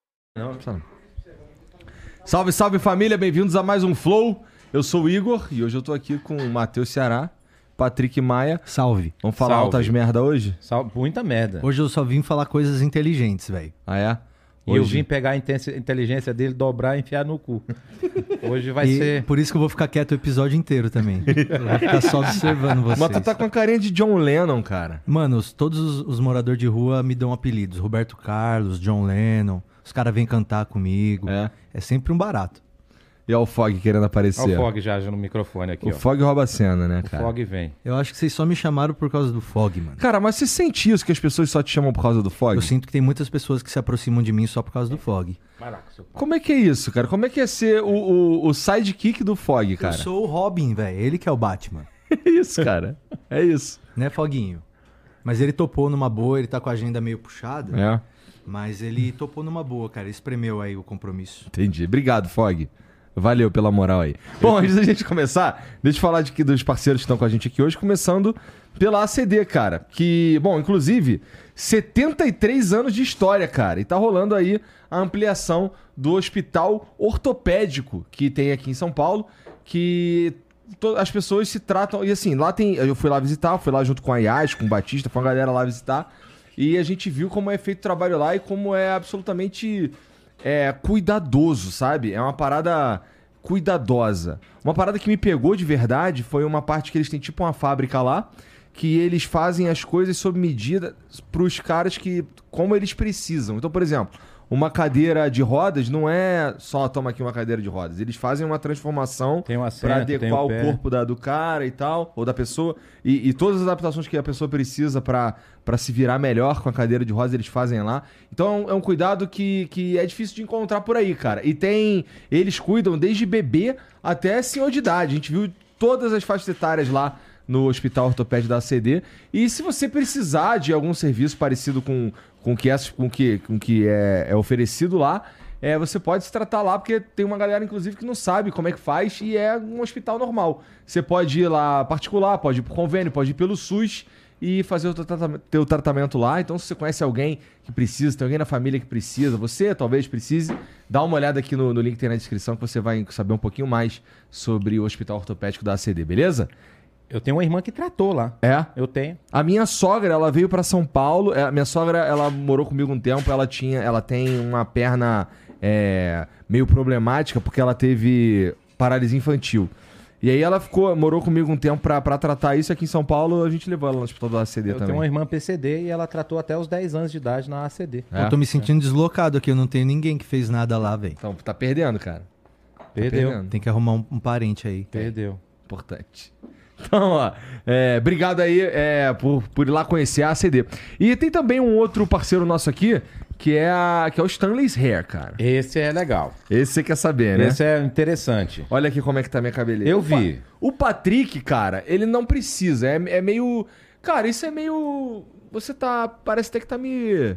precisa não. Salve, salve família, bem-vindos a mais um Flow. Eu sou o Igor e hoje eu tô aqui com o Matheus Ceará, Patrick Maia. Salve. Vamos falar Salve. altas merda hoje? Sal- Muita merda. Hoje eu só vim falar coisas inteligentes, velho. Ah, é? E eu vim pegar a intensi- inteligência dele, dobrar e enfiar no cu. Hoje vai e ser. por isso que eu vou ficar quieto o episódio inteiro também. Eu vou ficar só observando O Mata vocês. tá com a carinha de John Lennon, cara. Mano, os- todos os, os moradores de rua me dão apelidos. Roberto Carlos, John Lennon. Os caras vêm cantar comigo. É. sempre um barato. E ó o Fog querendo Olha aparecer. o Fog já, já no microfone aqui, O ó. Fog rouba a cena, né, O cara? Fog vem. Eu acho que vocês só me chamaram por causa do fog, mano. Cara, mas você sente isso que as pessoas só te chamam por causa do Fog? Eu sinto que tem muitas pessoas que se aproximam de mim só por causa do fog. Vai lá com seu pau. Como é que é isso, cara? Como é que é ser o, o, o sidekick do Fog, cara? Eu sou o Robin, velho. Ele que é o Batman. É isso, cara. É isso. Né, Foguinho? Mas ele topou numa boa, ele tá com a agenda meio puxada. É. Mas ele topou numa boa, cara. Ele Espremeu aí o compromisso. Entendi. Obrigado, Fog. Valeu pela moral aí. Bom, antes da gente começar, deixa eu falar de, que- dos parceiros que estão com a gente aqui hoje, começando pela ACD, cara. Que, bom, inclusive, 73 anos de história, cara. E tá rolando aí a ampliação do Hospital Ortopédico que tem aqui em São Paulo, que to- as pessoas se tratam. E assim, lá tem. Eu fui lá visitar, fui lá junto com a Yas, com o Batista, foi uma galera lá visitar. E a gente viu como é feito o trabalho lá e como é absolutamente é, cuidadoso, sabe? É uma parada cuidadosa. Uma parada que me pegou de verdade foi uma parte que eles têm tipo uma fábrica lá, que eles fazem as coisas sob medida pros caras que como eles precisam. Então, por exemplo, uma cadeira de rodas não é só toma aqui uma cadeira de rodas. Eles fazem uma transformação Tem um pra assento, tem adequar um o pé. corpo da- do cara e tal, ou da pessoa. E, e todas as adaptações que a pessoa precisa pra pra se virar melhor com a cadeira de rosa, eles fazem lá. Então é um, é um cuidado que, que é difícil de encontrar por aí, cara. E tem. Eles cuidam desde bebê até senhor de idade. A gente viu todas as faixas etárias lá no Hospital Ortopédico da ACD. E se você precisar de algum serviço parecido com com o que, é, com o que, com o que é, é oferecido lá, é, você pode se tratar lá, porque tem uma galera, inclusive, que não sabe como é que faz e é um hospital normal. Você pode ir lá particular, pode ir pro convênio, pode ir pelo SUS e fazer o teu tratamento, teu tratamento lá. Então, se você conhece alguém que precisa, tem alguém na família que precisa, você talvez precise, dá uma olhada aqui no, no link que tem na descrição que você vai saber um pouquinho mais sobre o Hospital Ortopédico da ACD, beleza? Eu tenho uma irmã que tratou lá. É. Eu tenho. A minha sogra, ela veio pra São Paulo. é, A minha sogra, ela morou comigo um tempo. Ela tinha, ela tem uma perna é, meio problemática porque ela teve paralisia infantil. E aí ela ficou, morou comigo um tempo pra, pra tratar isso. e Aqui em São Paulo, a gente levou ela no hospital do ACD Eu tenho também. uma irmã PCD e ela tratou até os 10 anos de idade na ACD. É. Eu tô me sentindo deslocado aqui, eu não tenho ninguém que fez nada lá, velho. Então tá perdendo, cara. Perdeu. perdendo. Tem que arrumar um, um parente aí. Perdeu. Importante. Então, ó, é, obrigado aí é, por, por ir lá conhecer a ACD. E tem também um outro parceiro nosso aqui, que é, a, que é o Stanley's Hair, cara. Esse é legal. Esse você quer saber, né? Esse é interessante. Olha aqui como é que tá minha cabeleira. Eu O Pa- vi. O Patrick, cara, ele não precisa. É, é meio. Cara, isso é meio. Você tá. Parece até que tá me.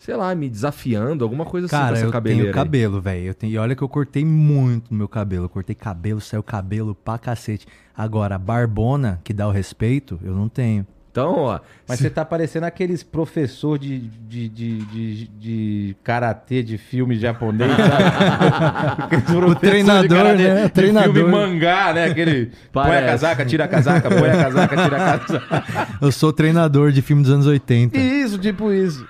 Sei lá, me desafiando, alguma coisa assim Cara, essa eu cabeleira aí. tenho cabelo, velho. Eu tenho- E olha que eu cortei muito meu cabelo. Eu cortei cabelo, saiu cabelo pra cacete. Agora, a barbona, que dá o respeito, eu não tenho. Então, ó. Mas se- você tá parecendo aqueles professor de, de, de, de, de karatê de filme japonês, sabe? Aqueles professor de treinador, karatê, né? de Treinador. filme mangá, né? Aquele põe Parece. a casaca, tira a casaca, põe a casaca, tira a casaca. Eu sou treinador de filme dos anos 80. Isso, tipo isso.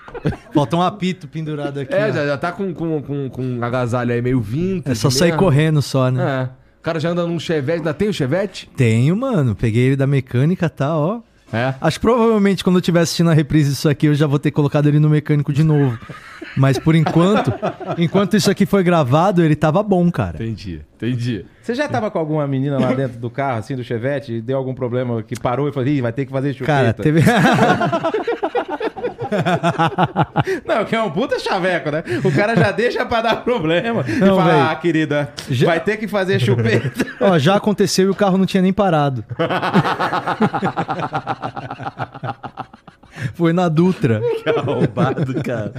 Falta um apito pendurado aqui. É, ó. já, já tá com, com, com, com um agasalho aí meio vintage. É só mesmo. sair correndo só, né? É. O cara já anda num chevette, ainda tem o chevette? Tenho, mano. Peguei ele da mecânica, tá, ó. É. Acho que provavelmente quando eu estiver assistindo a reprise disso aqui, eu já vou ter colocado ele no mecânico de novo. Mas por enquanto, enquanto isso aqui foi gravado, ele tava bom, cara. Entendi, entendi. Você já tava com alguma menina lá dentro do carro, assim, do Chevette, e deu algum problema que parou e falou, Ih, vai ter que fazer chupeta? Cara, teve. Não, que é um puta chaveco, né? O cara já deixa pra dar problema e Não, fala, véi. ah, querida, Já- vai ter que fazer chupeta. Ó, já aconteceu e o carro não tinha nem parado. Foi na Dutra. Que arrombado, cara.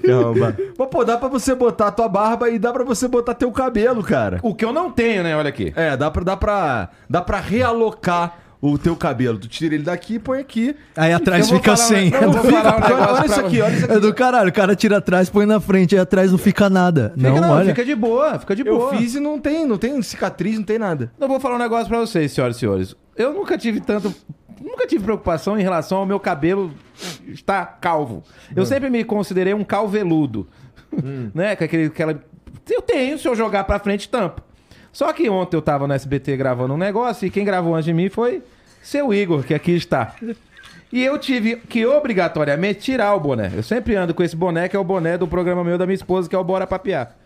Que É arrombado. Mas, pô, dá pra você botar a tua barba e dá pra você botar teu cabelo, cara. O que eu não tenho, né? Olha aqui. É, dá pra, dá pra, dá pra realocar o teu cabelo. Tu tira ele daqui e põe aqui. Aí atrás vou fica falar um- sem. eu vou Não falar fica, um Olha, pô. olha negócio isso pra aqui, olha isso É aqui. do caralho, o cara tira atrás, põe na frente, aí atrás não fica nada. Fica, não, não, olha. fica de boa, fica de Eu boa. fiz e não tem, não tem cicatriz, não tem nada. Eu vou falar um negócio pra vocês, senhoras e senhores. Eu nunca tive tanto. Nunca tive preocupação em relação ao meu cabelo estar calvo. Eu sempre me considerei um calveludo. né? Com aquele, aquela. Eu tenho, se eu jogar pra frente, tampa. Só que ontem eu tava no SBT gravando um negócio e quem gravou antes de mim foi seu Igor, que aqui está. E eu tive que obrigatoriamente tirar o boné. Eu sempre ando com esse boné, que é o boné do programa meu da minha esposa, que é o Bora Papiar.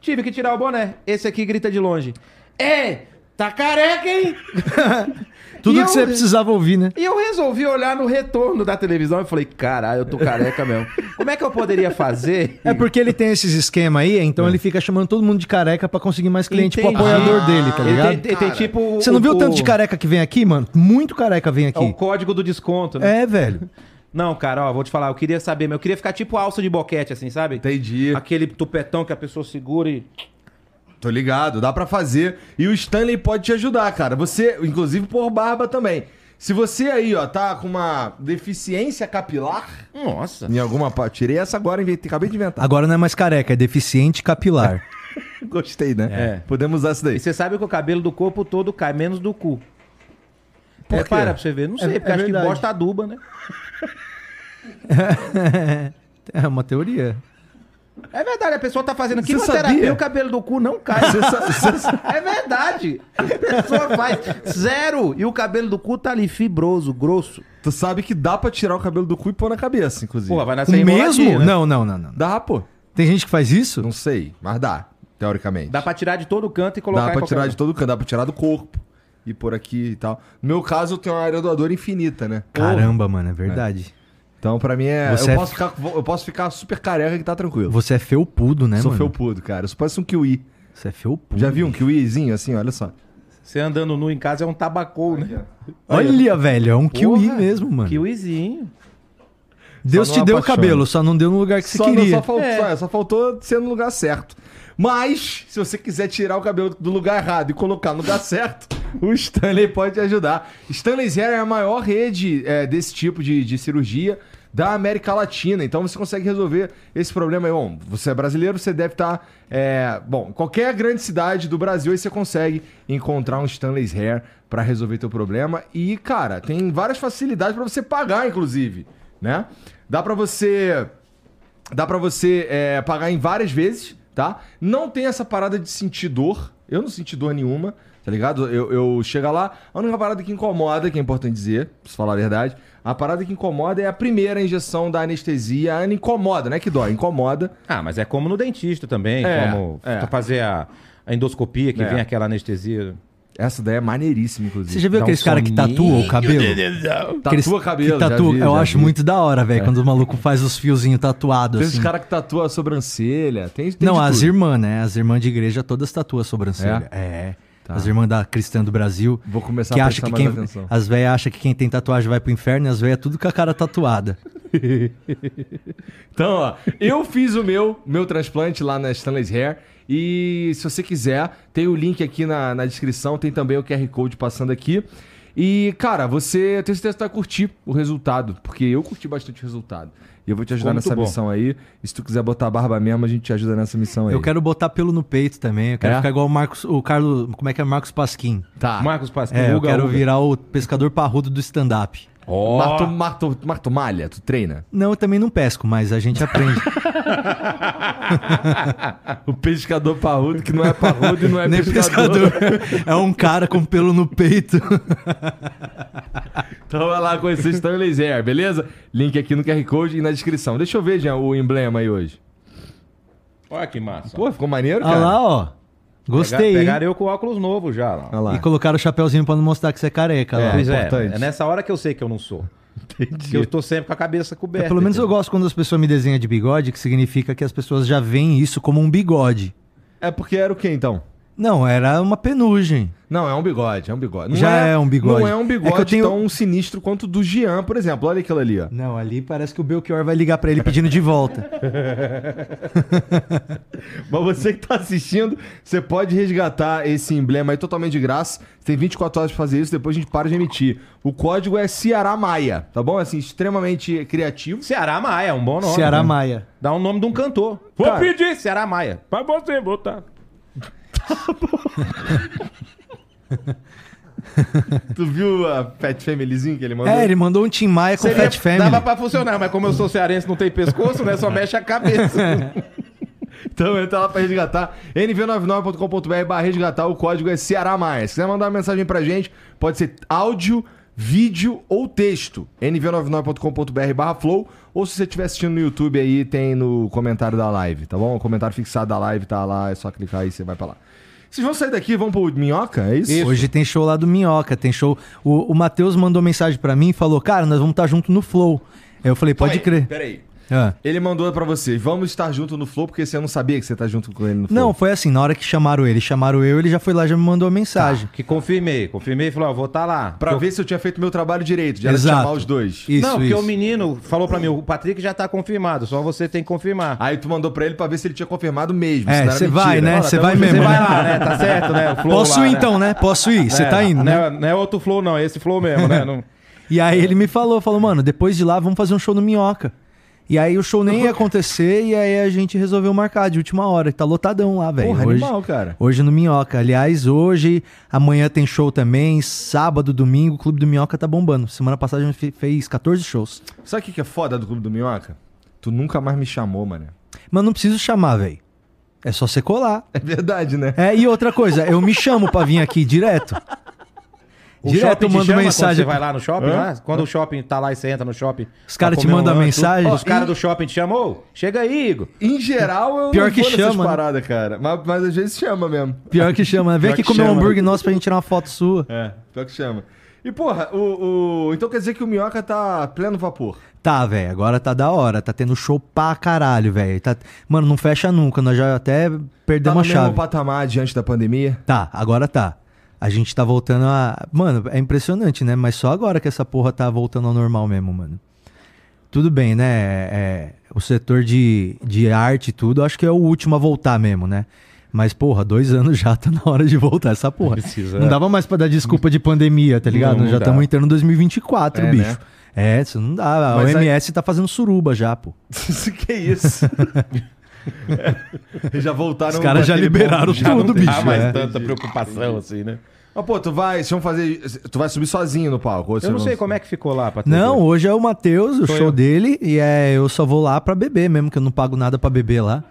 Tive que tirar o boné. Esse aqui grita de longe. É, tá careca, hein? Tudo E que eu- você precisava ouvir, né? E eu resolvi olhar no retorno da televisão e falei, caralho, eu tô careca mesmo. Como é que eu poderia fazer? É porque ele tem esses esquema aí, então ele fica chamando todo mundo de careca pra conseguir mais cliente pro Entendi. apoiador dele, tá Ele ligado? tem, ele tem tipo... o- Você não viu o o- tanto de careca que vem aqui, mano? Muito careca vem É o aqui. código do desconto, né? É, velho. Não, cara, ó, vou te falar, eu queria saber, mas eu queria ficar tipo alça de boquete, assim, sabe? Entendi. Aquele tupetão que a pessoa segura e... Tô ligado, dá pra fazer. E o Stanley pode te ajudar, cara. Você, inclusive por barba também. Se você aí, ó, tá com uma deficiência capilar Nossa. em alguma parte. Tirei essa agora, inventei, acabei de inventar. Agora não é mais careca, é deficiente capilar. Gostei, né? É. Podemos usar isso daí. E você sabe que o cabelo do corpo todo cai, menos do cu. Por é, quê? para pra você ver. Não sei, É- porque é acho verdade. que bosta aduba, né? É uma teoria. É verdade, a pessoa tá fazendo Você quimioterapia sabia? e o cabelo do cu não cai. É verdade. A pessoa faz zero e o cabelo do cu tá ali fibroso, grosso. Tu sabe que dá pra tirar o cabelo do cu e pôr na cabeça, inclusive. Pô, vai O nascer mesmo? hemorragia, né? Não, não, não, não. Dá, pô. Tem gente que faz isso? Não sei, mas dá, teoricamente. Dá pra tirar de todo canto e colocar Dá pra em tirar qualquer de todo canto, dá pra tirar do corpo e por aqui e tal. No meu caso, eu tenho uma área doadora infinita, né? Caramba, mano, é verdade. Então, pra mim, é. Você Eu, é- Posso ficar, eu posso ficar super careca que tá tranquilo. Você é felpudo, né, Sou mano? felpudo, cara. Isso parece um kiwi. Você é felpudo. Já viu um kiwizinho assim? Olha só. lugar. Você andando nu em casa é um tabacou, né? Olha, velho, é um kiwi mesmo, mano. Kiwizinho. Deus Só te não deu o apaixona. cabelo, só não deu no lugar que você Só, não, queria. só, faltou, É. só- só faltou ser no lugar certo. Mas, se você quiser tirar o cabelo do lugar errado e colocar no lugar certo, o Stanley pode te ajudar. Stanley's Hair é a maior rede é, desse tipo de, de cirurgia da América Latina. Então você consegue resolver esse problema aí. Bom, você é brasileiro, você deve estar. bom, qualquer grande cidade do Brasil aí você consegue encontrar um Stanley's Hair pra resolver teu problema. E, cara, tem várias facilidades pra você pagar, inclusive. Né? Dá pra você Dá pra você é, pagar em várias vezes, tá? Não tem essa parada de sentir dor. Eu não senti dor nenhuma, tá ligado? Eu, eu chego lá, a única parada que incomoda, que é importante dizer, preciso falar a verdade, a parada que incomoda é a primeira injeção da anestesia. Ana incomoda, não é que dói, incomoda. Ah, mas é como no dentista também, É, como é. fazer a, a endoscopia, que É. vem aquela anestesia. Essa daí é maneiríssima, inclusive. Você já viu Dá um aqueles caras que tatuam o soninho. cabelo? Aqueles Tatua cabelo, que já tatuam- vi, eu já acho vi. É. muito da hora, velho, quando o maluco faz os fiozinhos tatuados, Tem assim. esses caras que tatuam a sobrancelha, tem, tem Não, de as tudo. irmãs, né? As irmãs de igreja todas tatuam a sobrancelha. É. As irmãs da cristã do Brasil. Tá. Vou começar que a acha prestar que mais quem, atenção. As velhas acham que quem tem tatuagem vai pro inferno e as velhas tudo com a cara tatuada. Então, ó, eu fiz o meu, meu transplante lá na Stanley's Hair. E se você quiser, tem o link aqui na, na descrição, tem também o QR Code passando aqui. E, cara, você eu tenho certeza que vai curtir o resultado, porque eu curti bastante o resultado. E eu vou te ajudar Ficou muito nessa bom. missão aí. E se tu quiser botar a barba mesmo, a gente te ajuda nessa missão aí. Eu quero botar pelo no peito também. Eu quero É? ficar igual o Marcos, o Carlos, como é que é? Marcos Pasquim. Tá. Marcos Pasquim, É, eu Uga, quero Uga. virar o pescador parrudo do stand-up. Ó. Mas tu- mas tu- mas tu malha, tu treina. Não, eu também não pesco, mas a gente aprende. O pescador parrudo, que não é parrudo e não é Nem pescador. É um cara com pelo no peito. Então vai lá conhecer Stanley's Hair, beleza? Link aqui no QR Code e na descrição. Deixa eu ver, Jean, o emblema aí hoje. Olha que massa. Pô, ficou maneiro, Olha cara. lá, ó. Pega- Gostei. hein? Pegaram eu com óculos novo já. Lá. Olha lá. E colocaram o chapéuzinho pra não mostrar que você é careca. lá. Pois importante. é, é nessa hora que eu sei que eu não sou. Porque eu tô sempre com a cabeça É, coberta. pelo menos eu gosto quando as pessoas me desenham de bigode, que significa que as pessoas já veem isso como um bigode. É porque era o que então? Não, era uma penugem. Não, é um bigode, é um bigode. Não Já é um bigode. Não é um É que eu bigode tenho- tão sinistro quanto o do Jean, por exemplo. Olha aquilo ali, ó. Não, ali parece que o Belchior vai ligar pra ele pedindo de volta. Mas você que tá assistindo, você pode resgatar esse emblema aí totalmente de graça. Você tem 24 horas pra fazer isso, depois a gente para de emitir. O código é Ceará Maia, tá bom? Assim, extremamente criativo. Ceará Maia, é um bom nome. Ceará né? Maia. Dá o nome de um cantor. Vou pedir Ceará Maia. Pra você tá. botar. Tu viu a Pet Familyzinho que ele mandou? É, ele mandou um Tim Maia com Seria- Fat Family. Dava pra funcionar, mas como eu sou cearense não tem pescoço, né? Só mexe a cabeça. Então entra lá pra resgatar. nv99.com.br barra resgatar. O código é Ceará Maia. Se quiser mandar uma mensagem pra gente, pode ser áudio, vídeo ou texto. nv99.com.br barra flow. Ou se você estiver assistindo no YouTube aí, tem no comentário da live, tá bom? O comentário fixado da live tá lá, é só clicar aí e você vai pra lá. Vocês vão sair daqui, vão pro Minhoca, é isso? Hoje tem show lá do Minhoca, tem show. O, o Matheus mandou mensagem pra mim e falou: Cara, nós vamos estar junto no Flow. Aí eu falei: Pode Calma aí, crer. Peraí. Ah. Ele mandou pra você, vamos estar junto no Flow, porque você não sabia que você tá junto com ele no Flow. Não, foi assim: na hora que chamaram ele, chamaram eu, ele já foi lá e já me mandou a mensagem. que confirmei, confirmei e falou, ó, vou tá lá. Pra Eu- ver se eu tinha feito meu trabalho direito, de era Exato. chamar os dois. Isso, não, porque isso. o menino falou pra mim, o Patrick já tá confirmado, só você tem que confirmar. Aí tu mandou pra ele pra ver se ele tinha confirmado mesmo. É, se não era você mentira. vai, né? Fala, Você tá vai bom, mesmo. Você vai né? lá, né? Tá certo, né? O flow Posso lá, ir né? então, né? Posso ir? Você É, tá indo, não né? é- Não é outro flow, não, é esse flow mesmo, né? Não- E aí ele me falou, falou, mano, depois de lá vamos fazer um show no Minhoca. E aí o show nem ia acontecer e aí a gente resolveu marcar de última hora. Tá lotadão lá, velho. Porra, hoje, animal, cara. hoje no Minhoca. Aliás, hoje, amanhã tem show também, sábado, domingo, o Clube do Minhoca tá bombando. Semana passada a gente fe- fez 14 shows. Sabe o que que é foda do Clube do Minhoca? Tu nunca mais me chamou, mano. Mas não preciso chamar, velho. É só você colar. É verdade, né? É, e outra coisa, eu me chamo pra vir aqui direto. O direto shopping te chama eu mando Quando você mensagem. vai lá no shopping, Hã? lá? Quando o shopping tá lá e você entra no shopping. Os caras pra te comer mandam lanche, mensagem? tudo. Ó, Os caras E- do shopping te chamam, ô, chega aí, Igor. Em geral, eu Pior não que vou nessas chama, né? paradas, cara. Mas, mas às vezes chama mesmo. Pior que chama, né? Vem Pior aqui que comer um chama. hambúrguer nosso pra gente tirar uma foto sua. É, pior que chama. E, porra, o, o- Então quer dizer que o Minhoca tá pleno vapor. Tá, velho, agora tá da hora. Tá tendo show pra caralho, velho. Tá... Mano, não fecha nunca. Nós já até Tá perdemos no a chave. mesmo patamar diante da pandemia. Tá, agora tá. A gente tá voltando a. Mano, é impressionante, né? Mas só agora que essa porra tá voltando ao normal mesmo, mano. Tudo bem, né? É, o setor de, de arte e tudo, acho que é o último a voltar mesmo, né? Mas, porra, dois anos já tá na hora de voltar essa porra. Precisa. Não dava mais pra dar desculpa de pandemia, tá ligado? Não, Nós já não dá. estamos entrando em 2024, É, bicho. né? É, isso não dá. A Mas aí- OMS tá fazendo suruba já, pô. que isso? É, já voltaram... Os caras com já aquele liberaram ponto, já não tudo, tem bicho, mais é. tanto. tanta preocupação assim, né? Mas, pô, tu vai... Vamos fazer... Tu vai subir sozinho no palco. Eu não sei como é que ficou lá, Patrick. Não, hoje é o Matheus, o Sou show eu. dele, e é, eu só vou lá pra beber mesmo, que eu não pago nada pra beber lá.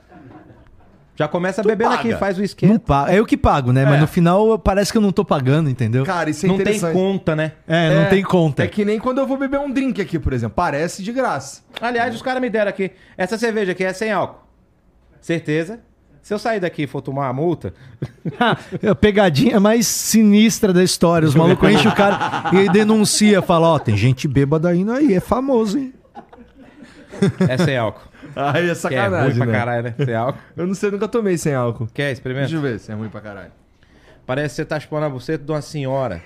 Já começa bebendo paga. aqui, faz o Não esquema. pago. É eu que pago, né? Mas no final eu- parece que eu não tô pagando, entendeu? Cara, isso é Não, tem interessante. conta, né? É, não tem conta. É que nem quando eu vou beber um drink aqui, por exemplo. Parece de graça. Aliás, os caras me deram aqui. Essa cerveja aqui é sem álcool. Certeza? Se eu sair daqui e for tomar uma multa, É a pegadinha mais sinistra da história. Os malucos enchem o cara e denuncia, fala, ó, tem gente bêbada indo aí, é famoso, hein? é sem álcool. Aí é Que é ruim sacanagem, pra né? caralho, né? Sem álcool. Eu não sei, nunca tomei sem álcool. Quer Deixa experimenta? eu ver se é ruim pra caralho. Parece que você tá chupando a buceta de uma senhora.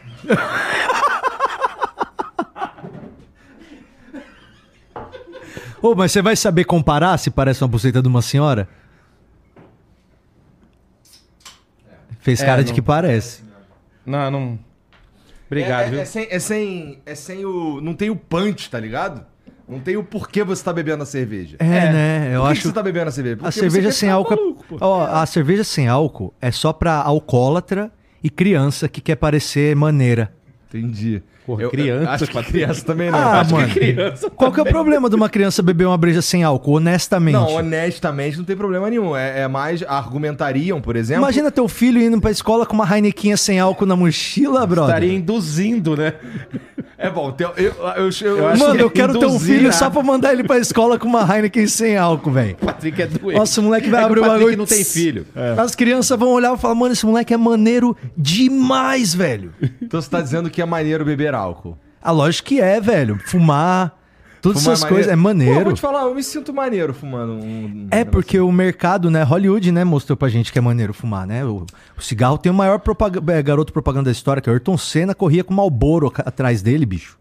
Ô, mas você vai saber comparar se parece uma buceta de uma senhora? Fez É, cara de não- que parece. Não, não. Obrigado, é, é- viu? é sem, é sem. É sem o. Não tem o punch, tá ligado? Não tem o porquê você tá bebendo a cerveja. É, né? Eu Por que que acho você tá bebendo a cerveja? A Porque você cerveja quer sem ficar álcool. é- maluco, pô. Ó, a cerveja sem álcool é só pra alcoólatra e criança que quer parecer maneira. Entendi. Porra, criança, acho que Patrick. criança também não. Ah, Acho que mano. criança. Qual que é o problema de uma criança beber uma breja sem álcool, honestamente? Não, honestamente, não tem problema nenhum. É, é mais. Argumentariam, por exemplo. Imagina teu filho indo pra escola com uma Heinequinha sem álcool na mochila, brother. Estaria induzindo, né? É bom, teu- eu, eu, eu, eu acho Mano, que eu quero ter um induzir filho a- só pra mandar ele pra escola com uma Heineken sem álcool, velho. Patrick é doente. Nossa, o moleque É vai que abrir o o Patrick bagulho. não tem filho. As crianças vão olhar e falar, mano, esse moleque é maneiro demais, velho. Então você tá dizendo que é maneiro beber álcool. Ah, lógico que é, velho. Fumar, Todas Fumar essas coisas. É maneiro. Pô, vou te falar, eu me sinto maneiro fumando um. um É porque o mercado, né? Hollywood, né, mostrou pra gente que é maneiro fumar, né? O, o cigarro tem o maior propaga- eh, garoto propaganda da história, que é o Ayrton Senna corria com o Malboro atrás dele, bicho.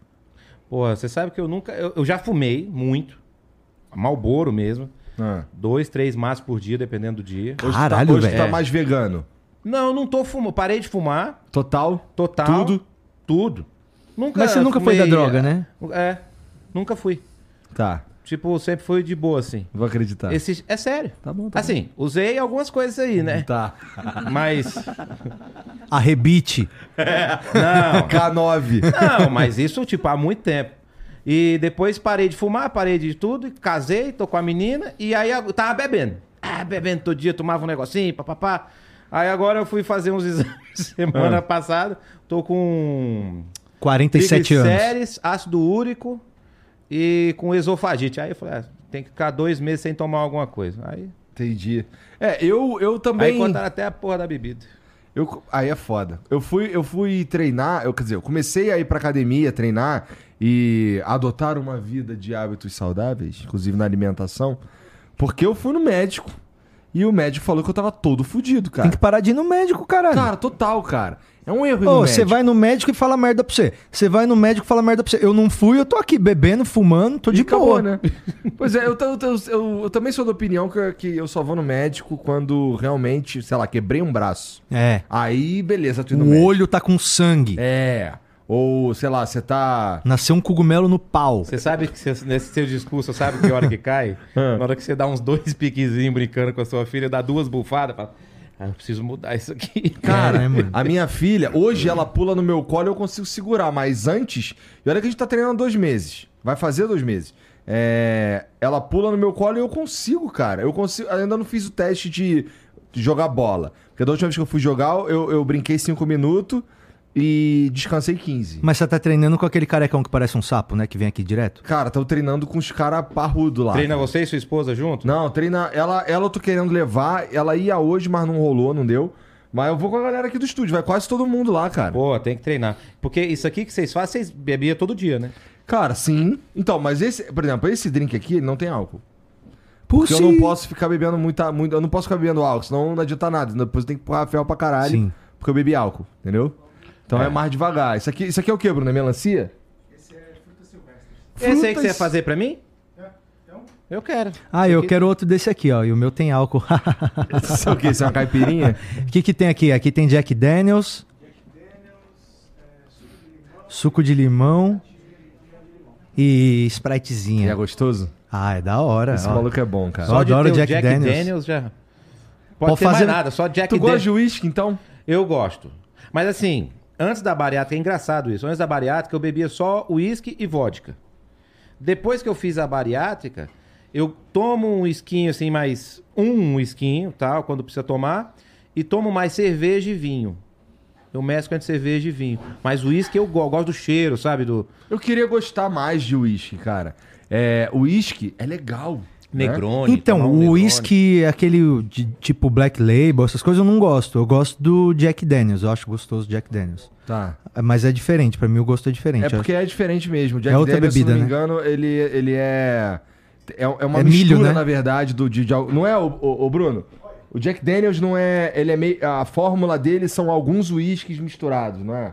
Porra, você sabe que eu nunca. Eu, eu já fumei muito. Malboro mesmo. Ah. Dois, três maços por dia, dependendo do dia. Hoje tu Caralho, tá, hoje tu velho. tá mais vegano. Não, eu não tô fumando. Parei de fumar. Total. Total. Tudo? Tudo. Nunca Mas você nunca foi da fumei- droga, né? É. Nunca fui. Tá. Tipo, sempre fui de boa, assim. Vou acreditar. Esse, é sério. Tá bom, tá Assim, usei algumas coisas aí, é. né? Tá. Mas. Arrebite. Não. K9. Não, mas isso, tipo, há muito tempo. E depois parei de fumar, parei de tudo, e casei, tô com a menina, e aí eu tava bebendo. Ah, bebendo todo dia, tomava um negocinho, papapá. Aí agora eu fui fazer uns exames semana Ah. passada, tô com 47 anos. triglicérides, ácido úrico e com esofagite. Aí eu falei, ah, tem que ficar dois meses sem tomar alguma coisa. Aí, Entendi. É, eu, eu também. aí contaram até a porra da bebida. Eu, aí é foda. Eu fui, eu fui treinar, eu, quer dizer, eu comecei a ir pra academia treinar e adotar uma vida de hábitos saudáveis, inclusive na alimentação, porque eu fui no médico e o médico falou que eu tava todo fudido, Tem cara. que parar de ir no médico, caralho. Cara, total, cara. É um erro ir Então- Ô, no você médico. vai no médico e fala merda pra você. Você vai no médico e fala merda pra você. Eu não fui, eu tô aqui bebendo, fumando, tô de E acabou, boa. né? pois é, eu, ta- eu ta- eu- eu também sou da opinião que, que eu só vou no médico quando realmente, sei lá, quebrei um braço. É. Aí, beleza, tu ir no O médico. olho tá com sangue. É. Ou, sei lá, você tá. Nasceu um cogumelo no pau. Você sabe que você- nesse seu discurso, sabe que hora que cai? Ah. Na hora que você dá uns dois piquezinhos brincando com a sua filha, dá duas bufadas, fala, ah, eu preciso mudar isso aqui. Cara, É, né, mano? a minha filha, hoje ela pula no meu colo e eu consigo segurar, mas antes, e olha que a gente tá treinando dois meses, vai fazer dois meses. É, ela pula no meu colo e eu consigo, cara. Eu consigo, ainda não fiz o teste de jogar bola. Porque da última vez que eu fui jogar, eu, eu brinquei 5 minutos e descansei 15. Mas você tá treinando com aquele carecão que parece um sapo, né? Que vem aqui direto. Cara, tão treinando com os caras parrudo lá. Treina você e sua esposa junto? Não, treina. Ela, ela eu tô querendo levar. Ela ia hoje, mas não rolou, não deu. Mas eu vou com a galera aqui do estúdio, vai quase todo mundo lá, cara. Pô, tem que treinar. Porque isso aqui que vocês fazem, vocês bebiam todo dia, né? Cara, sim. Então, mas esse, por exemplo, esse drink aqui, ele não tem álcool. Porque eu Pussy. não posso ficar bebendo muita, muito, eu não posso ficar bebendo álcool, senão não adianta nada. Depois eu tenho que empurrar ferro pra caralho, Sim. porque eu bebi álcool, entendeu? Então é, É. mais devagar. Isso aqui, isso aqui é o que, Bruno? É melancia? Esse aí que Frutas- você ia fazer pra mim? Eu quero. Ah, eu quero outro desse aqui, ó. E o meu tem álcool. Isso é o que? Isso é uma caipirinha? O que, que tem aqui? Aqui tem Jack Daniels. Suco de limão. E e é Spritezinha. gostoso? Ah, é da hora. Esse ó. maluco é bom, cara. Eu Só- adoro ter o Jack Daniels. já. Pode, Pode ter fazer- mais nada, só Jack Tu Dan- gosta de uísque, então? Eu gosto. Mas assim, antes da bariátrica, é engraçado isso. Antes da bariátrica, eu bebia só uísque e vodka. Depois que eu fiz a bariátrica, eu tomo um esquinho assim, mais um esquinho, tal, quando precisa tomar, e tomo mais cerveja e vinho. Eu mesclo entre cerveja e vinho. Mas uísque eu, go- eu gosto do cheiro, sabe? Do Eu queria gostar mais de uísque, cara. É, uísque é legal. né? Negroni. Então, tomar um o Negroni. whisky, aquele de, tipo Black Label, essas coisas eu não gosto. Eu gosto do Jack Daniels. Eu acho gostoso o Jack Daniels. Tá. Mas é diferente. Pra mim, o gosto é diferente. É porque é diferente mesmo. Jack É outra Daniels, bebida, se não me né? engano, ele, ele é. É, é uma É milho, mistura, né? na verdade, do de, de al- Não é, o, o- o Bruno? O Jack Daniels não é. Ele é meio. A fórmula dele são alguns uísques misturados, não é?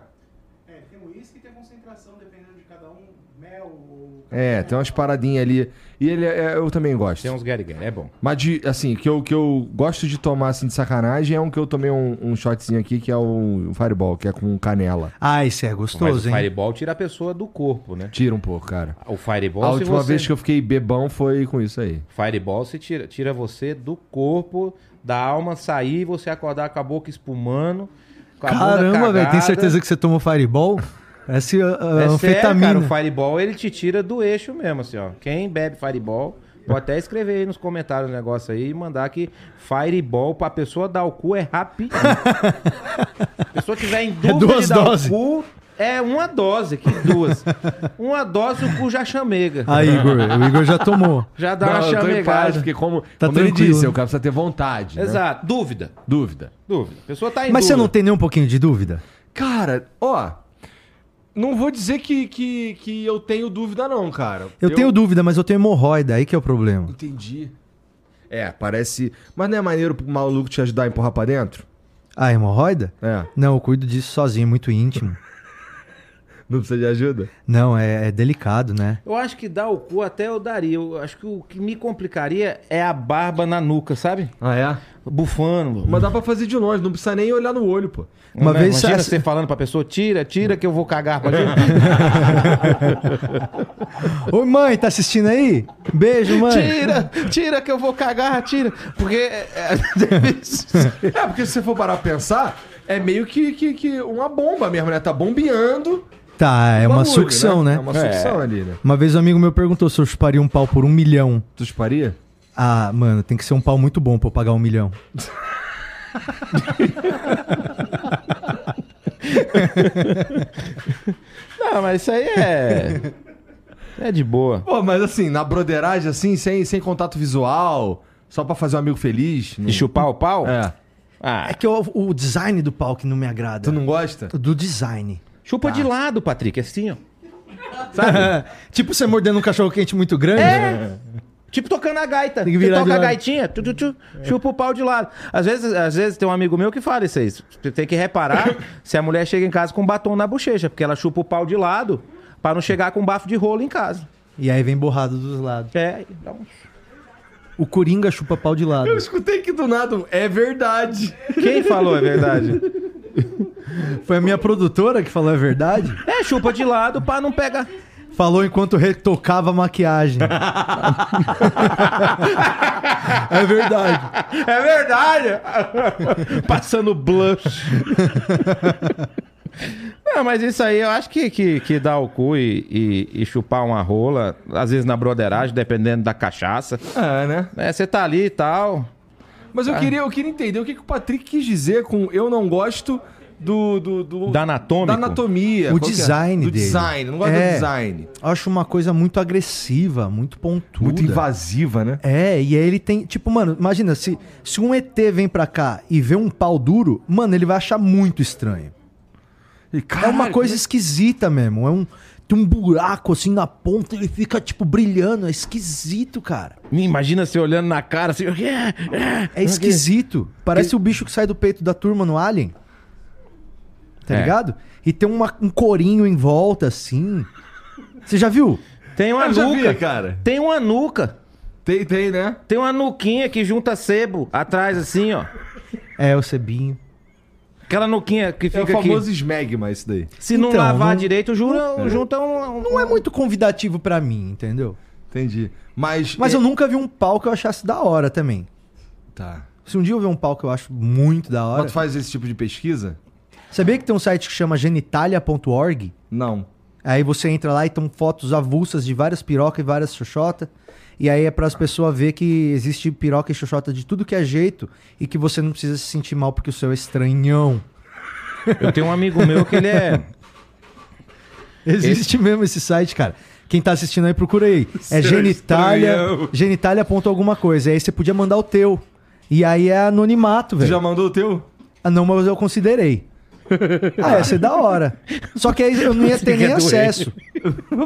É, tem o uísque e tem a concentração, dependendo de cada um, mel ou... É, tem umas paradinhas ali. E ele é, eu também gosto. Tem uns gueriguer, é bom. Mas de, assim, que eu, que eu gosto de tomar assim de sacanagem é um que eu tomei um, um shotzinho aqui, que é um, um fireball, que é com canela. Ah, esse é Mas gostoso, o hein? fireball tira a pessoa do corpo, né? Tira um pouco, cara. O fireball, a se última você- vez que eu fiquei bebão foi com isso aí. Fireball se tira, tira você do corpo, da alma, sair e você acordar com a boca espumando. Com a bunda Caramba, velho, tem cagada. certeza que você tomou Fireball? Essa é uh, sério, anfetamina. cara, o Fireball ele te tira do eixo mesmo, assim, ó. Quem bebe Fireball, vou até escrever aí nos comentários o negócio aí e mandar que Fireball pra pessoa dar o cu é rapidinho. a pessoa tiver em dúvida É duas de dar doses. o cu, é uma dose, que duas. uma dose o cu já chamega. Aí, Ah, Igor, o Igor já tomou. Já dá Não, eu uma tô em paz, chamegada. porque como, Tá como ele tranquilo, disse, né? o cara precisa ter vontade, né? Exato, dúvida. Dúvida. Dúvida. A pessoa tá em Mas você dúvida. não tem nem um pouquinho de dúvida? Cara, ó, Não vou dizer que, que, que eu tenho dúvida, não, cara. Eu, tenho dúvida, mas eu tenho hemorroida, aí que é o problema. Entendi. É, parece. Mas não é maneiro pro maluco te ajudar a empurrar pra dentro? Ah, hemorroida? É. Não, eu cuido disso sozinho, é muito íntimo. Não precisa de ajuda? Não, é, é delicado, né? Eu acho que dar o cu até eu daria. Eu acho que o que me complicaria é a barba na nuca, sabe? Ah, é? Bufando. Mas dá pra fazer de longe, não precisa nem olhar no olho, pô. Uma Né? vez Imagina essa- você falando pra pessoa, tira, tira que eu vou cagar pra gente. Ô mãe, tá assistindo aí? Beijo, mãe. tira, tira que eu vou cagar, tira. Porque... é, é, É, porque se você for parar pra pensar, é meio que, que, que uma bomba mesmo, né? Tá bombeando. Tá, um é uma bagulho, sucção, né? É uma sucção ali, né? Uma vez um amigo meu perguntou se eu chuparia um pau por um milhão. Tu chuparia? Ah, mano, tem que ser um pau muito bom pra eu pagar um milhão. Não, mas isso aí é... É de boa. Pô, mas assim, na broderagem, assim, sem, sem contato visual, só pra fazer um amigo feliz. não- E chupar o pau? É. Ah, É que eu- o design do pau que não me agrada. Tu não gosta? Do design. chupa Tá. de lado, Patrick, assim, ó. tipo você mordendo um cachorro quente muito grande. né? É. Tipo tocando a gaita. Tem que Você virar de toca a lado. gaitinha, tu, tu, tu, chupa o pau de lado. Às vezes, às vezes tem um amigo meu que fala isso aí. Você tem que reparar se a mulher chega em casa com um batom na bochecha, porque ela chupa o pau de lado pra não chegar com um bafo de rolo em casa. E aí vem borrado dos lados. É, dá um- O Coringa chupa pau de lado. Eu escutei que do nada é verdade. Quem falou é verdade? Foi a minha produtora que falou a verdade. É, chupa de lado pra não pegar. Falou enquanto retocava a maquiagem. é verdade. É verdade! Passando blush. Não, mas isso aí eu acho que, que, que dar o cu e, e- e chupar uma rola, às vezes na broderagem, dependendo da cachaça. É, né? É, você tá ali e tal. Mas eu queria, eu queria entender o que, que o Patrick quis dizer com eu não gosto do. do, do- Da anatômico? Da anatomia. O qual que é? design do dele. design. Não gosto É. do design. Eu acho uma coisa muito agressiva, muito pontuda. Muito invasiva, né? É, e aí ele tem. Tipo, mano, imagina, se, se um ET vem pra cá e vê um pau duro, mano, ele vai achar muito estranho. E, É uma caralho, coisa esquisita mesmo. É um. Tem um buraco assim na ponta, ele fica, tipo, brilhando. É esquisito, cara. Me Imagina você olhando na cara assim. "É, é". É esquisito. Parece o bicho que sai do peito da turma no Alien. Tá É. ligado? E tem uma- um corinho em volta, assim. Você já viu? Tem uma Eu já vi, nuca. cara. Tem uma nuca. Tem, tem, né? Tem uma nuquinha que junta sebo atrás, assim, ó. É, o Cebinho. Aquela nuquinha que É fica o famoso aqui. esmegma isso daí. Se não Então, lavar não- direito, jura, junta um. um- Não é muito convidativo pra mim, entendeu? Entendi. Mas. Mas é- eu nunca vi um pau que eu achasse da hora também. Tá. Se um dia eu ver um pau que eu acho muito da hora. Mas tu faz esse tipo de pesquisa? Sabia que tem um site que chama genitalia.org? Não. Aí você entra lá e tem fotos avulsas de várias pirocas e várias xoxotas. E aí é para as pessoas ver que existe piroca e xoxota de tudo que é jeito e que você não precisa se sentir mal porque o seu é estranhão. Eu tenho um amigo meu que ele é. Existe mesmo esse site, cara. Quem tá assistindo aí, procura aí. Seu É genitalia, estranhão. genitalia ponto alguma coisa. Aí você podia mandar o teu. E aí é anonimato, Tu velho. já mandou o teu? Ah, não, mas eu considerei. Ah, ia ser da hora. Só que aí eu não ia ter nem doente. acesso.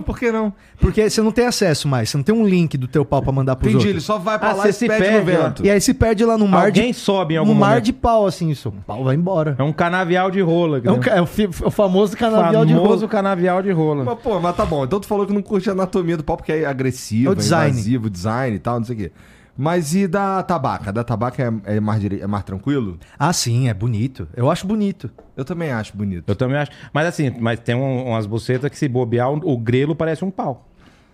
Por que não? Porque você não tem acesso mais. Você não tem um link do teu pau pra mandar pros Entendi, ele outros. só vai pra Ah, lá você e se se perde, perde no vento. E é aí se perde lá no mar Alguém de... sobe em Um algum mar momento. de pau, assim. Seu pau vai embora. É um canavial de rola. É, um ca- é o, fi- o famoso canavial de famoso roso. canavial de rola. Mas, pô, mas tá bom. Então tu falou que não curte a anatomia do pau porque é agressivo, É o design. invasivo, design e tal, não sei o quê. Mas e da tabaca? Da tabaca é, é mais, dire... é mais tranquilo? Ah, sim, é bonito. Eu acho bonito. Eu também acho bonito. Eu também acho. Mas assim, mas tem um- umas bucetas que se bobear, o grelo parece um pau.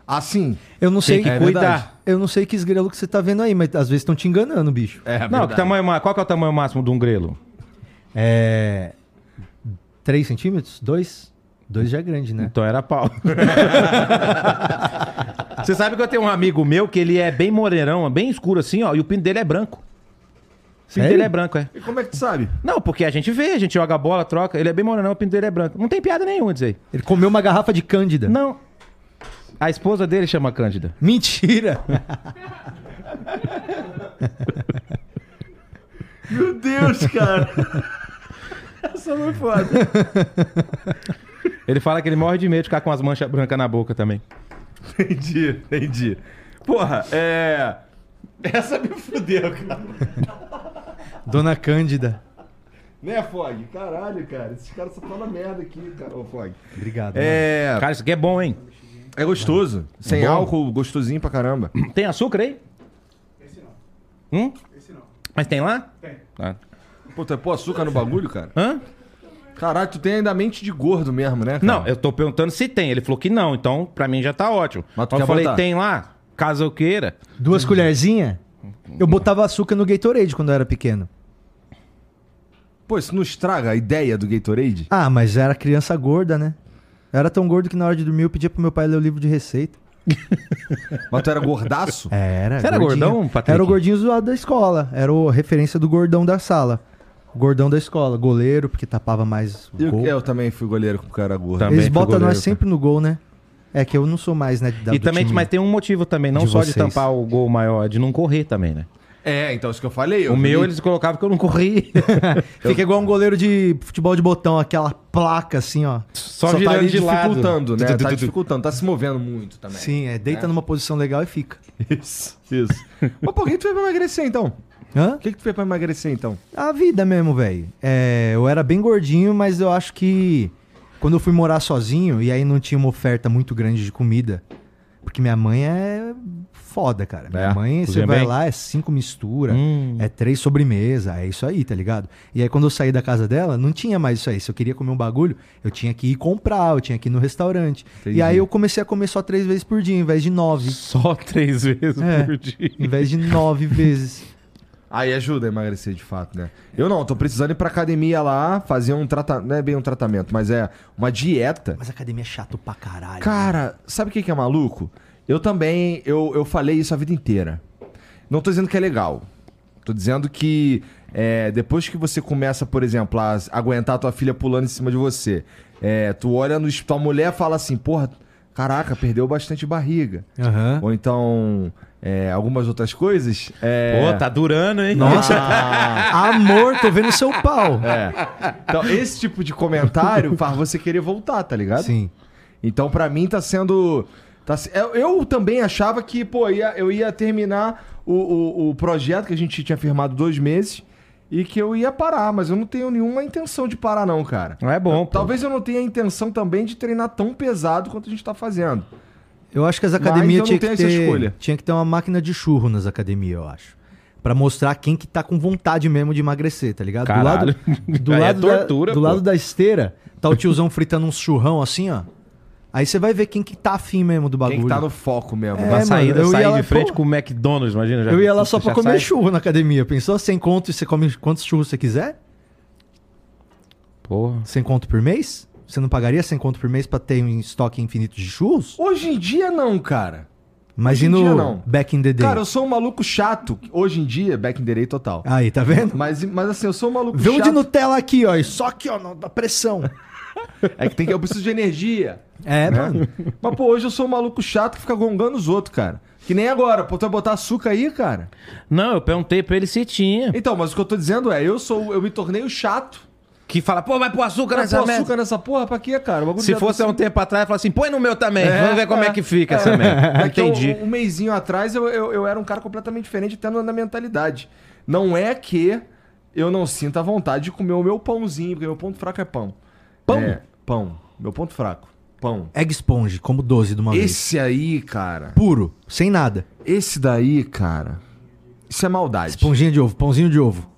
Assim. Eu não sei... Tem que é cuidar. verdade. Eu não sei que esgrelo que você tá vendo aí, mas às vezes estão te enganando, bicho. É, não, verdade. que tamanho, ma- qual que é o tamanho máximo de um grelo? É... 3 centímetros? 2? 2 já é grande, né? Então era pau. Você sabe que eu tenho um amigo meu que ele é bem moreirão, bem escuro assim, ó, e o pinto dele é branco. O pinto Sério? dele é branco, é. E como é que tu sabe? Não, porque a gente vê, a gente joga bola, troca. Ele é bem morenão, o pinto dele é branco. Não tem piada nenhuma disso aí. Ele comeu uma garrafa de cândida. Não. A esposa dele chama Cândida. Mentira! Meu Deus, cara. Essa foi foda. Ele fala que ele morre de medo de ficar com as manchas brancas na boca também. Entendi, entendi. Porra, é. Essa me fudeu, cara. Dona Cândida. Né, Fog? Caralho, cara. Esses caras só falam merda aqui, cara. Ô, Fog. Obrigado. É. Cara, isso aqui é bom, hein? É gostoso. Sem Bom. álcool, gostosinho pra caramba. Tem açúcar aí? Esse não, Hum? esse não. Mas tem lá? Tem. Ah. Pô, tu é pôr açúcar no bagulho, cara? Hã? Caralho, tu tem ainda mente de gordo mesmo, né? cara? Não, eu tô perguntando se tem. Ele falou que não, então pra mim já tá ótimo. Mas tu Aí quer eu falei, botar? tem lá? Caso eu queira. Duas colherzinhas? Eu botava açúcar no Gatorade quando eu era pequeno. Pô, isso não estraga a ideia do Gatorade? Ah, mas era criança gorda, né? Eu era tão gordo que na hora de dormir eu pedia pro meu pai ler o livro de receita. Mas tu era gordaço? É, Era, Você era gordinho. gordão, Patrick? Era o gordinho zoado da escola. Era o- a referência do gordão da sala. O gordão da escola. Goleiro, porque tapava mais o Eu, gol. eu também fui goleiro com o cara gordo. Também. Eles fui botam goleiro, nós cara. sempre no gol, né? É que eu não sou mais, né? da- e do também, time. mas tem um motivo também, não de só vocês. de tampar o gol maior, é de não correr também, né? É, então isso que eu falei. Eu O meu vi- eles colocavam que eu não corri. Fica igual um goleiro de futebol de botão, aquela placa assim, ó. Só, tá girando ali de lado. dificultando, né? Tá Tu, tu, tu, tu. dificultando, tá se movendo muito também. Sim, é deita numa posição legal e fica. Isso, isso. Mas por que tu fez pra emagrecer então? Hã? O que, que tu fez pra emagrecer então? A vida mesmo, velho. É, eu era bem gordinho, mas eu acho que quando eu fui morar sozinho e aí não tinha uma oferta muito grande de comida, porque minha mãe é foda, cara. Minha É, mãe, você cozinha vai bem. lá, é cinco mistura, Hum. é três sobremesa, é isso aí, tá ligado? E aí quando eu saí da casa dela, não tinha mais isso aí. Se eu queria comer um bagulho, eu tinha que ir comprar, eu tinha que ir no restaurante. Entendi. E aí eu comecei a comer só três vezes por dia, em vez de nove. Só três vezes É. por dia. em vez de nove vezes. Aí ajuda a emagrecer de fato, né? Eu não, tô precisando ir pra academia lá, fazer um tratamento. Não é bem um tratamento, mas é uma dieta. Mas academia é chato pra caralho. Cara, sabe o que, que é maluco? Eu também, eu, eu falei isso a vida inteira. Não tô dizendo que é legal. Tô dizendo que é, depois que você começa, por exemplo, a s- aguentar tua filha pulando em cima de você, é, tu olha no espelho, tua mulher fala assim, porra, caraca, perdeu bastante barriga. Aham. Ou então, é, algumas outras coisas. É... Pô, tá durando, hein? Ah, Amor, tô vendo seu pau. é. Então, esse tipo de comentário faz você querer voltar, tá ligado? Sim. Então, pra mim, tá sendo. tá se- eu, eu também achava que, pô, ia- eu ia terminar o, o- o projeto que a gente tinha firmado dois meses e que eu ia parar, mas eu não tenho nenhuma intenção de parar, não, cara. Não é bom, pô. Talvez eu não tenha a intenção também de treinar tão pesado quanto a gente tá fazendo. Eu acho que as Mas eu academias não tinha que tenho essa escolha. ter, tinha que ter uma máquina de churro nas academias, eu acho. Pra mostrar quem que tá com vontade mesmo de emagrecer, tá ligado? Caralho. Do lado, do Aí é lado tortura, da, do pô. lado da esteira, tá o tiozão fritando uns churrão assim, ó. Aí você vai ver quem que tá afim mesmo do bagulho. Quem que tá no foco mesmo. É, Na mano, saída, eu eu ia saí lá, de frente pô. com o McDonald's, imagina. já- Eu ia lá só pra já comer sai- churro na academia. Pensou? Sem conto e você come quantos churros você quiser? Porra. Sem conto por mês? Você não pagaria sem conto por mês pra ter um estoque infinito de churros? Hoje em dia, não, cara. Mas Hoje e em dia, no não. back in the day? Cara, eu sou um maluco chato. Hoje em dia, back in the day total. Aí, tá vendo? Mas, mas assim, eu sou um maluco Vê um chato. de Nutella aqui, ó. e Só aqui, ó, na pressão. É que tem que, eu preciso de energia. É, né? mano. Mas, pô, hoje eu sou um maluco chato que fica gongando os outros, cara. Que nem agora, pô, tu vai botar açúcar aí, cara. Não, eu perguntei pra ele se tinha. Então, mas o que eu tô dizendo é, eu sou, eu me tornei o chato. Que fala, pô, vai pôr açúcar Cara, nessa pôr merda. açúcar nessa porra, pra quê, cara? O bagulho Se já fosse há tá- um tempo atrás, fala assim, põe no meu também. É, Vamos ver como é, que fica essa merda. É que Entendi. Um, um mêsinho atrás eu, eu, eu era um cara completamente diferente, até na na mentalidade. Não é que eu não sinta vontade de comer o meu pãozinho, porque meu ponto fraco é pão. Pão? É, pão. Meu ponto fraco. Pão. Egg Sponge, como 12 de uma vez. Esse aí, cara. Puro, sem nada. Esse daí, cara. Isso é maldade. Esponjinha de ovo, pãozinho de ovo.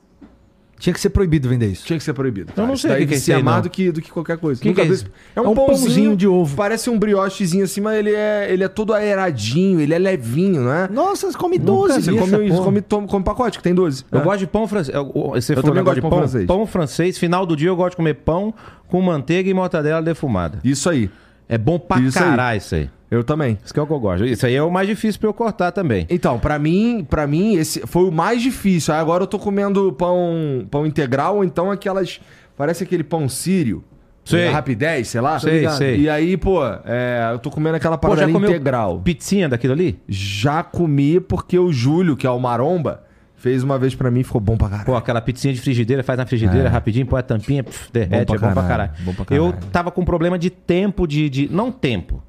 Tinha que ser proibido vender isso. Tinha que ser proibido. Eu não sei o que que é se isso aí, amar não. do que, do que qualquer coisa. Que Nunca que é vi isso? isso. É um, pãozinho, de ovo. Parece um briochezinho assim, mas ele é, ele é todo aeradinho, ele é levinho, não é? Nossa, você come Cara, 12. você bicho. come, isso, come, toma- come pacote, que tem 12. Eu É. gosto de pão francês. Eu- eu- Você Eu falou um também negócio gosto de de pão, pão pão francês. francês. Final do dia eu gosto de comer pão com manteiga e mortadela defumada. Isso aí. É bom pra Isso aí. caralho isso aí. Eu também. Isso que é o que eu gosto. Isso aí é o mais difícil pra eu cortar também. Então, pra mim, para mim esse foi o mais difícil. Aí agora eu tô comendo pão, pão integral ou então aquelas parece aquele pão sírio. Sei. da Rapidez, sei lá. Sei, tá ligado? sei. E aí, pô, é, eu tô comendo aquela Pô, parada integral. pizzinha daquilo ali? Já comi porque o Júlio, que é o Maromba, Fez uma vez pra mim e ficou bom pra caralho. Pô, aquela pizzinha de frigideira, faz na frigideira É. rapidinho, põe a tampinha, pf, derrete, pra é bom pra caralho, caralho. bom pra Eu caralho. tava com um problema de tempo de, de- Não tempo.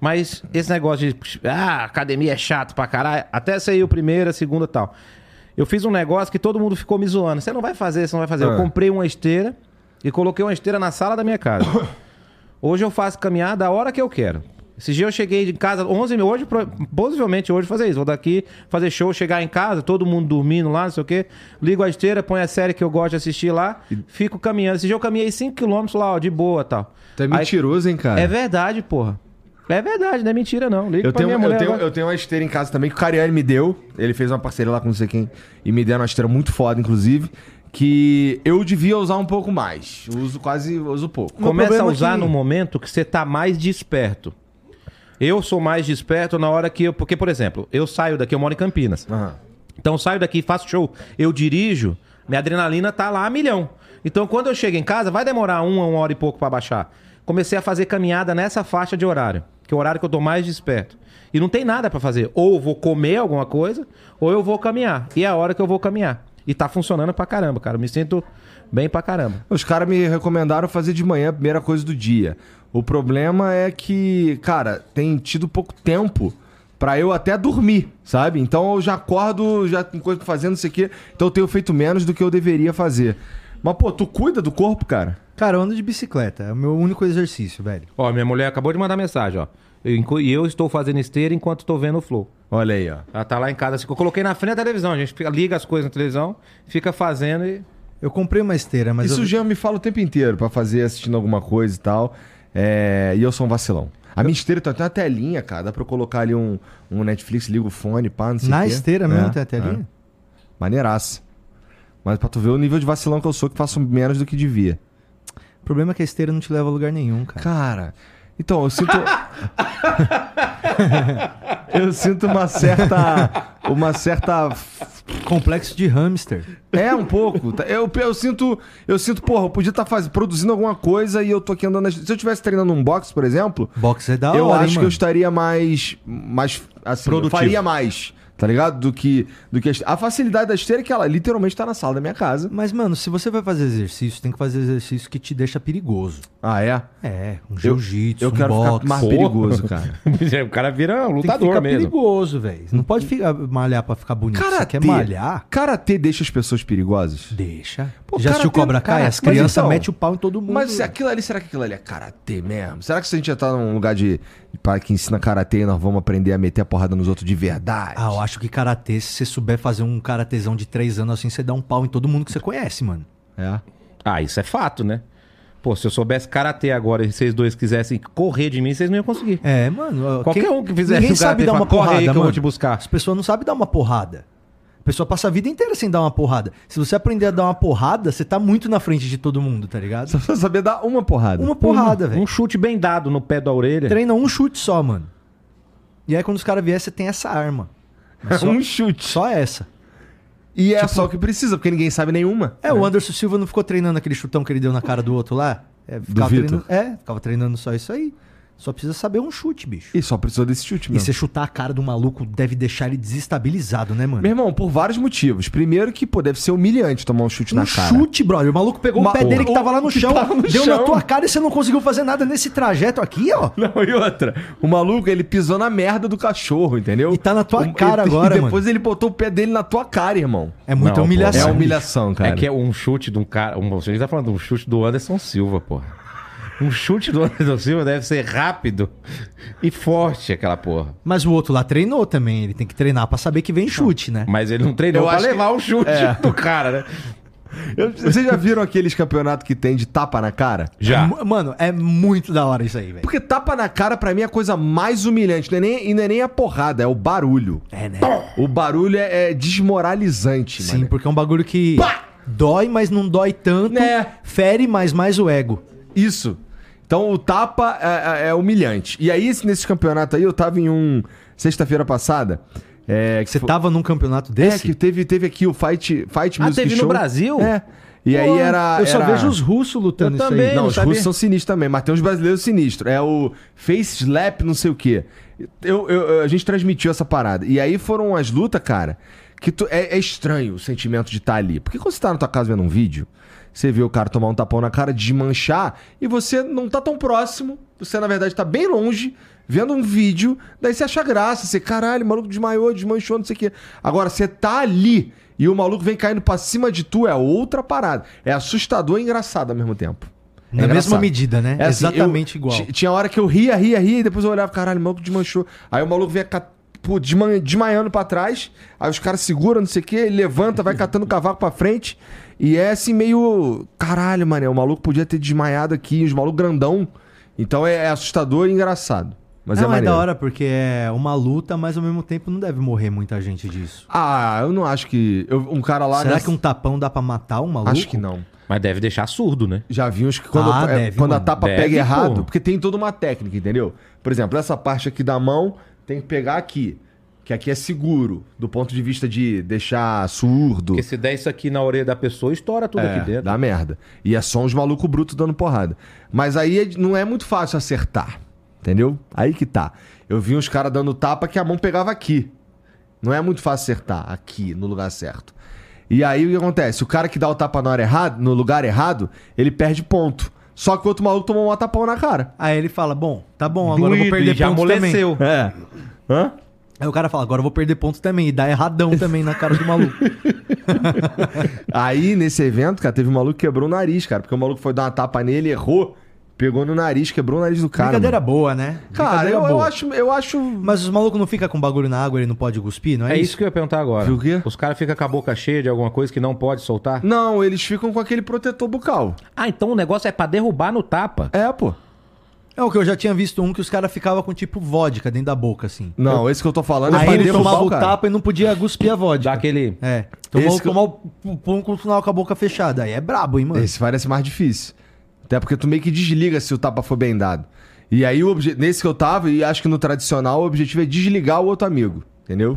Mas esse negócio de. Ah, academia é chato pra caralho. Até sair o primeiro, a segunda e tal. Eu fiz um negócio que todo mundo ficou me zoando. Você não vai fazer, você não vai fazer. Ah. Eu comprei uma esteira e coloquei uma esteira na sala da minha casa. Hoje eu faço caminhada a hora que eu quero. Esse dia eu cheguei de casa 11 hoje, pro- possivelmente hoje fazer isso. Vou daqui fazer show, chegar em casa, todo mundo dormindo lá, não sei o quê. Ligo a esteira, põe a série que eu gosto de assistir lá, fico caminhando. Esse dia eu caminhei 5km lá, ó, de boa e tal. Tu é Aí- mentiroso, hein, cara? É verdade, porra. É verdade, não é mentira não. Ligo Eu pra tenho, um, minha eu, mulher tenho, lá. eu tenho uma esteira em casa também que o Cariani me deu. Ele fez uma parceria lá com não sei quem. E me deram uma esteira muito foda, inclusive. Que eu devia usar um pouco mais. Uso quase, uso pouco. Meu Começa a problema é usar que- no momento que você tá mais desperto. Eu sou mais desperto na hora que eu... Porque, por exemplo, eu saio daqui, eu moro em Campinas. Aham. Então eu saio daqui, faço show, eu dirijo, minha adrenalina tá lá a milhão. Então quando eu chego em casa, vai demorar uma, uma hora e pouco pra baixar. Comecei a fazer caminhada nessa faixa de horário, que é o horário que eu tô mais desperto. E não tem nada pra fazer. Ou eu vou comer alguma coisa, ou eu vou caminhar. E é a hora que eu vou caminhar. E tá funcionando pra caramba, cara. Eu me sinto bem pra caramba. Os caras me recomendaram fazer de manhã a primeira coisa do dia. O problema é que, cara, tem tido pouco tempo pra eu até dormir, sabe? Então eu já acordo, já tem coisa pra fazer, não sei o quê. Então eu tenho feito menos do que eu deveria fazer. Mas, pô, tu cuida do corpo, cara? Cara, eu ando de bicicleta. É o meu único exercício, velho. Ó, minha mulher acabou de mandar mensagem, ó. Eu enco- E eu, estou fazendo esteira enquanto estou vendo o flow. Olha aí, ó. Ela tá lá em casa. assim, Eu coloquei na frente da televisão, a gente fica- liga as coisas na televisão, fica fazendo e. Eu comprei uma esteira, mas Isso o eu... Jean me fala o tempo inteiro pra fazer assistindo alguma coisa e tal. É, E eu sou um vacilão. A minha esteira tem até uma telinha, cara. Dá pra eu colocar ali um, um Netflix, ligo o fone, pá, não sei o na quê. esteira mesmo É, tem a telinha? é. Maneiraça. Mas pra tu ver o nível de vacilão que eu sou, que faço menos do que devia. O problema é que a esteira não te leva a lugar nenhum, cara. Cara, então, eu sinto... eu sinto uma certa... Uma certa Complexo de hamster. É, um pouco. Tá- Eu, eu sinto, eu sinto, porra, eu podia estar produzindo alguma coisa e eu tô aqui andando. na- Se eu tivesse treinando um boxe, por exemplo, Box é da eu acho hora, hein, que eu mano? estaria mais. mais assim, eu faria mais, tá ligado? Do que, do que a este- a facilidade da esteira é que ela literalmente tá na sala da minha casa. Mas, mano, se você vai fazer exercício, tem que fazer exercício que te deixa perigoso. Ah, é? É, um jiu-jitsu, eu um quero boxe. ficar mais perigoso, cara. é, o cara vira Tem que ficar perigoso, velho. Não pode ficar malhar pra ficar bonito. Você Karatê. quer malhar? Karatê deixa as pessoas perigosas? Deixa. Pô, já assistiu karatê- Cobra Kai? Cara, As mas crianças então- metem o pau em todo mundo. Mas se aquilo ali, será que aquilo ali é karatê mesmo? Será que se a gente já tá num lugar de. para que ensina karatê e nós vamos aprender a meter a porrada nos outros de verdade? Ah, eu acho que karatê, se você souber fazer um karatezão de três anos assim, você dá um pau em todo mundo que você conhece, mano. É. Ah, isso é fato, né? Pô, se eu soubesse karatê agora e vocês dois quisessem correr de mim, vocês não iam conseguir. É, mano. ó, Qualquer um que fizesse Ninguém um karatê sabe dar fala, uma "Corre aí porrada, que eu mano. vou te buscar." As pessoas não sabem dar uma porrada. A pessoa passa a vida inteira sem dar uma porrada. Se você aprender a dar uma porrada, você tá muito na frente de todo mundo, tá ligado? Só precisa saber dar uma porrada. Uma porrada, velho. Um chute bem dado no pé da orelha. Treina um chute só, mano. E aí quando os caras vier, você tem essa arma. Mas só, um chute. só essa. E é só o que precisa, porque ninguém sabe nenhuma. É, o Anderson Silva não ficou treinando aquele chutão que ele deu na cara do outro lá? É, ficava Vitor. treinando, é, ficava treinando só isso aí. Só precisa saber um chute, bicho. E só precisou desse chute E mesmo. você chutar a cara do maluco deve deixar ele desestabilizado, né, mano? Meu irmão, por vários motivos. Primeiro que, pô, deve ser humilhante tomar um chute um na cara. chute, brother. O maluco pegou Ma- o pé dele que tava lá no que chão, tava no deu chão. na tua cara e você não conseguiu fazer nada nesse trajeto aqui, ó. Não, e outra. O maluco, ele pisou na merda do cachorro, entendeu? E tá na tua Um- cara e, agora, E depois ele botou o pé dele na tua cara, irmão. É muita Não, pô, É humilhação. a humilhação, cara. É que é um chute de um cara. Um, você tá falando de um chute do Anderson Silva, porra. Um chute do Anderson Silva deve ser rápido e forte aquela porra. Mas o outro lá treinou também. Ele tem que treinar pra saber que vem chute, né? Mas ele não treinou Eu pra acho que- levar o chute É. do cara, né? Eu- vocês já viram aqueles campeonatos que tem de tapa na cara? Já. Mu- Mano, é muito da hora isso aí, velho. Porque tapa na cara, pra mim, é a coisa mais humilhante. Não é nem, e não é nem a porrada, é o barulho. É, né? O barulho é, é desmoralizante, Sim, mano. porque é um bagulho que dói, mas não dói tanto. Né? Fere, mas mais o ego. Isso. Então o tapa é, é- é humilhante. E aí, esse- nesse campeonato aí, eu tava em um. Sexta-feira passada. É, que Você fo- tava num campeonato É, desse? que teve, teve aqui o Fight, fight Ah, Music teve no Show. Brasil? É. E aí Pô, era. Eu só era- vejo os russos lutando Eu isso também. aí. Não, não os sabia. russos são sinistros também, mas tem uns brasileiros sinistros. É o Face Slap, não sei o quê. Eu, eu- eu- a gente transmitiu essa parada. E aí foram as lutas, cara, que tu- é, é estranho o sentimento de estar ali. Porque quando você tá na tua casa vendo um vídeo, você vê o cara tomar um tapão na cara, desmanchar, e você não tá tão próximo, você na verdade tá bem longe, vendo um vídeo, daí você acha graça, você, caralho, o maluco desmaiou, desmanchou, não sei o quê. Agora, você tá ali e o maluco vem caindo pra cima de tu, é outra parada. É assustador e engraçado ao mesmo tempo. É Na mesma engraçado. medida, né? É assim, Exatamente eu- igual. ti- Tinha hora que eu ria, ria, ria, e depois eu olhava, caralho, o maluco desmanchou. Aí o maluco vinha ca- pô, desma- desmaiando pra trás, aí os caras seguram, não sei o quê, ele levanta, vai catando o cavaco pra frente. E é assim meio. Caralho, mané, o maluco podia ter desmaiado aqui, os malucos grandão. Então é, é assustador e engraçado. Mas é não, é, maneiro. da hora porque é uma luta, mas ao mesmo tempo não deve morrer muita gente disso. Ah, eu não acho que. eu- um cara lá. Será nessa- que um tapão dá pra matar um maluco? Acho que não. Mas deve deixar surdo, né? Já vi uns que quando, Ah, é, deve, quando a mano. tapa Deve, pega pô. errado, porque tem toda uma técnica, entendeu? Por exemplo, essa parte aqui da mão tem que pegar aqui, que aqui é seguro, do ponto de vista de deixar surdo. Porque se der isso aqui na orelha da pessoa, estoura tudo É, aqui dentro. Dá merda. E é só uns malucos brutos dando porrada. Mas aí é- não é muito fácil acertar. Entendeu? Aí que tá. Eu vi uns caras dando tapa que a mão pegava aqui. Não é muito fácil acertar aqui, no lugar certo. E aí o que acontece? O cara que dá o tapa na hora errada, no lugar errado, ele perde ponto. Só que o outro maluco tomou um tapão na cara. Aí ele fala, bom, tá bom, agora eu vou Doído, perder e já pontos também. amoleceu. É. Hã? Aí o cara fala, agora eu vou perder pontos também. E dá erradão também na cara do maluco. Aí, nesse evento, cara, teve um maluco que quebrou o nariz, cara. Porque o maluco foi dar uma tapa nele, errou, pegou no nariz, quebrou o nariz do cara. Brincadeira mano. boa, né? Cara, Brincadeira eu, eu boa. acho. Eu acho. Mas os malucos não ficam com bagulho na água, ele não pode cuspir, não é, É isso que eu ia perguntar agora. Viu o quê? Os caras ficam com a boca cheia de alguma coisa que não pode soltar? Não, eles ficam com aquele protetor bucal. Ah, então o negócio é pra derrubar no tapa. É, pô. É o que eu já tinha visto um que os caras ficavam com tipo vodka dentro da boca, assim. Não, esse que eu tô falando é Aí pra ele derrubar tomava o cara. tapa e não podia cuspir a vodka. Dá aquele. É. Tomou, Esse que eu- tomar o o pão com o final com a boca fechada. Aí é brabo, hein, mano? Esse parece mais difícil. Até porque tu meio que desliga se o tapa for bem dado. E aí, o obje... nesse que eu tava, e acho que no tradicional, o objetivo é desligar o outro amigo. Entendeu?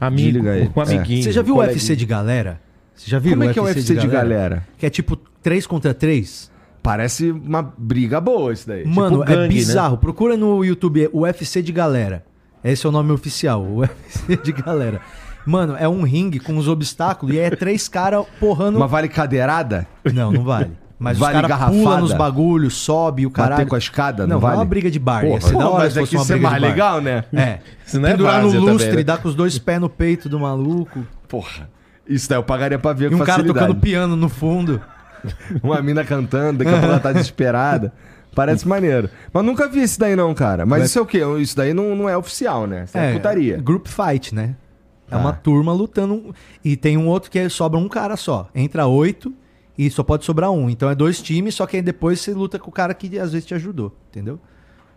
Amigo, Desliga aí. um amiguinho. Você já viu um o coleguinha. UFC de galera? Você já viu é Como é que é o UFC de galera? Que é tipo 3 contra 3? Parece uma briga boa isso daí. Tipo, Mano, é gangue, né? bizarro. Procura no YouTube o UFC de galera. Esse é o nome oficial, o UFC de galera. Mano, é um ringue com os obstáculos e é três caras porrando. Uma vale cadeirada? Não, não vale. Mas Vale os caras garrafada? pula nos bagulhos, sobe o caralho. Bater com a escada? Não, Não, vale? é uma briga de bar. Porra, ia ser da não, hora mas se é fosse que uma isso é briga de mais bar. legal, né? É. Isso não é Pendurar no várzea também, lustre, né? dar com os dois pés no peito do maluco. Porra. Isso daí eu pagaria pra ver E com um cara facilidade. tocando piano no fundo. Uma mina cantando, daqui a pouco ela tá desesperada. Parece maneiro. Mas nunca vi esse daí, não, cara. Mas isso é o quê? Isso daí não, não é oficial, né? Isso é, putaria. Tá. Group fight, né? É uma turma lutando. E tem um outro que é- sobra um cara só. Entra oito e só pode sobrar um. Então é dois times, só que aí depois você luta com o cara que às vezes te ajudou, entendeu?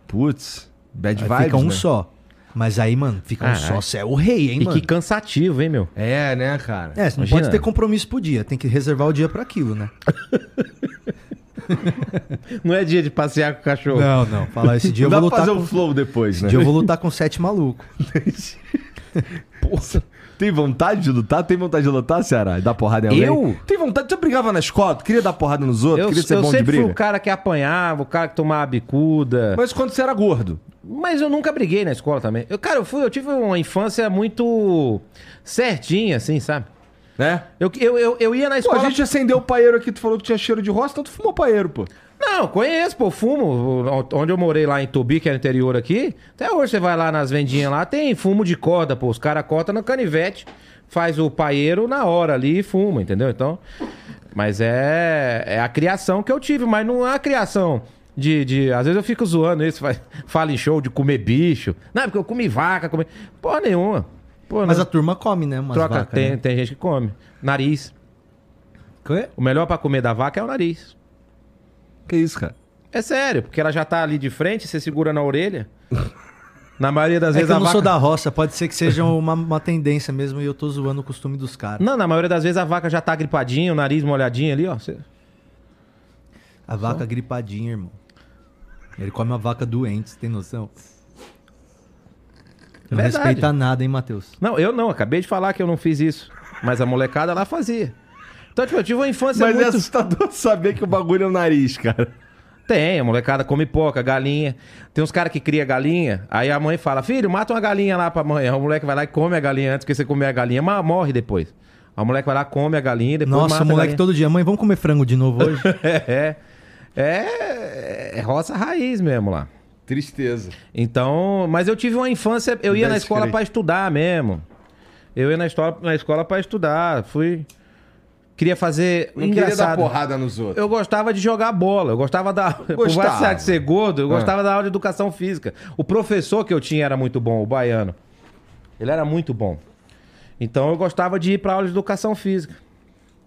Putz, bad Aí vibes. fica um né? Ah, só. Mas aí, mano, fica um Caralho. só. Você é o rei, hein, E mano? que cansativo, hein, meu? É, né, cara? É, você não Imagina. pode ter compromisso pro dia. Tem que reservar o dia pra aquilo, né? Não é dia de passear com o cachorro. Não, não. Falar esse dia eu Dá vou pra lutar fazer com... o flow depois, um Esse né? dia eu vou lutar com sete malucos. Porra. Tem vontade de lutar? Tem vontade de lutar, Ceará? Dar porrada em alguém? Eu? Tem vontade? Tu brigava na escola? Tu queria dar porrada nos outros? Eu, queria ser eu bom de sempre fui um briga? o cara que apanhava, o cara que tomava bicuda. Mas, Mas quando você era gordo? eu nunca briguei na escola também. Eu, cara, eu, fui, eu tive uma infância muito certinha, assim, sabe? Né? Eu, eu, eu, eu ia na Pô, escola. a gente acendeu o paeiro aqui, tu falou que tinha cheiro de roça, então tu fumou paeiro, pô. Não, conheço, pô, fumo. Onde eu morei lá em Tubi, que é no interior aqui, até hoje você vai lá nas vendinhas lá, tem fumo de corda, pô. Os caras cortam no canivete, faz o paeiro na hora ali e fuma, entendeu? Então. Mas é, é a criação que eu tive, mas não é a criação. De, de- às vezes eu fico zoando isso, faz- fala em show de comer bicho. Não, porque eu comi vaca, comi. Porra nenhuma. Pô, Mas não. a turma come, né? Umas troca. vacas, tem, né? tem gente que come. Nariz. Quê? O melhor pra comer da vaca é o nariz. Que isso, cara? É sério, porque ela já tá ali de frente, você segura na orelha. Na maioria das É que vezes eu a não vaca. sou da roça, pode ser que seja uma, uma tendência mesmo e eu tô zoando o costume dos caras. Não, na maioria das vezes a vaca já tá gripadinha, o nariz molhadinho ali, ó. Você- A vaca gripadinha, irmão. Ele come uma vaca doente, você tem noção? Não Verdade. respeita nada, hein, Matheus? Não, eu não, acabei de falar que eu não fiz isso. Mas a molecada lá fazia. Então, tipo, eu tive uma infância Mas é muito. assustador saber que o bagulho é o nariz, cara. Tem, a molecada come poca, galinha. Tem uns caras que cria galinha, aí a mãe fala, filho, mata uma galinha lá pra mãe. Aí o moleque vai lá e come a galinha antes, porque você comer a galinha, mas morre depois. A moleque vai lá, come a galinha e depois Nossa, mata né? o moleque a galinha. todo dia. Mãe, vamos comer frango de novo hoje? é, é, é roça raiz mesmo lá. Tristeza. Então, mas eu tive uma infância, eu ia na Descreve. escola pra estudar mesmo. Eu ia na escola, na escola para estudar, fui queria fazer Não queria dar engraçado. porrada nos outros. eu gostava de jogar bola, eu gostava da por Gostava. mais de ser gordo, eu Ah. gostava da aula de educação física. O professor que eu tinha era muito bom, o baiano. Ele era muito bom. Então eu gostava de ir pra aula de educação física.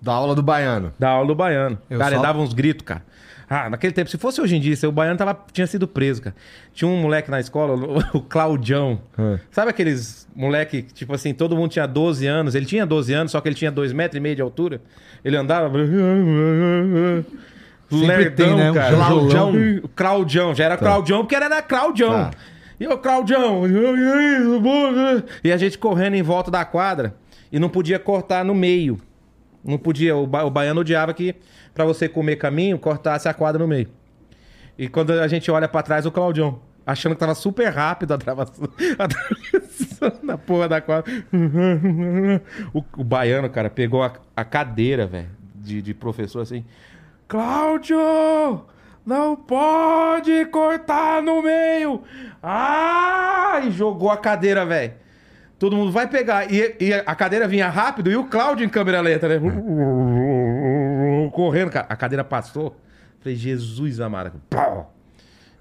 Da aula do baiano. Da aula do baiano. Eu cara, só- ele dava uns gritos, cara. Ah, naquele tempo, se fosse hoje em dia, se o baiano tava, tinha sido preso, cara. Tinha um moleque na escola, o, o Claudião. Hum. Sabe aqueles moleque, que, tipo assim, todo mundo tinha 12 anos. Ele tinha 12 anos, só que ele tinha 2 metros e meio de altura. Ele andava... tem, né? Um Tá. Claudião. jolão. O Claudião. Já era Claudião porque era da Claudião. Tá. E o Claudião. né? E a gente correndo em volta da quadra. E não podia cortar no meio. Não podia. O, ba- o baiano odiava que, pra você comer caminho, cortasse a quadra no meio. E quando a gente olha pra trás, o Claudião. Achando que tava super rápido a travação. Atravessando a porra da quadra. O, o baiano, cara, pegou a, a cadeira, velho, de, de professor assim. Cláudio! Não pode cortar no meio! Ah! E jogou a cadeira, velho. Todo mundo vai pegar. E, e a cadeira vinha rápido e o Cláudio em câmera lenta, né? Correndo, cara. A cadeira passou. Falei, Jesus amado. Pau!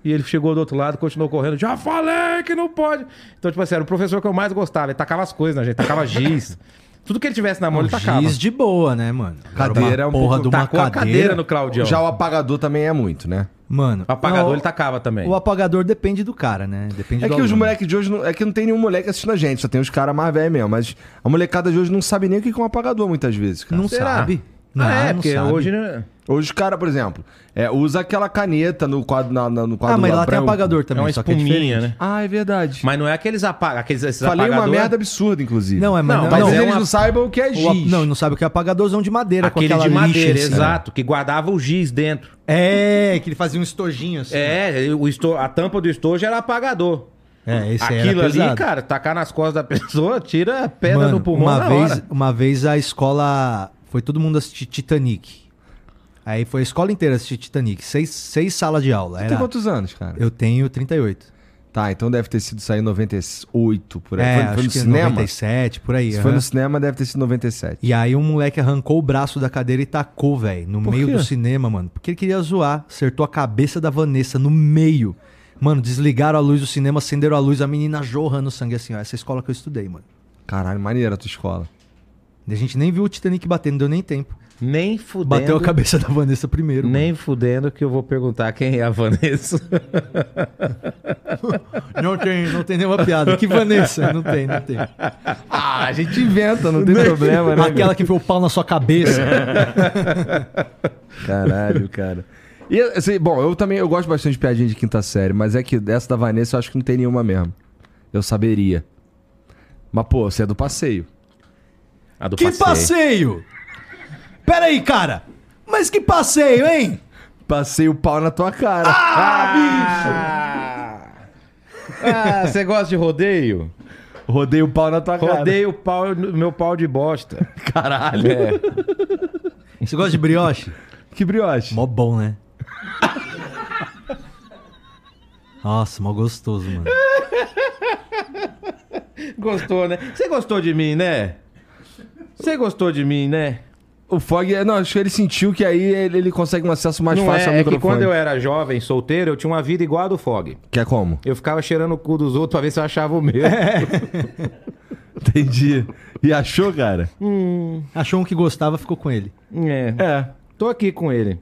E ele chegou do outro lado, continuou correndo. Já falei que não pode. Então, tipo assim, era o professor que eu mais gostava. Ele tacava as coisas na gente, tacava giz. Tudo que ele tivesse na mão, ele tacava. Um Giz de boa, né, mano? Cadeira é um uma porra pouco- de uma Tacou cadeira. tá a cadeira no Claudião. Já o apagador também é muito, né? Mano, O apagador não, ele tá tacava também. O apagador depende do cara, né? Depende É do que os aluno. moleques de hoje. Não, é que não tem nenhum moleque assistindo a gente, só tem os caras mais velhos mesmo. Mas a molecada de hoje não sabe nem o que que é um apagador muitas vezes, cara. Não Será? sabe. Não, ah, é, não porque sabe. hoje. né, Hoje os caras, por exemplo, é, usa aquela caneta no quadro, na, na- no quadro Ah, mas lá lá tem branco. apagador É também, uma só que é diferente. espuminha, né? Ah, é verdade. Mas não é aqueles apaga, aqueles esses Falei uma apagador, né, merda absurda, inclusive. Não, é, mas Não, não, Talvez não, é eles uma- não saibam o que é o ap- giz. não, não sabe o que é apagadorzão de madeira com Aquele aquela de lixa, madeira, assim, né? exato, que guardava o giz dentro. É, que ele fazia um estojinho assim. É, o esto... a tampa do estojo era apagador. É, esse aí Aquilo era ali, pesado. cara, tacar nas costas da pessoa, tira a pedra Mano, do pulmão uma na vez, hora. Uma vez a escola. Foi todo mundo assistir Titanic. Aí foi a escola inteira assistir Titanic. Seis, seis salas de aula. Tem Era- quantos anos, cara? Eu tenho 38. Tá, então deve ter sido sair em 98, por aí. É, foi, foi no acho que cinema? 97, por aí. Se foi aham. no cinema, deve ter sido 97. E aí um moleque arrancou o braço da cadeira e tacou, velho, no Por meio quê? do cinema, mano. Porque ele queria zoar. Acertou a cabeça da Vanessa no meio. Mano, desligaram a luz do cinema, acenderam a luz, a menina jorrando sangue assim, ó. Essa é a escola que eu estudei, mano. Caralho, maneira a tua escola. E A gente nem viu o Titanic bater, não deu nem tempo. Nem fudendo. Bateu a cabeça da Vanessa primeiro. mano. Nem fudendo que eu vou perguntar quem é a Vanessa. Não tem, não tem nenhuma piada. Que Vanessa? Não tem, não tem. Ah, a gente Então inventa, não tem problema, né? Aquela que foi o pau na sua cabeça. Caralho, cara. E, assim, bom, eu também eu gosto bastante de piadinha de quinta série, mas é que essa da Vanessa eu acho que não tem nenhuma mesmo. Eu saberia. Mas, pô, você é do passeio. A do que passeio! Pera aí, cara. Mas que passeio, hein? Passei o pau na tua cara. Ah, ah, você gosta de rodeio? Rodei o pau na Ah, tua cara. Rodeio o pau, meu pau de bosta. É. Caralho. Você gosta de brioche? Que brioche. Mó bom, né? Nossa, mó gostoso, mano. Gostou, né? Você gostou de mim, né? Você gostou de mim, né? O Fog, é- não, acho que ele sentiu que aí ele, ele consegue um acesso mais Não fácil ao é, é que microfone. quando eu era jovem, solteiro, eu tinha uma vida igual a do Fog. Que é como? Eu ficava cheirando o cu dos outros pra ver se eu achava o meu. É. Entendi. E achou, cara? Achou um que gostava, ficou com ele. É. É, Tô aqui com ele.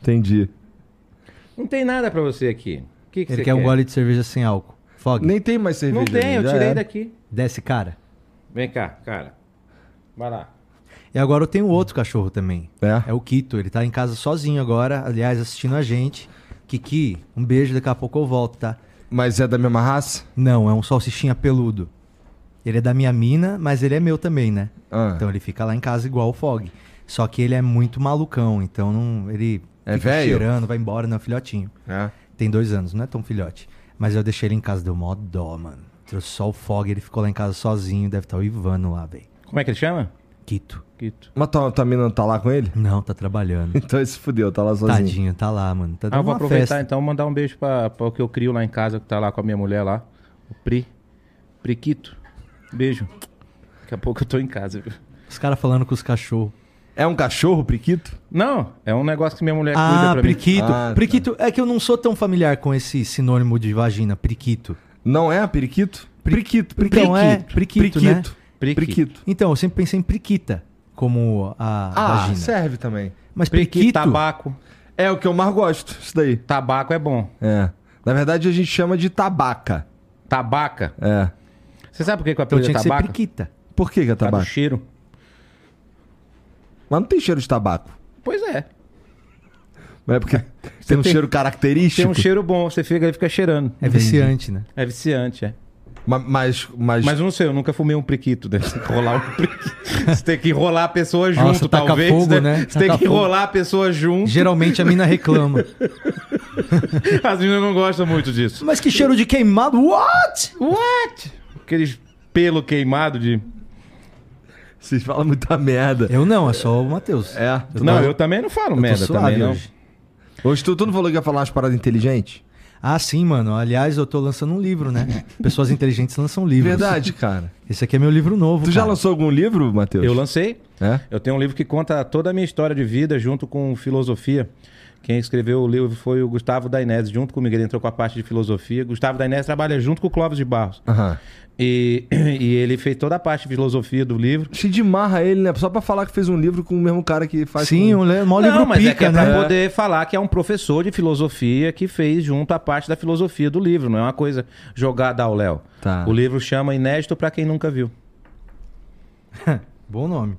entendi. Não tem nada pra você aqui. O que, que Ele você quer um gole de cerveja sem álcool. Fog, Nem tem mais cerveja. Não ali, tem, eu já tirei era. daqui. desce, cara. Vem cá, cara. Vai lá. E agora eu tenho outro cachorro também. É? É o Kito, ele tá em casa sozinho agora, aliás, assistindo a gente. Kiki, um beijo, daqui a pouco eu volto, tá? Mas é da mesma raça? Não, é um salsichinha peludo. Ele é da minha mina, mas ele é meu também, né? Ah. Então ele fica lá em casa igual o Fog. Só que ele é muito malucão, então não, ele É fica velho? cheirando, vai embora, não, filhotinho. É. Tem dois anos, não é tão filhote. Mas eu deixei ele em casa, deu mó dó, mano. Trouxe só o Fog, ele ficou lá em casa sozinho, deve estar o Ivano lá, velho. Como é que ele chama? Quito. Quito. Mas tua, tua mina não tá lá com ele? Não, tá trabalhando. Então ele se fudeu, tá lá sozinho. Tadinho, tá lá, mano. Tá Ah, eu dando vou uma aproveitar festa. então mandar um beijo pra, pra o que eu crio lá em casa, que tá lá com a minha mulher lá, o Pri. Priquito. Beijo. Daqui a pouco eu tô em casa, viu? Os caras falando com os cachorros. É um cachorro, priquito? Não, é um negócio que minha mulher cuida Ah, pra mim. priquito. Ah, tá. priquito, é que eu não sou tão familiar com esse sinônimo de vagina, priquito. Não é periquito? Priquito, priquito. Então é, priquito, né? Priquito. Priquito. Então, eu sempre pensei em priquita como a Ah, vagina. serve também. Mas Priquito, priquito, então tabaco. É o que eu mais gosto, isso daí. Tabaco é bom. É. Na verdade, a gente chama de tabaca. Tabaca. É. Você sabe por que, que o então apelido tinha é que ser tabaco? priquita. Por que, que é Por causa do tabaco? cheiro. Mas não tem cheiro de tabaco. Pois é. Não é porque tem um tem- cheiro Tem característico. um cheiro bom, você fica, ele fica cheirando. Tipo. É viciante, né? É viciante, é. Ma- Mas, mas, Mas eu não sei, eu nunca fumei um priquito. Deve ter que rolar um priquito. Você tem que enrolar a pessoa junto, Nossa, taca talvez. fogo, né? Você tem Taca que fogo. enrolar a pessoa junto. Geralmente a mina reclama. As meninas não gostam muito disso. Mas que cheiro de queimado, what? What? Aqueles pelo queimado de. vocês falam muita merda. Eu não, é só o Matheus. É. não, tô- eu também não falo tô merda suave também, não. hoje. Hoje tu, tu não falou que ia falar umas paradas inteligentes? Ah, sim, mano. Aliás, eu tô lançando um livro, né? Pessoas inteligentes lançam livros. Verdade, cara. Esse aqui é meu livro novo. Tu já cara. lançou algum livro, Matheus? Eu lancei. É? Eu tenho um livro que conta toda a minha história de vida junto com filosofia. Quem escreveu o livro foi o Gustavo Dainese, junto comigo. Ele entrou com a parte de filosofia. Gustavo Dainese trabalha junto com o Clóvis de Barros. Aham. E, e ele fez toda a parte de filosofia do livro. Achei de marra ele, né? Só pra falar que fez um livro com o mesmo cara que faz. Sim, com... um le... mó Não, livro mas pica, é que é né? pra poder falar que é um professor de filosofia que fez junto a parte da filosofia do livro, não é uma coisa jogada ao Léo. Tá. O livro chama Inédito pra quem nunca viu. Bom nome.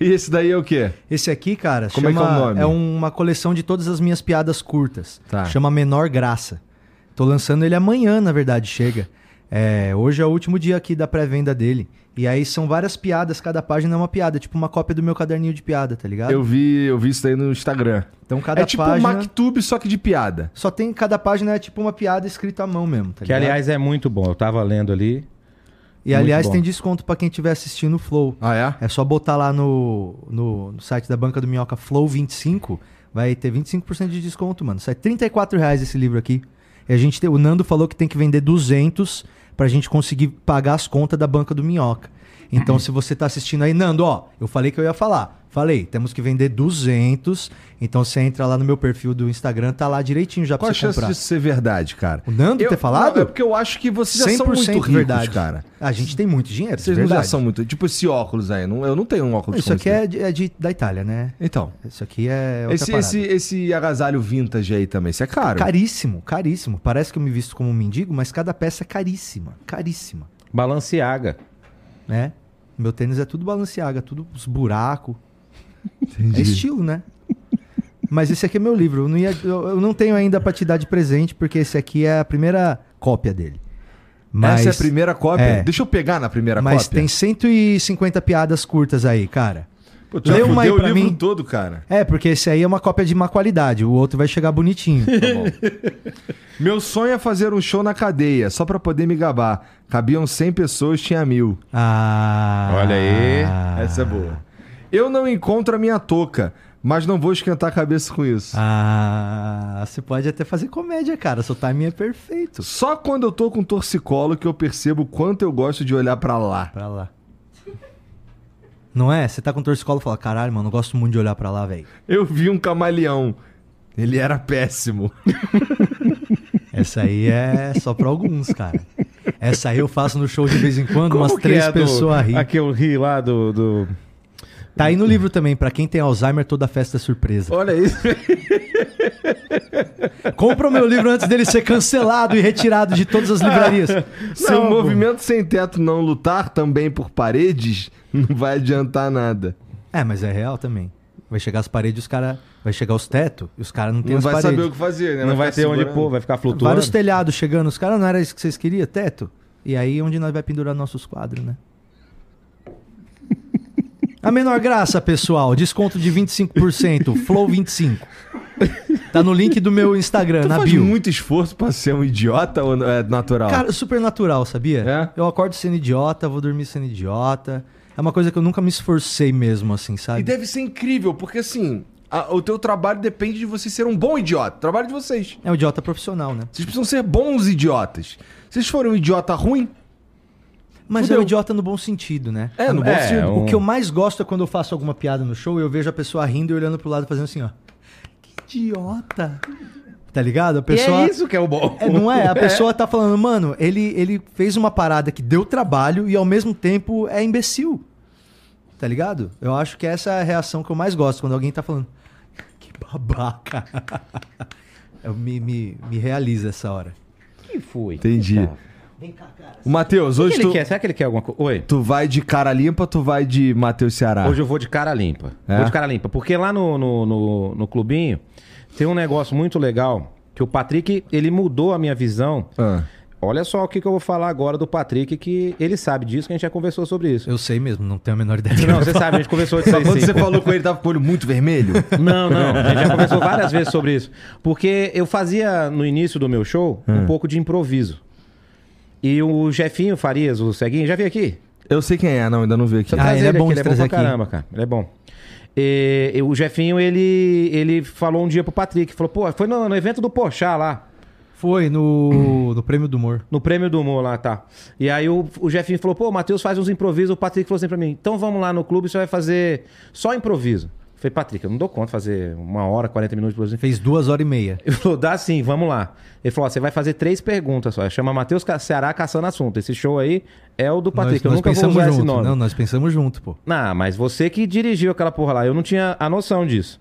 E esse daí é o quê? Esse aqui, cara, Como é que chama... é o nome? uma coleção de todas as minhas piadas curtas. Tá. Chama Menor Graça. Tô lançando ele amanhã, na verdade, chega. É, hoje é o último dia aqui da pré-venda dele. E aí são várias piadas, cada página é uma piada, tipo uma cópia do meu caderninho de piada, tá ligado? Eu vi, eu vi isso daí no Instagram. Então cada é tipo o página. MacTube, só que de piada. Só tem cada página é tipo uma piada escrita à mão mesmo, tá Que, ligado? aliás, é muito bom. Eu tava lendo ali. e muito aliás bom. tem desconto pra quem estiver assistindo o Flow. Ah, é? É só botar lá no, no, no site da banca do Minhoca Flow 25, vai ter 25% de desconto, mano. é Sai R$ 34 reais esse livro aqui. E a gente tem- o Nando falou que tem que vender 200 pra gente conseguir pagar as contas da banca do Minhoca. Então, se você tá assistindo aí, Nando, ó, eu falei que eu ia falar. Falei, temos que vender 200. Então, você entra lá no meu perfil do Instagram, tá lá direitinho já pra Qual a você chance comprar. disso ser verdade, cara? O Nando ter falado? Não, é porque eu acho que vocês já são muito ricos, verdade. cara. A gente tem muito dinheiro, é Vocês não verdade. já são muito. Tipo esse óculos aí. não- eu não tenho um óculos Isso como aqui esse é, de- é de- da Itália, né? daí. Então. Isso aqui é outra Esse, parada. esse, esse agasalho vintage aí também, isso é caro. Caríssimo, caríssimo. Parece que eu me visto como um mendigo, mas cada peça é caríssima, caríssima, Balanceaga. né? Meu tênis é tudo balanceaga, tudo os buracos. É Entendi. estilo, né? Mas esse aqui é meu livro. Eu não, ia- eu- eu não tenho ainda pra te dar de presente, porque esse aqui é a primeira cópia dele. Mas, Essa é a primeira cópia. É. Deixa eu pegar na primeira mas cópia. tem 150 piadas curtas aí, cara. Pô, tu já Lê uma aí fudeu pra o livro mim. todo, cara. É, porque esse aí é uma cópia de má qualidade. O outro vai chegar bonitinho. Tá bom. Meu sonho é fazer um show na cadeia, só pra poder me gabar. Cabiam 100 pessoas, tinha mil. Ah. Olha aí. Essa é boa. Eu não encontro a minha touca, mas não vou esquentar a cabeça com isso. Ah, você pode até fazer comédia, cara. Seu timing é perfeito. Só quando eu tô com torcicolo que eu percebo o quanto eu gosto de olhar pra lá. Pra lá. Não é? Você tá com torcicolo e fala, caralho, mano, eu gosto muito de olhar pra lá, velho. Eu vi um camaleão. Ele era péssimo. Essa aí é só pra alguns, cara. Essa aí eu faço no show de vez em quando, umas Como que três é a do- pessoas rindo. A que eu ri lá do. do... Tá aí no livro também, pra quem tem Alzheimer, toda festa é surpresa. Olha isso. Compra o meu livro antes dele ser cancelado e retirado de todas as livrarias. Se o movimento sem teto não lutar também por paredes, não vai adiantar nada. É, mas é real também. Vai chegar as paredes, os caras. Vai chegar os tetos e os caras não tem não as vai paredes. saber o que tá fazer, né? Não vai ficar ter onde segurando. pôr, vai ficar flutuando. Vários telhados chegando, os caras não era isso que vocês queriam, teto? E aí onde nós vai pendurar nossos quadros, né? A menor graça, pessoal, desconto de 25%, Flow 25. Tá no link do meu Instagram, Tu na Então faz bio. muito esforço pra ser um idiota ou é natural? Cara, super natural, sabia? É? Eu acordo sendo idiota, vou dormir sendo idiota. É uma coisa que eu nunca me esforcei mesmo, assim, E sabe? deve ser incrível, porque assim, a- o teu trabalho depende de você ser um bom idiota. Trabalho de vocês. É um idiota profissional, né? Vocês precisam ser bons idiotas. Se vocês forem um idiota ruim, Mas é Fudeu. um idiota no bom sentido, né? é, no bom É, sentido. um- O que eu mais gosto é quando eu faço alguma piada no show e eu vejo a pessoa rindo e olhando pro lado fazendo assim, ó. Que idiota! Tá ligado? A pessoa. E é isso que é o bom. É, não é? A pessoa tá falando, mano, ele, ele fez uma parada que deu trabalho e ao mesmo tempo é imbecil. Tá ligado? Eu acho que essa é a reação que eu mais gosto, quando alguém tá falando, que babaca. Eu me, me, me realiza essa hora. O que foi? Entendi. O Matheus, O que hoje ele tu, quer? Será que ele quer alguma coisa? Oi. tu vai de cara limpa, tu vai de Matheus Tá. Ceará. Hoje eu vou de cara limpa. É? Vou de cara limpa. Porque lá no, no, no, no clubinho tem um negócio muito legal que o Patrick, ele mudou a minha visão. Ah. Olha só o que, que eu vou falar agora do Patrick, que ele sabe disso, que a gente já conversou sobre isso. Eu sei mesmo, não tenho a menor ideia. Não, você sabe, a gente conversou disso Só aí, quando sim. você falou com ele, tava com o olho muito vermelho. Não, não. A gente já conversou várias vezes sobre isso. Porque eu fazia no início do meu show Hum. um pouco de improviso. E o Jefinho Farias, o Ceguinho, já veio aqui? Eu sei quem é, não, ainda não vi aqui. Precisa Ah, trazer ele é bom aqui, ele de é bom trazer pra aqui. caramba, cara. Ele é bom. E, e o Jefinho, ele, ele falou um dia pro Patrick, falou, pô, foi no, no evento do Pochá lá, Foi no, no Prêmio do Humor. no Prêmio do Humor lá, tá. E aí o, o Jefinho falou, pô, o Matheus faz uns improvisos, o Patrick falou assim pra mim, então vamos lá no clube, você vai fazer só improviso. Eu Falei, Patrick, eu não dou conta de fazer uma hora, 40 minutos de improviso. Fez duas horas e meia. Ele falou, dá sim, vamos lá. Ele falou, ó, você vai fazer três perguntas só. Chama Matheus Ca- Ceará Caçando Assunto. Esse show aí é o do Patrick. eu nunca vou usar junto. esse nome. Não, nós pensamos junto, pô. Não, mas você que dirigiu aquela porra lá. Eu não tinha a noção disso.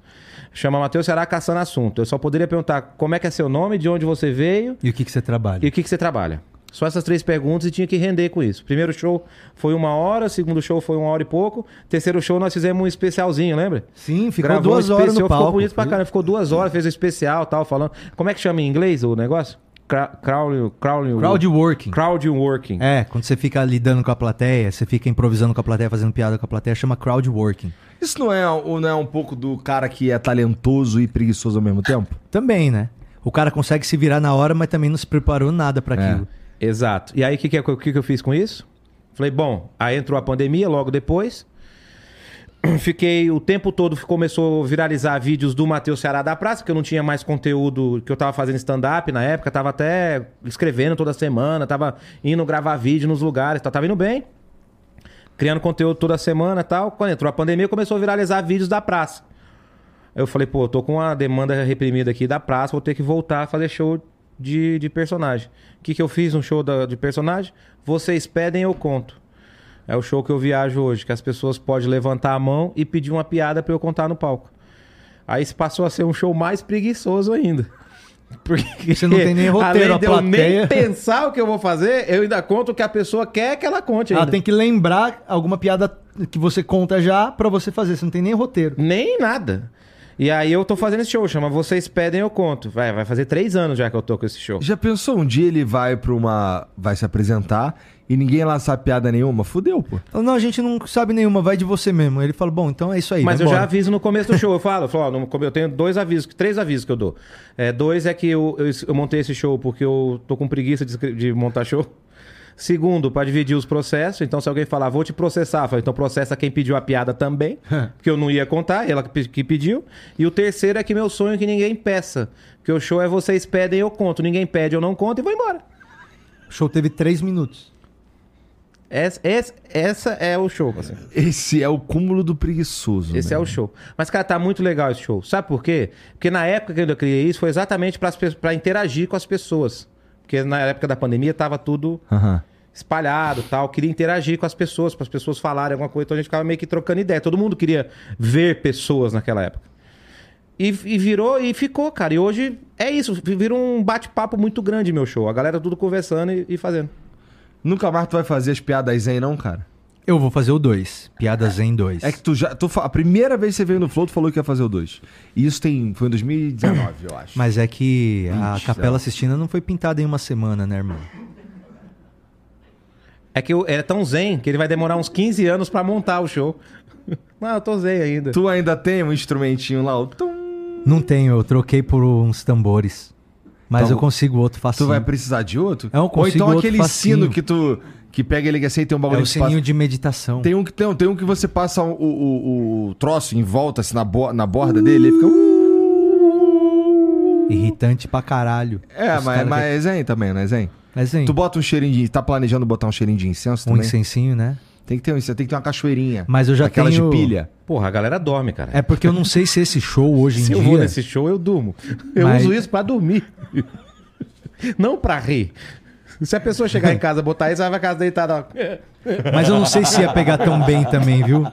Chama Matheus Ceará Caçando Assunto. Eu só poderia perguntar como é que é seu nome, de onde você veio E o que, que você trabalha? e o que, que você trabalha. Só essas três perguntas e tinha que render com isso. Primeiro show foi uma hora, segundo show foi uma hora e pouco. Terceiro show nós fizemos um especialzinho, lembra? Sim, ficou Gravou duas um horas no especial, palco. Ficou bonito pra caramba. Ficou duas horas, fez um especial tal, falando. Como é que chama em inglês o negócio? Cra- Crowd, crowd, Crowdworking. crowd working. É, quando você fica lidando com a plateia, você fica improvisando com a plateia, fazendo piada com a plateia, chama crowd working. Isso não é, um- não é um pouco do cara que é talentoso e preguiçoso ao mesmo tempo? Também, né? O cara consegue se virar na hora, mas também não se preparou nada pra aquilo. Exato. E aí, o que, que, eu- o que, que eu fiz com isso? Falei, bom, aí entrou a pandemia logo depois. Fiquei o tempo todo, começou a viralizar vídeos do Matheus Ceará da Praça, porque eu não tinha mais conteúdo que eu tava fazendo stand-up na época, tava até escrevendo toda semana, tava indo gravar vídeo nos lugares, tá- tava indo bem criando conteúdo toda semana e tal. Quando entrou a pandemia, começou a viralizar vídeos da praça. Eu falei, pô, eu tô com uma demanda reprimida aqui da praça, vou ter que voltar a fazer show de, de personagem. O que, que eu fiz um show da- de personagem? Vocês pedem, eu conto. É o show que eu viajo hoje, que as pessoas podem levantar a mão e pedir uma piada pra eu contar no palco. Aí isso passou a ser um show mais preguiçoso ainda. Porque Você não tem nem roteiro, além a de eu nem plateia- pensar o que eu vou fazer, eu ainda conto o que a pessoa quer que ela conte Ela ainda. tem que lembrar alguma piada que você conta já pra você fazer, você não tem nem roteiro. Nem nada. E aí eu tô fazendo esse show, chama Vocês Pedem Eu Conto. Vai, vai fazer três anos já que eu tô com esse show. Já pensou um dia ele vai pra uma. vai se apresentar e ninguém lançar piada nenhuma? Fudeu, pô. Fala, Não, a gente não sabe nenhuma, vai de você mesmo. Ele fala, bom, então é isso aí. Mas eu vambora. já aviso no começo do show. Eu falo, eu, falo, ó, no come- eu tenho dois avisos, três avisos que eu dou. É, dois é que eu, eu, eu montei esse show porque eu tô com preguiça de, escre- de montar show. Segundo, pra dividir os processos. Então, se alguém falar, vou te processar, eu falo, então processa quem pediu a piada também, porque eu não ia contar, ela que pe- que pediu. E o terceiro é que meu sonho é que ninguém peça. Porque o show é vocês pedem, eu conto. Ninguém pede, eu não conto e vou embora. O show teve três minutos. Essa, essa, essa é o show, assim. Esse é o cúmulo do preguiçoso. né? Esse é o show. Mas, cara, tá muito legal esse show. Sabe por quê? Porque na época que eu criei isso foi exatamente pras pe- pra interagir com as pessoas. Porque na época da pandemia tava tudo o. Aham. espalhado tal. Queria interagir com as pessoas, para as pessoas falarem alguma coisa. Então a gente ficava meio que trocando ideia. Todo mundo queria ver pessoas naquela época. E, e virou e ficou, cara. E hoje é isso. Virou um bate-papo muito grande meu show. A galera tudo conversando e, e fazendo. Nunca mais tu vai fazer as piadas aí, não, cara? Eu vou fazer o dois. Piadas em dois. É que tu já. tu fa- a primeira vez que você veio no Flow, tu falou que ia fazer o 2. E isso tem. Foi em 2019, eu acho. Mas é que a Ixi, Capela Sistina não foi pintada em uma semana, né, irmão? É que eu- ele é tão zen que ele vai demorar uns 15 anos pra montar o show. Não, Ah, eu tô zen ainda. Tu ainda tem um instrumentinho lá, o tum. Não tenho, eu troquei por uns tambores. Mas Então, eu consigo outro um. Tu facinho. vai precisar de outro? É, eu Ou consigo então outro aquele facinho. sino que tu que pega ele assim e tem um É bagulho o que passa- sininho de meditação. Tem um que tem, um- tem um que você passa o, o, o troço em volta assim na, bo- na borda dele, ele fica Irritante pra caralho. É, Os mas, cara mas é zen também, né, zen? que- Mas, hein, Tu bota um cheirinho de. Tá planejando botar um cheirinho de incenso um também? incensinho, né? Tem que ter um incenso, tem que ter uma cachoeirinha. Mas eu já Aquela tenho- de pilha. Porra, a galera dorme, cara. É porque eu não sei se esse show hoje em Se eu dia... vou nesse show, eu durmo. Eu Mas- uso isso pra dormir. Não pra rir. Se a pessoa chegar em casa, botar isso, ela vai pra casa deitada. ó. Mas eu não sei se ia pegar tão bem também, viu?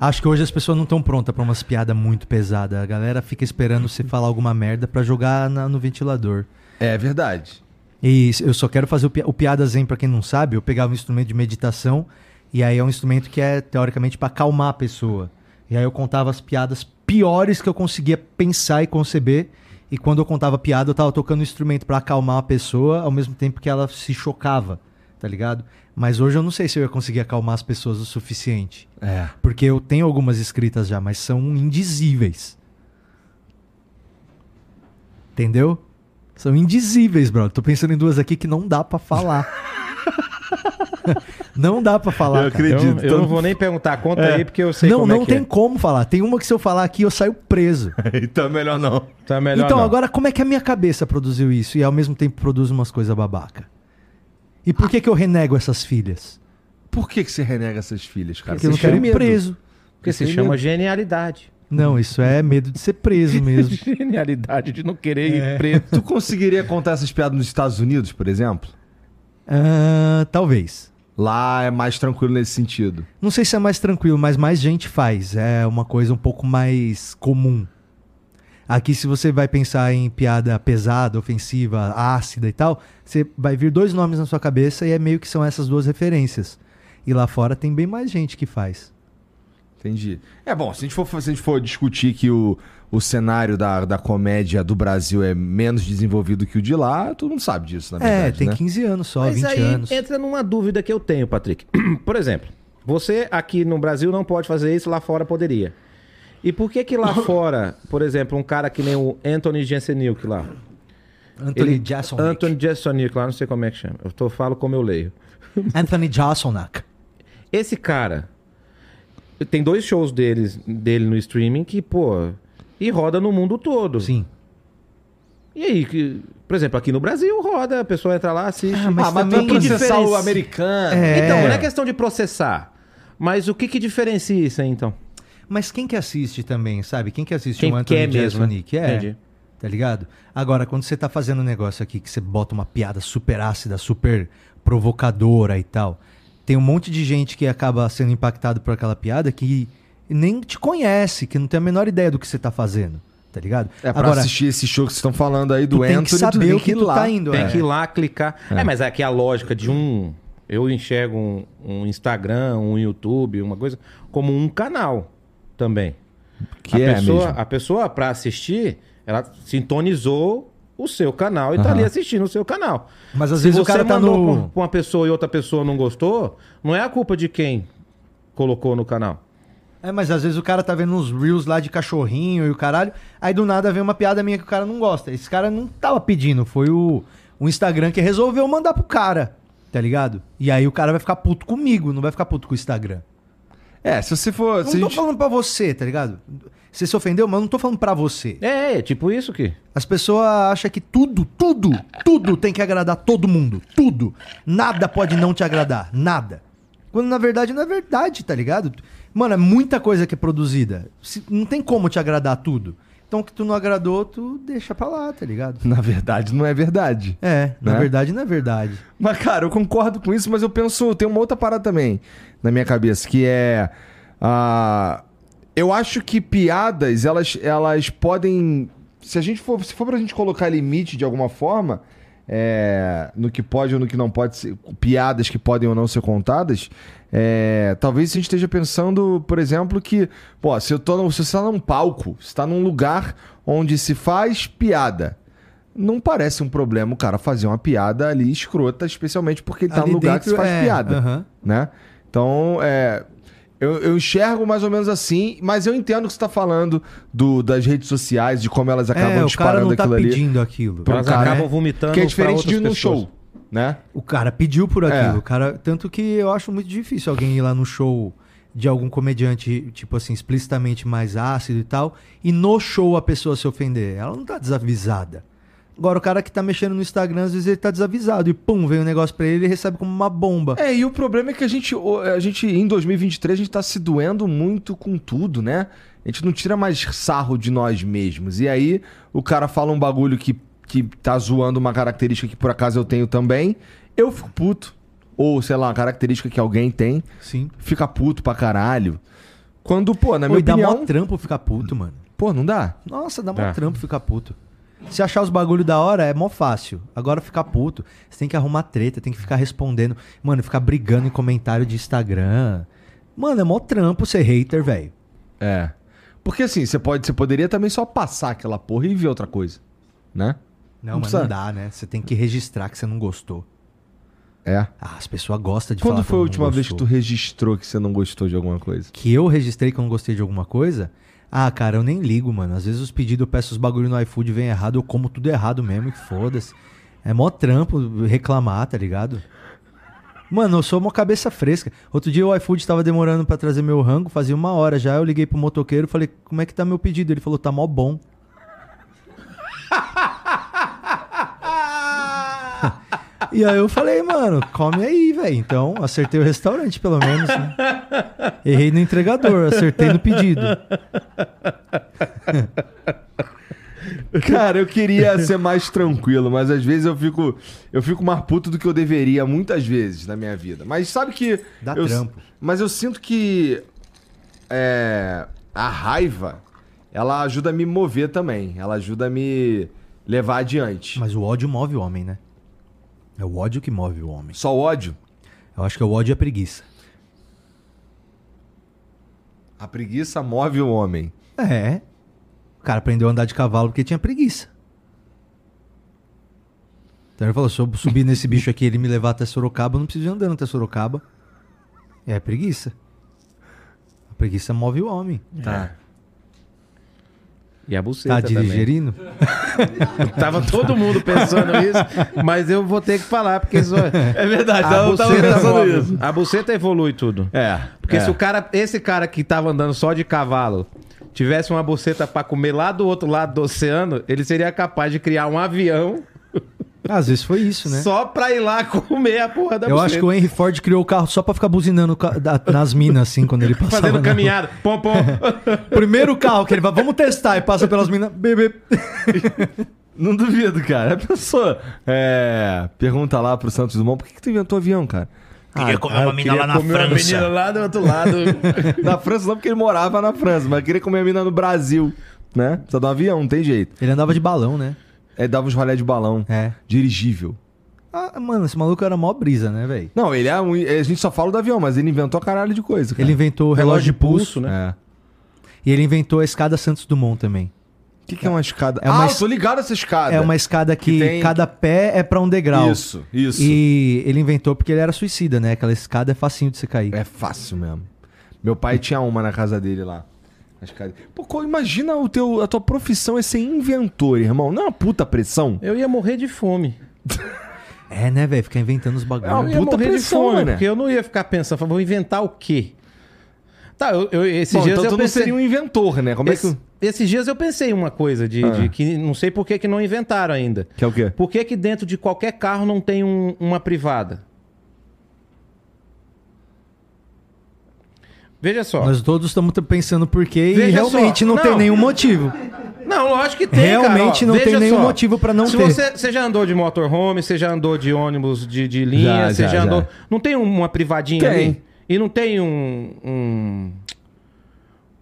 Acho que hoje as pessoas não estão prontas pra umas piadas muito pesadas. A galera fica esperando você falar alguma merda pra jogar na- no ventilador. É verdade. E s- eu só quero fazer o, pi- o piada zen, pra quem não sabe, eu pegava um instrumento de meditação e aí é um instrumento que é teoricamente pra acalmar a pessoa. E aí eu contava as piadas piores que eu conseguia pensar e conceber. E quando eu contava piada, eu tava tocando um instrumento pra acalmar a pessoa, ao mesmo tempo que ela se chocava, tá ligado? Mas hoje eu não sei se eu ia conseguir acalmar as pessoas o suficiente. É. Porque eu tenho algumas escritas já, mas são indizíveis. Entendeu? São indizíveis, brother. Tô pensando em duas aqui que não dá pra falar. não dá pra falar. Eu cara. Eu, acredito. eu não vou nem perguntar a conta aí, porque eu sei não, como não é que tem como falar. Tem uma que se eu falar aqui eu saio preso. então é melhor não. é. Tá melhor então não. agora como é que a minha cabeça produziu isso e ao mesmo tempo produz umas coisas babaca? E por que que eu renego essas filhas? Por que, que você renega essas filhas, cara? Porque eu não Você quero é tem ir medo. preso. Porque se chama genialidade. Não, isso é medo de ser preso mesmo. É. Genialidade de não querer ir preto. Tu conseguiria contar essas piadas nos Estados Unidos, por exemplo? Ah, talvez. Lá é mais tranquilo nesse sentido. Não sei se é mais tranquilo, mas mais gente faz. É uma coisa um pouco mais comum. Aqui, se você vai pensar em piada pesada, ofensiva, ácida e tal, você vai vir dois nomes na sua cabeça e é meio que são essas duas referências. E lá fora tem bem mais gente que faz. Entendi. É bom, se a gente for, se a gente for discutir que o, o cenário da, da comédia do Brasil é menos desenvolvido que o de lá, todo mundo sabe disso, na é, verdade. tem né? 15 anos só, Mas 20 aí é anos. entra numa dúvida que eu tenho, Patrick. Por exemplo, você aqui no Brasil não pode fazer isso, lá fora poderia. E por que que lá fora, por exemplo, um cara que nem o Anthony Jeselnik lá, Anthony ele- Jason. Anthony Jeselnik lá, não sei como é que chama. Eu tô, falo como eu leio. Anthony Jasonak. Esse cara tem dois shows deles, dele no streaming que, pô, e roda no mundo todo. Sim. E aí, que, por exemplo, aqui no Brasil roda, a pessoa entra lá, assiste. Ah, mas ah, mas também- tu vai processar Que o diferença? americano. É. Então, não é questão de processar. Mas o que que diferencia isso aí, então? Mas quem que assiste também, sabe? Quem que assiste Quem o Anthony quer mesmo, Jason né? Nick? É. Entendi. Tá ligado? Agora, quando você tá fazendo um negócio aqui que você bota uma piada super ácida, super provocadora e tal, tem um monte de gente que acaba sendo impactado por aquela piada que nem te conhece, que não tem a menor ideia do que você tá fazendo, tá ligado? É, pra Agora, assistir esse show que vocês estão falando aí do tu tem Anthony, que saber o que tu tá indo. Tem é. que ir lá clicar. É, mas aqui a lógica de um. Eu enxergo um, um Instagram, um YouTube, uma coisa, como um canal também. Que a, é pessoa, mesmo. a pessoa, pra assistir, ela sintonizou o seu canal e tá Aham. ali assistindo o seu canal. Mas às vezes o cara tá mandou no... pra um- pra uma pessoa e outra pessoa não gostou, não é a culpa de quem colocou no canal. É, mas às vezes o cara tá vendo uns reels lá de cachorrinho e o caralho. Aí do nada vem uma piada minha que o cara não gosta. Esse cara não tava pedindo, foi o, o Instagram que resolveu mandar pro cara, tá ligado? E aí o cara vai ficar puto comigo, não vai ficar puto com o Instagram. É, se você for. Eu Se a não tô gente- falando pra você, tá ligado? Você se ofendeu, mas eu não tô falando pra você. É, é tipo isso que. As pessoas acham que tudo, tudo, tudo tem que agradar todo mundo. Tudo. Nada pode não te agradar. Nada. Quando na verdade não é verdade, tá ligado? Mano, é muita coisa que é produzida. Se- não tem como te agradar tudo. Então o que tu não agradou, tu deixa pra lá, tá ligado? Na verdade, não é verdade. É, na Né? verdade não é verdade. Mas, cara, eu concordo com isso, mas eu penso. Tem uma outra parada também na minha cabeça, que é. ah, eu acho que piadas, elas, elas podem. Se a gente for. Se for pra gente colocar limite de alguma forma. é, no que pode ou no que não pode ser. Piadas que podem ou não ser contadas. é, talvez a gente esteja pensando, por exemplo, que. Pô, se, eu tô, num- se você tá num palco, se tá num lugar onde se faz piada não parece um problema o cara fazer uma piada ali escrota, especialmente porque ele tá Ali é, no lugar que se dentro, faz é, piada, aham. né? Então, é, Eu, eu enxergo mais ou menos assim, mas eu entendo o que você tá falando do, das redes sociais, de como elas acabam É, o cara disparando não tá aquilo ali. pedindo aquilo. um Pro Elas cara, acabam né? vomitando Que é pra diferente de ir outras num pessoas. show, né? O cara pediu por aquilo. É. O cara, tanto que eu acho muito difícil alguém ir lá no show de algum comediante, tipo assim, explicitamente mais ácido e tal, e no show a pessoa se ofender. Ela não tá desavisada. Agora, o cara que tá mexendo no Instagram, às vezes ele tá desavisado. E pum, vem um negócio pra ele ele recebe como uma bomba. É, e o problema é que a gente, o- a gente, em 2023, a gente tá se doendo muito com tudo, né? A gente não tira mais sarro de nós mesmos. E aí, o cara fala um bagulho que, que tá zoando uma característica que por acaso eu tenho também. Eu fico puto. Ou, sei lá, uma característica que alguém tem. Sim. Fica puto pra caralho. Quando, pô, na minha Oi, dá mó opinião... trampo ficar puto, mano. Pô, não dá. Nossa, dá mó Dá. trampo ficar puto. Se achar os bagulho da hora, é mó fácil. Agora ficar puto, você tem que arrumar treta, tem que ficar respondendo. Mano, ficar brigando em comentário de Instagram. Mano, é mó trampo ser hater, velho. É. Porque assim, você, pode, você poderia também só passar aquela porra e ver outra coisa, né? Não, Não mas precisa. não dá, né? Você tem que registrar que você não gostou. É. Ah, as pessoas gostam de falar Quando foi a não última vez que tu gostou. registrou que você não gostou de alguma coisa? Que eu registrei que eu não gostei de alguma coisa? Ah, cara, eu nem ligo, mano. Às vezes os pedidos, eu peço os bagulho no iFood, vem errado, eu como tudo errado mesmo e foda-se. É mó trampo reclamar, tá ligado? Mano, eu sou uma cabeça fresca. Outro dia o iFood tava demorando pra trazer meu rango, fazia uma hora já. Eu liguei pro motoqueiro, falei, como é que tá meu pedido? Ele falou, tá mó bom. E aí eu falei, mano, come aí, velho. Então, acertei o restaurante, pelo menos. Né? Errei no entregador, acertei no pedido. Cara, eu queria ser mais tranquilo, mas às vezes eu fico eu fico mais puto do que eu deveria muitas vezes na minha vida. Mas sabe que Dá eu- trampo. Mas eu sinto que é, a raiva ela ajuda a me mover também, ela ajuda a me levar adiante. Mas o ódio move o homem, né? É o ódio que move o homem. Só o ódio, Eu acho que o ódio é preguiça. a preguiça move o homem. É. O cara aprendeu a andar de cavalo porque tinha preguiça. Então ele falou: se eu subir nesse bicho aqui e ele me levar até Sorocaba, eu não preciso ir andando até Sorocaba. É preguiça. A preguiça move o homem. É. Tá. E a buceta Tá também. digerindo? Tava todo mundo pensando isso, mas eu vou ter que falar, porque isso... É verdade, a, eu tava buceta pensando evolui, isso. a buceta evolui tudo. É. Porque é. se o cara, esse cara que tava andando só de cavalo, tivesse uma buceta pra comer lá do outro lado do oceano, ele seria capaz de criar um avião Às vezes foi isso, né? só pra ir lá comer a porra da Eu buceta. acho que o Henry Ford criou o carro só pra ficar buzinando ca- da- nas minas, assim, quando ele passava. Fazendo na- caminhada. Pom, pom. Primeiro carro que ele vai, vamos testar, e passa pelas minas. Bebê. Não duvido, cara. A pessoa é, pergunta lá pro Santos Dumont, por que, que tu inventou avião, cara? Ah, Queria comer uma mina lá na Comeu uma França. menina lá do outro lado. Na França não, porque ele morava na França, mas queria comer a mina no Brasil, né? Precisa do avião, não tem jeito. Ele andava de balão, né? Aí dava uns rolé de balão, É. dirigível. Ah, mano, esse maluco era mó brisa, né, velho? Não, ele é um... A gente só fala do avião, mas ele inventou a caralho de coisa, cara. Ele inventou o relógio, de pulso, né? e ele inventou a escada Santos Dumont também. O que, que é uma escada? É uma ah, es- eu tô ligado a essa escada. É uma escada que, Que tem- cada pé é pra um degrau. Isso, isso. E ele inventou porque ele era suicida, né? Aquela escada é facinho de você cair. É fácil mesmo. Meu pai tinha uma na casa dele lá. A escada. Pô, co- imagina o teu, a tua profissão é ser inventor, irmão. Não é uma puta pressão? Eu ia morrer de fome. É, né, velho? Ficar inventando os Eu uma bagulhos. ia puta morrer pressão, de fome, né? porque eu não ia ficar pensando, falava, vou inventar o quê? Tá, eu, eu- esses Bom, dias então eu tu não pensei... seria um inventor, né? Como é Esse- que... Esses dias eu pensei uma coisa de, de que não sei por que, que não inventaram ainda. Ah. Que é o quê? Por que, que dentro de qualquer carro não tem um- uma privada? Veja só. Nós todos estamos pensando por quê e Veja realmente só. não, tem Não. nenhum motivo. Não, lógico que tem, cara. Realmente Ó, não veja tem nenhum só. motivo pra não Se ter. Você, você já andou de motorhome, você já andou de ônibus de, de linha, Já, você já, já, já. andou... Não tem um, uma privadinha Tem. ali? E não tem um... um...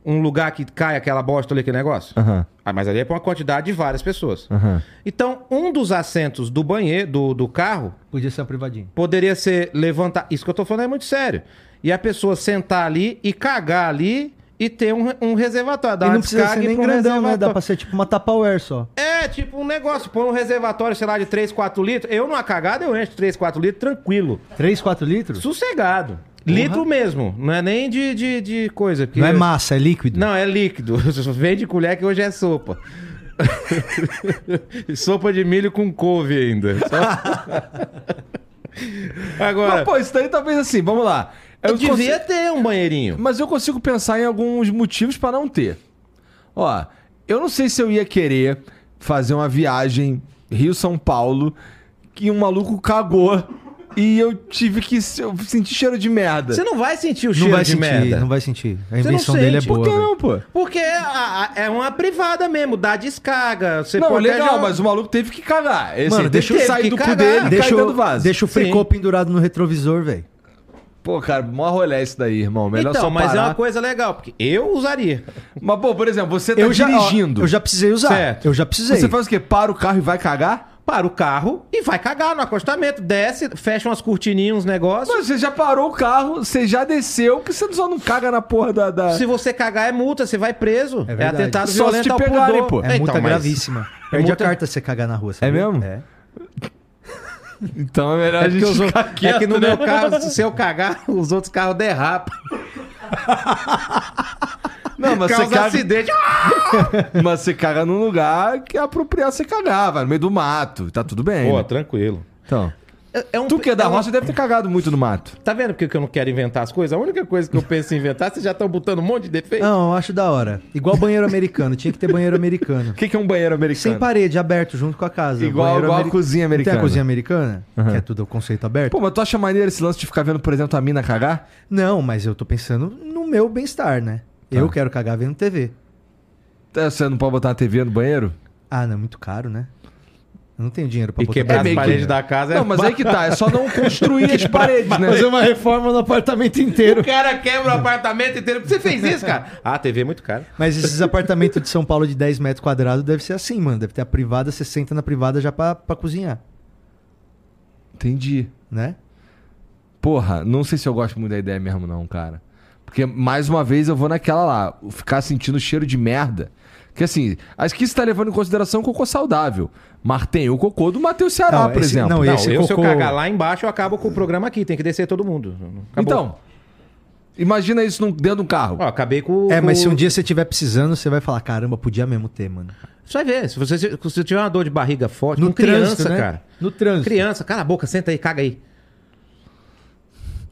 um lugar que cai aquela bosta ali, aquele negócio? Aham, Ah, mas ali é pra uma quantidade de várias pessoas. aham. Então, um dos assentos do banheiro, do, do carro, Podia ser uma privadinha. poderia ser levantar. Isso que eu tô falando é muito sério. E a pessoa sentar ali e cagar ali e ter um, um reservatório. Dar e uma não precisa ser descarga e nem pôr um grandão, né? Dá reservatório. pra ser tipo uma Tupperware só. É, tipo um negócio. Põe um reservatório, sei lá, de 3, 4 litros. Eu numa cagada eu encho 3, 4 litros tranquilo. 3, 4 litros? Sossegado. Litro mesmo, não é nem de, de, de coisa. porque- Não é massa, é líquido. Não, é líquido. Vende colher que hoje é sopa. sopa de milho com couve ainda. Só- Agora, Mas, pô, isso daí talvez assim, vamos lá. Eu devia consigo- ter um banheirinho. Mas eu consigo pensar em alguns motivos pra não ter. Ó, eu não sei se eu ia querer fazer uma viagem Rio-São Paulo que um maluco cagou e eu tive que se- eu senti cheiro de merda. Você não é vai sentir o Não cheiro vai de sentir, merda. não vai sentir. A não invenção sente, dele é por boa. Por que velho. não, pô? Porque a- a- é uma privada mesmo, dá descarga. Você Não, pode legal, jogar- mas o maluco teve que cagar. Esse Mano, aí deixa teve que eu- sair teve do que cu cagar. dele e Deixa cair dentro o, é do vaso. deixa o fricô pendurado no retrovisor, velho. Pô, cara, mó rolé isso daí, irmão. Melhor Então, só mas parar. é uma coisa legal, porque eu usaria. Mas, pô, por exemplo, você tá já, ó, dirigindo. eu já precisei usar. Certo. Eu já precisei. Você faz o quê? Para o carro e vai cagar? Para o carro e vai cagar no acostamento. Desce, fecha umas cortininhas, uns negócios. Mas você já parou o carro, você já desceu, que você só não caga na porra da. da- Se você cagar, é multa, você vai preso. É É, verdade. atentado Só se violento te ao pegarem, pudor. Então, pô. É multa mas- é gravíssima. Perde multa- a carta se você cagar na rua, sabe? É mesmo? É. Então é melhor É, a porque gente os outros- ficar é que quieto, no né? meu carro, se eu cagar, os outros carros derrapam. Não, mas você, Causa caga, acidente. Ah! mas você caga num lugar que é apropriado você cagar, vai no meio do mato. Tá tudo bem. né? tranquilo. Então. É- é um- Tu que é da é uma- roça deve ter cagado muito no mato. Tá vendo porque que eu não quero inventar as coisas? A única coisa que eu penso em inventar, vocês já estão botando um monte de Ah, defeito. Não, eu acho da hora. Igual banheiro americano. Tinha que ter banheiro americano. O que, que é um banheiro americano? Sem parede, aberto, junto com a casa. Igual- Banheiro igual a ameri- cozinha Não Tem americana. a cozinha americana? Que é tudo o conceito aberto? Pô, mas tu acha maneiro esse lance de ficar vendo, por exemplo, a mina cagar? Não, mas eu tô pensando no meu bem-estar, né? Eu Tá. quero cagar vendo TV. É, Você não pode botar uma TV no banheiro? Ah, não, é muito caro, né? Eu não tenho dinheiro pra E quebrar É meio as que- paredes da casa Não, mas aí que tá, é só não construir as paredes, né? uma reforma no apartamento inteiro. O cara quebra o apartamento inteiro. Por que você fez isso, cara? Ah, a TV é muito cara. Mas esses apartamentos de São Paulo de 10 metros quadrados deve ser assim, mano. Deve ter a privada, você senta na privada já pra, pra cozinhar, Entendi. né? Porra, não sei se eu gosto muito da ideia mesmo, não, cara. Porque, mais uma vez, eu vou naquela lá, ficar sentindo cheiro de merda. Que assim, acho que isso tá levando em consideração o cocô saudável. Mas tem o cocô do Matheus Ceará, Não, por esse- exemplo. não, Não, esse eu, se eu cocô- cagar lá embaixo, eu acabo com o programa aqui. Tem que descer todo mundo. Acabou. Ah. Então, imagina isso num- dentro de um carro. Ó, acabei com É, mas se com- um dia você tiver precisando, você vai falar, caramba, podia mesmo ter, mano. Você vai ver. Se você, se você tiver uma dor de barriga forte, No com criança, trânsito, né? cara. No trânsito. Criança, cala a boca, senta aí, caga aí.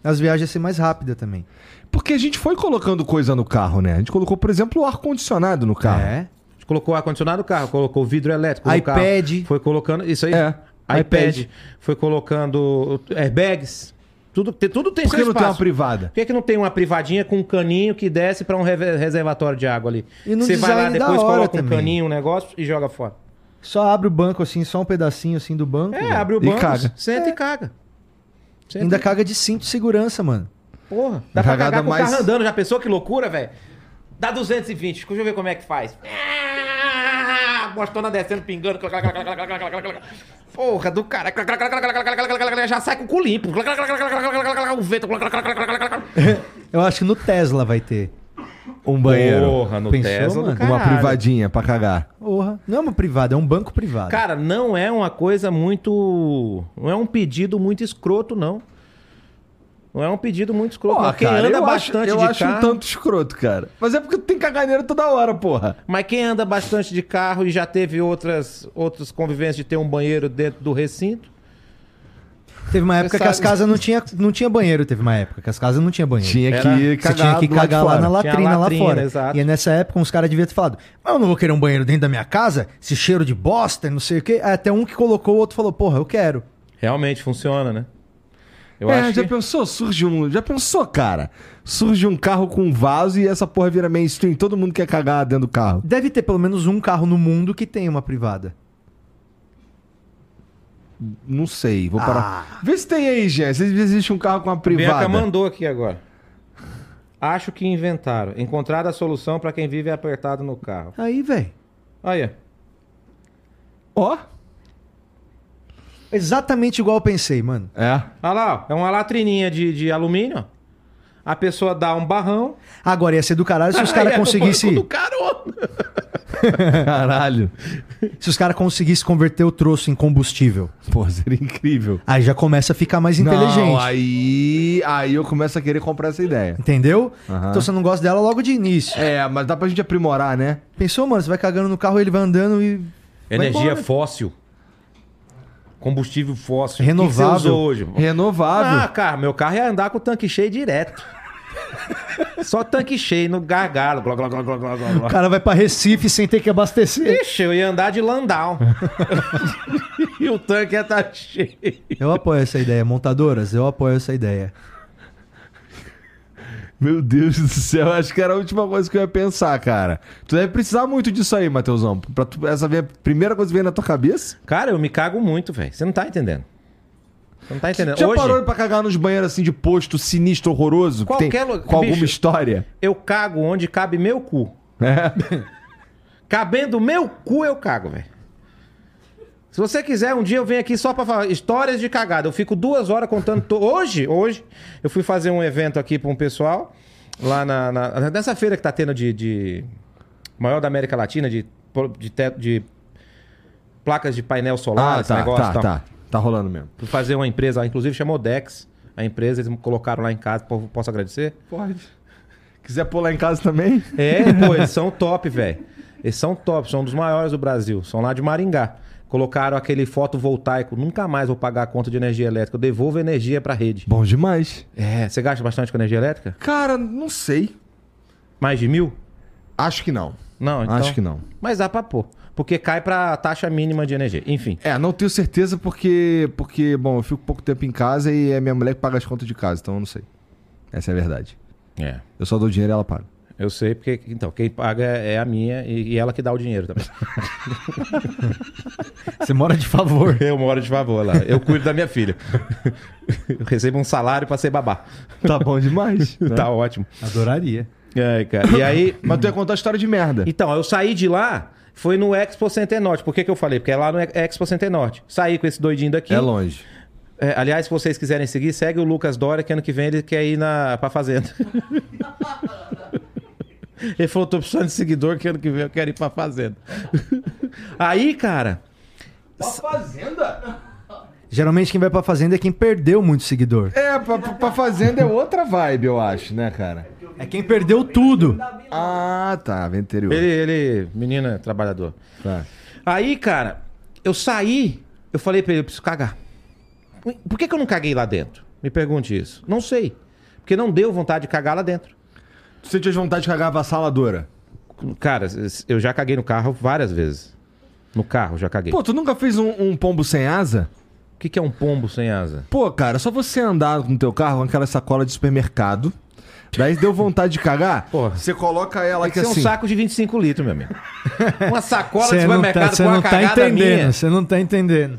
As viagens iam ser mais rápidas também. Porque a gente foi colocando coisa no carro, né? A gente colocou, por exemplo, o ar-condicionado no Tá. carro. É. A gente colocou ar-condicionado no carro, colocou vidro elétrico no carro. iPad. Foi colocando. Isso aí. É, iPad. iPad. Foi colocando airbags. Tudo, te- tudo tem Por que seu não tem uma é espaço. privada? Por que, que não tem uma privadinha com um caninho que desce pra um reve- reservatório de água ali? E num Você vai lá design da depois, hora coloca um também. caninho, um negócio e joga fora. Só abre o banco assim, só um pedacinho assim do banco. É, velho. abre o E banco, caga. senta e caga. Senta Ainda e- caga de cinto de segurança, mano. Porra, dá pra Cagada cagar com o mais- carro andando. Já pensou que loucura, velho? Dá 220, deixa eu ver como é que faz. Ah, Mostona descendo, pingando. Porra do cara. Já sai com o cu limpo. O vento. Eu acho que no Tesla vai ter. Um banheiro. no Pensou, mano? uma privadinha pra cagar. Porra. Não é uma privada, é um banco privado. Cara, não é uma coisa muito. Não é um pedido muito escroto, não. Não é um pedido muito escroto. Porra, não. Quem cara, anda eu bastante acho, eu de acho carro. um tanto escroto, cara. Mas é porque tem caganeiro toda hora, porra. Mas quem anda bastante de carro e já teve outras, outras convivências de ter um banheiro dentro do recinto. Teve uma época que as sabe- casas não tinha, não tinha banheiro, teve uma época que as casas não tinha banheiro. Tinha Era- que Você cagar, tinha que do lado de cagar lá, fora. na latrina, Tinha lá latrina, fora. exato. E nessa época uns caras deviam ter falado: Mas eu não vou querer um banheiro dentro da minha casa, esse cheiro de bosta, não sei o quê. Aí Até um que colocou, o outro falou: Porra, eu quero. Realmente funciona, né? Eu é, acho já que... pensou? Surge um. Já pensou, cara? Surge um carro com um vaso e essa porra vira mainstream. Todo mundo quer cagar dentro do carro. Deve ter pelo menos um carro no mundo que tem uma privada. Não sei, vou parar. Ah. Vê se tem aí, gente. Se existe um carro com uma privada. Bianca mandou aqui agora. Acho que inventaram. Encontrar a solução pra quem vive apertado no carro. Aí, velho. Olha. Ó. Exatamente igual eu pensei, mano. É. Olha lá, ó. é uma latrininha de, de alumínio. ó. A pessoa dá um barrão. Agora ia ser do caralho se os Aí caras é no banco conseguissem. do cara, ó. Caralho. Se os caras conseguissem converter o troço em combustível, Pô, seria incrível. aí já começa a ficar mais inteligente. Não, aí, aí eu começo a querer comprar essa ideia. Entendeu? Aham. Então você não gosta dela logo de início. É, mas dá pra gente aprimorar, né? Pensou, mano, você vai cagando no carro, ele vai andando e. vai Energia embora. fóssil. Combustível fóssil. Renovável. O que que você usou hoje? mano? Ah, Renovável. cara, meu carro ia andar com o tanque cheio direto. Só tanque cheio no gargalo. Gló, gló, gló, gló, gló, gló, gló. O cara vai pra Recife sem ter que abastecer. Ixi, eu ia andar de landau. e o tanque ia estar cheio. Eu apoio essa ideia. Montadoras, eu apoio essa ideia. Meu Deus do céu, acho que era a última coisa que eu ia pensar, cara. Tu deve precisar muito disso aí, Matheusão. Pra tu- essa vem a primeira coisa que vem na tua cabeça. Cara, eu me cago muito, velho. Você não tá entendendo. Você não tá entendendo. Já Hoje, parou pra cagar nos banheiros assim de posto sinistro, horroroso? que tem Qualquer lu- Com alguma bicho. história? eu cago onde cabe meu cu. É. Cabendo meu cu, eu cago, velho. Se você quiser, um dia eu venho aqui só pra falar histórias de cagada. Eu fico duas horas contando. to- Hoje, hoje, eu fui fazer um evento aqui pra um pessoal, lá na, na- nessa feira que tá tendo de. de- maior da América Latina, de, de, te- de placas de painel solar, Ah, esse tá, negócio e tá, tal. tá. Tá rolando mesmo. Fui fazer uma empresa, inclusive chamou Dex, a empresa, eles me colocaram lá em casa, po- posso agradecer? Pode. Quiser pôr lá em casa também? É, pô, eles são top, velho. Eles são top, são um dos maiores do Brasil. São lá de Maringá. Colocaram aquele fotovoltaico. Nunca mais vou pagar a conta de energia elétrica. Eu devolvo energia pra rede. Bom demais. É, você gasta bastante com energia elétrica? Cara, não sei. Mais de mil? Acho que não. Não, então. Acho que não. Mas dá pra pôr. Porque cai pra taxa mínima de energia. Enfim. É, não tenho certeza porque, porque, bom, eu fico pouco tempo em casa e é minha mulher que paga as contas de casa, então eu não sei. Essa é a verdade. É. Eu só dou dinheiro e ela paga. Eu sei, porque. Então, quem paga é a minha e, e ela que dá o dinheiro também. Você mora de favor. Eu moro de favor lá. Eu cuido da minha filha. Eu recebo um salário pra ser babá. Tá bom demais. Tá ótimo. Adoraria. É, cara. E aí. Mas tu ia contar história de merda. Então, eu saí de lá, foi no Expo Centenorte. Por que, que eu falei? Porque é lá no Expo Centenorte. Saí com esse doidinho daqui. É longe. É, aliás, se vocês quiserem seguir, segue o Lucas Dória, que ano que vem ele quer ir na, pra fazenda. ele falou, tô precisando de seguidor, que ano que vem eu quero ir pra fazenda. aí, cara, Geralmente quem vai pra fazenda é quem perdeu muito seguidor. É, pra, pra- pra fazenda é outra vibe, eu acho, né, cara? É quem perdeu tudo. Ah, tá, vem interior. ele, ele menina, trabalhador. Tá. Aí, cara, eu saí, eu falei pra ele, eu preciso cagar. Por que, que eu não caguei lá dentro? Me pergunte isso. Não sei. Porque não deu vontade de cagar lá dentro. Tu sentiu vontade de cagar avassaladora? Cara, eu já caguei no carro várias vezes. No carro, já caguei. Pô, tu nunca fez um, um pombo sem asa? o que, que é um pombo sem asa? Pô, cara, só você andar com teu carro com aquela sacola de supermercado. Daí deu vontade de cagar. Porra. Você coloca ela aqui Tem que ser assim. um saco de 25 litros, meu amigo. Uma sacola de Você não supermercado tá, você com não uma tá cagada entendendo. Você não tá entendendo.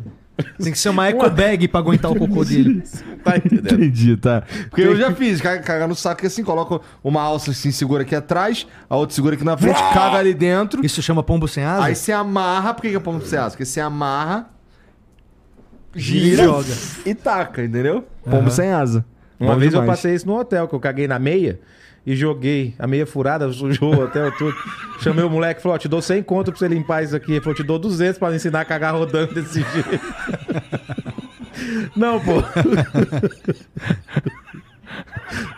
Tem que ser uma eco bag pra aguentar o cocô dele. minha. Tá entendendo? Entendi, tá. Porque eu já fiz, caga- cagar no saco que assim, coloca uma alça assim, segura aqui atrás, a outra segura aqui na frente, caga ali dentro. Isso chama pombo sem asa? Aí você amarra. Por que, que é pombo que você acha? Porque você amarra, gira e joga. e taca, entendeu? Pombo sem asa. Uma Bom vez eu demais. passei isso no hotel, que eu caguei na meia e joguei. A meia furada sujou o hotel tudo. Chamei o moleque e falou: ó, te dou 100 conto pra você limpar isso aqui. Ele falou: te dou 200 pra me ensinar a cagar rodando desse jeito. Não, pô.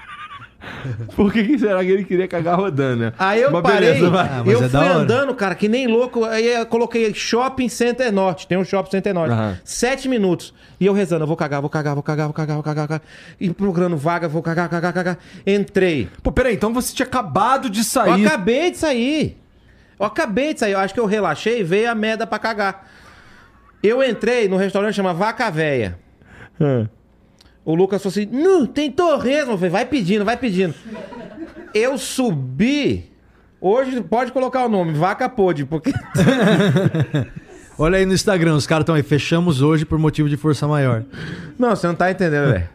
Por que, que será que ele queria cagar rodando, né? Aí eu Mas parei, beleza, vai. Ah, mas eu é da fui hora. andando, cara, que nem louco. Aí eu coloquei Shopping Center Norte, tem um Shopping Center Norte. Aham. Sete minutos. E eu rezando, eu vou cagar, vou cagar, vou cagar, vou cagar, vou cagar, vou cagar. E procurando vaga, vou cagar, cagar, cagar. Entrei. Pô, peraí, então você tinha acabado de Eu sair. acabei de sair. Eu acabei de sair. Eu acho que eu relaxei e veio a merda pra cagar. Eu entrei num restaurante chamado Vaca Véia. É. O Lucas falou assim: não, tem torresmo. Eu falei, vai pedindo, vai pedindo. Eu subi. Hoje pode colocar o nome, vaca pôde, porque. Olha aí no Instagram, os caras estão aí. Fechamos hoje por motivo de força maior. Não, você não tá entendendo, velho.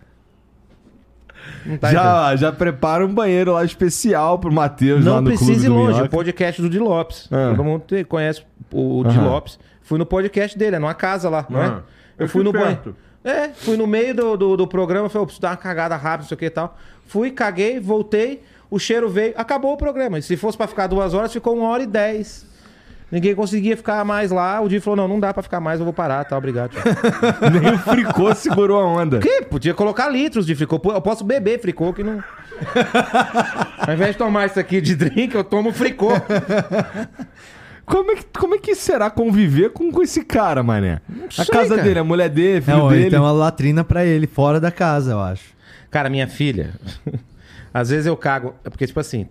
Não tá entendendo. já, já prepara um banheiro lá especial pro Matheus lá Não no clube precisa ir do longe. O Minhoca. podcast do Di Lopes. Ah. Todo mundo te- conhece o Di Aham. Lopes. Fui no podcast dele, é numa casa lá, não é? Ah. Eu, Eu fui fui no perto. banheiro. É, fui no meio do, do, do programa, falei, "Ô, preciso dar uma cagada rápida, não sei o que e tal. Fui, caguei, voltei, o cheiro veio, acabou o programa. E se fosse pra ficar duas horas, ficou uma hora e dez. Ninguém conseguia ficar mais lá. O Di falou: não, não dá pra ficar mais, eu vou parar, tá? Obrigado. tchau." Nem o Fricô segurou a onda. Que? Podia colocar litros de fricô. Pô, Eu posso beber fricô que não. Ao invés de tomar isso aqui de drink, eu tomo fricô. Como é, que, como é que será conviver com, com esse cara, mané? a sei, casa cara. dele, a mulher É, dele, filho Não, dele. É, ele tem uma latrina pra ele, fora da casa, eu acho. Cara, minha filha, às vezes eu cago. é Porque, tipo assim,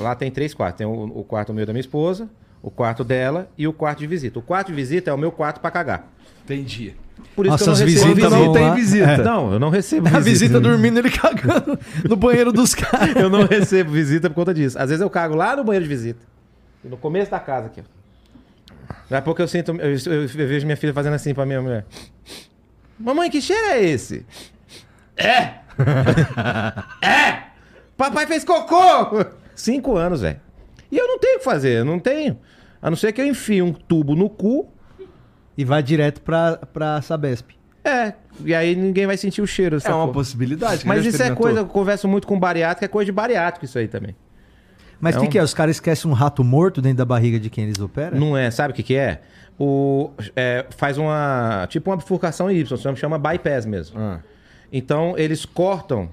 lá tem três quartos. Tem o, o quarto meu da minha esposa, o quarto dela e o quarto de visita. O quarto de visita é o meu quarto pra cagar. Entendi. Por Nossa, as recebo É, visitas Quando vão não tem lá. visita. Não, eu não recebo A visita. visita dormindo, ele cagando no banheiro dos caras. Eu não recebo visita por conta disso. Às vezes eu cago lá no banheiro de visita. No começo da casa aqui, ó. Daqui a pouco eu sinto. Eu, eu- eu vejo minha filha fazendo assim pra minha mulher. Mamãe, que cheiro é esse? É! é! Papai fez cocô! Cinco anos, velho. E eu não tenho o que fazer, eu não tenho. A não ser que eu enfie um tubo no cu. E vai direto pra, pra Sabesp. É, e aí ninguém vai sentir o cheiro. É uma sacou? possibilidade. que Mas já isso é experimentou. coisa, eu converso muito com bariátrico, é coisa de bariátrico isso aí também. Mas o que, Não. que é? Os caras esquecem um rato morto dentro da barriga de quem eles operam? Não é, sabe o que que é? O, é, faz uma, tipo uma bifurcação em Y, chama- chama bypass mesmo. Ah. Então, eles cortam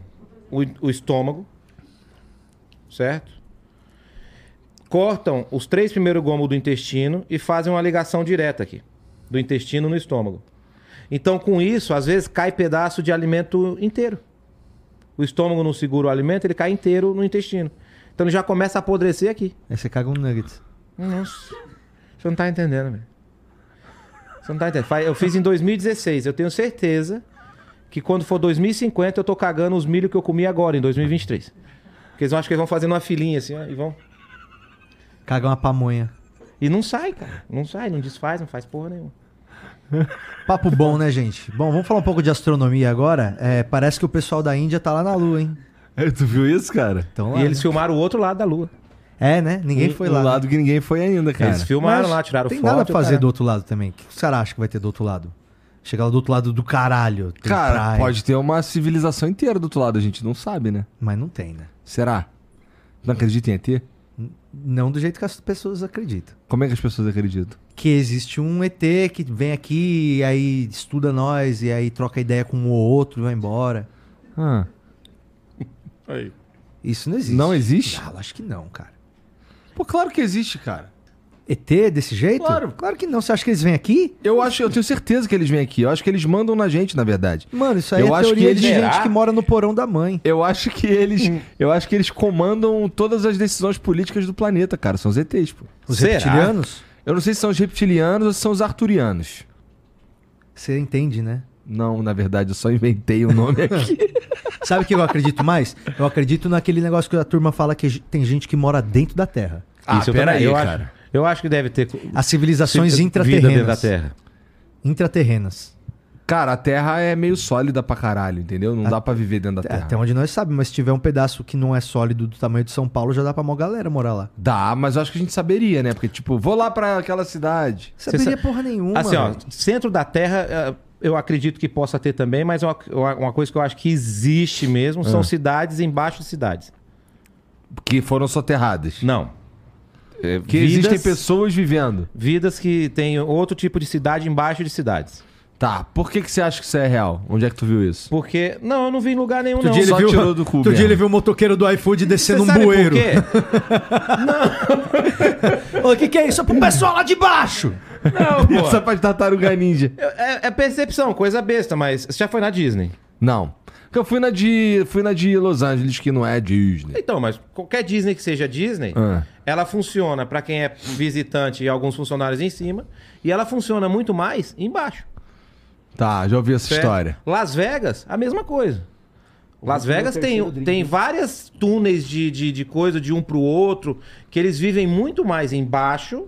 o, o estômago, certo? Cortam os três primeiros gomos do intestino e fazem uma ligação direta aqui, do intestino no estômago. Então, com isso, às vezes cai pedaço de alimento inteiro. O estômago não segura o alimento, ele cai inteiro no intestino. Então, ele já começa a apodrecer aqui. Aí você caga um nuggets. Nossa. Você não tá entendendo, velho. Você não tá entendendo. Fa- Eu fiz em 2016. Eu tenho certeza que quando for 2050 eu tô cagando os milho que eu comi agora, em 2023. Porque eles vão, acho que eles vão fazendo uma filinha assim, ó, e vão. Caga uma pamonha. E não sai, cara. Não sai, não desfaz, não faz porra nenhuma. Papo bom, né, gente? Bom, vamos falar um pouco de astronomia agora. É, parece que o pessoal da Índia tá lá na Lua, hein? É, Tu viu isso, cara? Então, E eles filmaram o outro lado da lua. É, né? Ninguém Um- foi um lá. lado que ninguém foi ainda, cara. Eles filmaram Mas lá, tiraram tem foto. nada pra o fazer cara- do outro lado também. O que os caras acham que vai ter do outro lado? Chegar lá do outro lado do caralho. um Tem Cara, praia, pode ter uma civilização inteira do outro lado, a gente não sabe, né? Mas não tem, né? Será? Não acredita em ET? Não do jeito que as pessoas acreditam. Como é que as pessoas acreditam? Que existe um ET que vem aqui e aí estuda nós e aí troca ideia com um ou outro e vai embora. Ah, Isso não existe. não existe? Ah, eu acho que não, cara. Pô, claro que existe, cara. ET desse jeito? Claro. Claro que não. Você acha que eles vêm aqui? Eu acho, eu tenho certeza que eles vêm aqui. Eu acho que eles mandam na gente, na verdade. Mano, isso aí Eu é acho teoria que eles- de gente Será? que mora no porão da mãe. Eu acho que eles, eu acho que eles comandam todas as decisões políticas do planeta, cara. São os ETs, pô. Os Será? reptilianos? Eu não sei se são os reptilianos ou se são os arturianos. Você entende, né? Não, na verdade, eu só inventei o nome aqui. Sabe o que eu acredito mais? Eu acredito naquele negócio que a turma fala que tem gente que mora dentro da Terra. Ah, Isso eu também- Ah, eu Acho, eu acho que deve ter. As civilizações Vida dentro da intraterrenas. Terra. Intraterrenas. Cara, a Terra é meio sólida pra caralho, entendeu? Não dá pra viver dentro da Terra. Até onde nós sabemos, mas se tiver um pedaço que não é sólido do tamanho de São Paulo, já dá pra mó galera morar lá. Dá, mas eu acho que a gente saberia, né? Porque, tipo, vou lá pra aquela cidade. Saberia sa- porra nenhuma. Assim, ó, velho. centro da Terra, eh, eu acredito que possa ter também, mas é uma, uma coisa que eu acho que existe mesmo são cidades embaixo de cidades. Que foram soterradas. Não. Que É, vidas- existem pessoas vivendo. Vidas que têm outro tipo de cidade embaixo de cidades. Tá, por que, que você acha que isso é real? Onde é que tu viu isso? Porque. Não, eu não vi em lugar nenhum, Outro não. dia ele Só viu- tirou- do cu Outro dia mesmo. ele viu o motoqueiro do iFood Você descendo um sabe por bueiro. quê? Ô, O que, que é isso? É pro pessoal lá de baixo! Não, pô. Essa parte da tartaruga ninja. É, é percepção, coisa besta, mas você já foi na Disney. Não. Porque eu fui na de. fui na de Los Angeles, que não é Disney. Então, mas qualquer Disney que seja Disney, Ah. ela funciona pra quem é visitante e alguns funcionários em cima, e ela funciona muito mais embaixo. Tá, já ouvi essa Certo? história. Las Vegas, a mesma coisa. Las Vegas tem, tem várias túneis de, de, de coisa de um pro outro, que eles vivem muito mais embaixo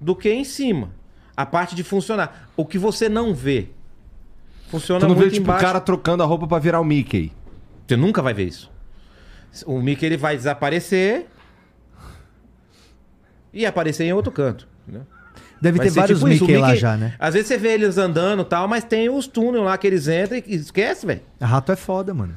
do que em cima. A parte de funcionar. O que você não vê. Funciona Tu não muito vê, tipo, embaixo. o cara trocando a roupa pra virar o Mickey. Você nunca vai ver isso. O Mickey ele vai desaparecer e aparecer em outro canto. Né? Deve Vai ter ser vários tipo isso, o Mickey lá já, né? Às vezes você vê eles andando e tal, mas tem os túneis lá que eles entram e esquece, velho. Rato é foda, mano.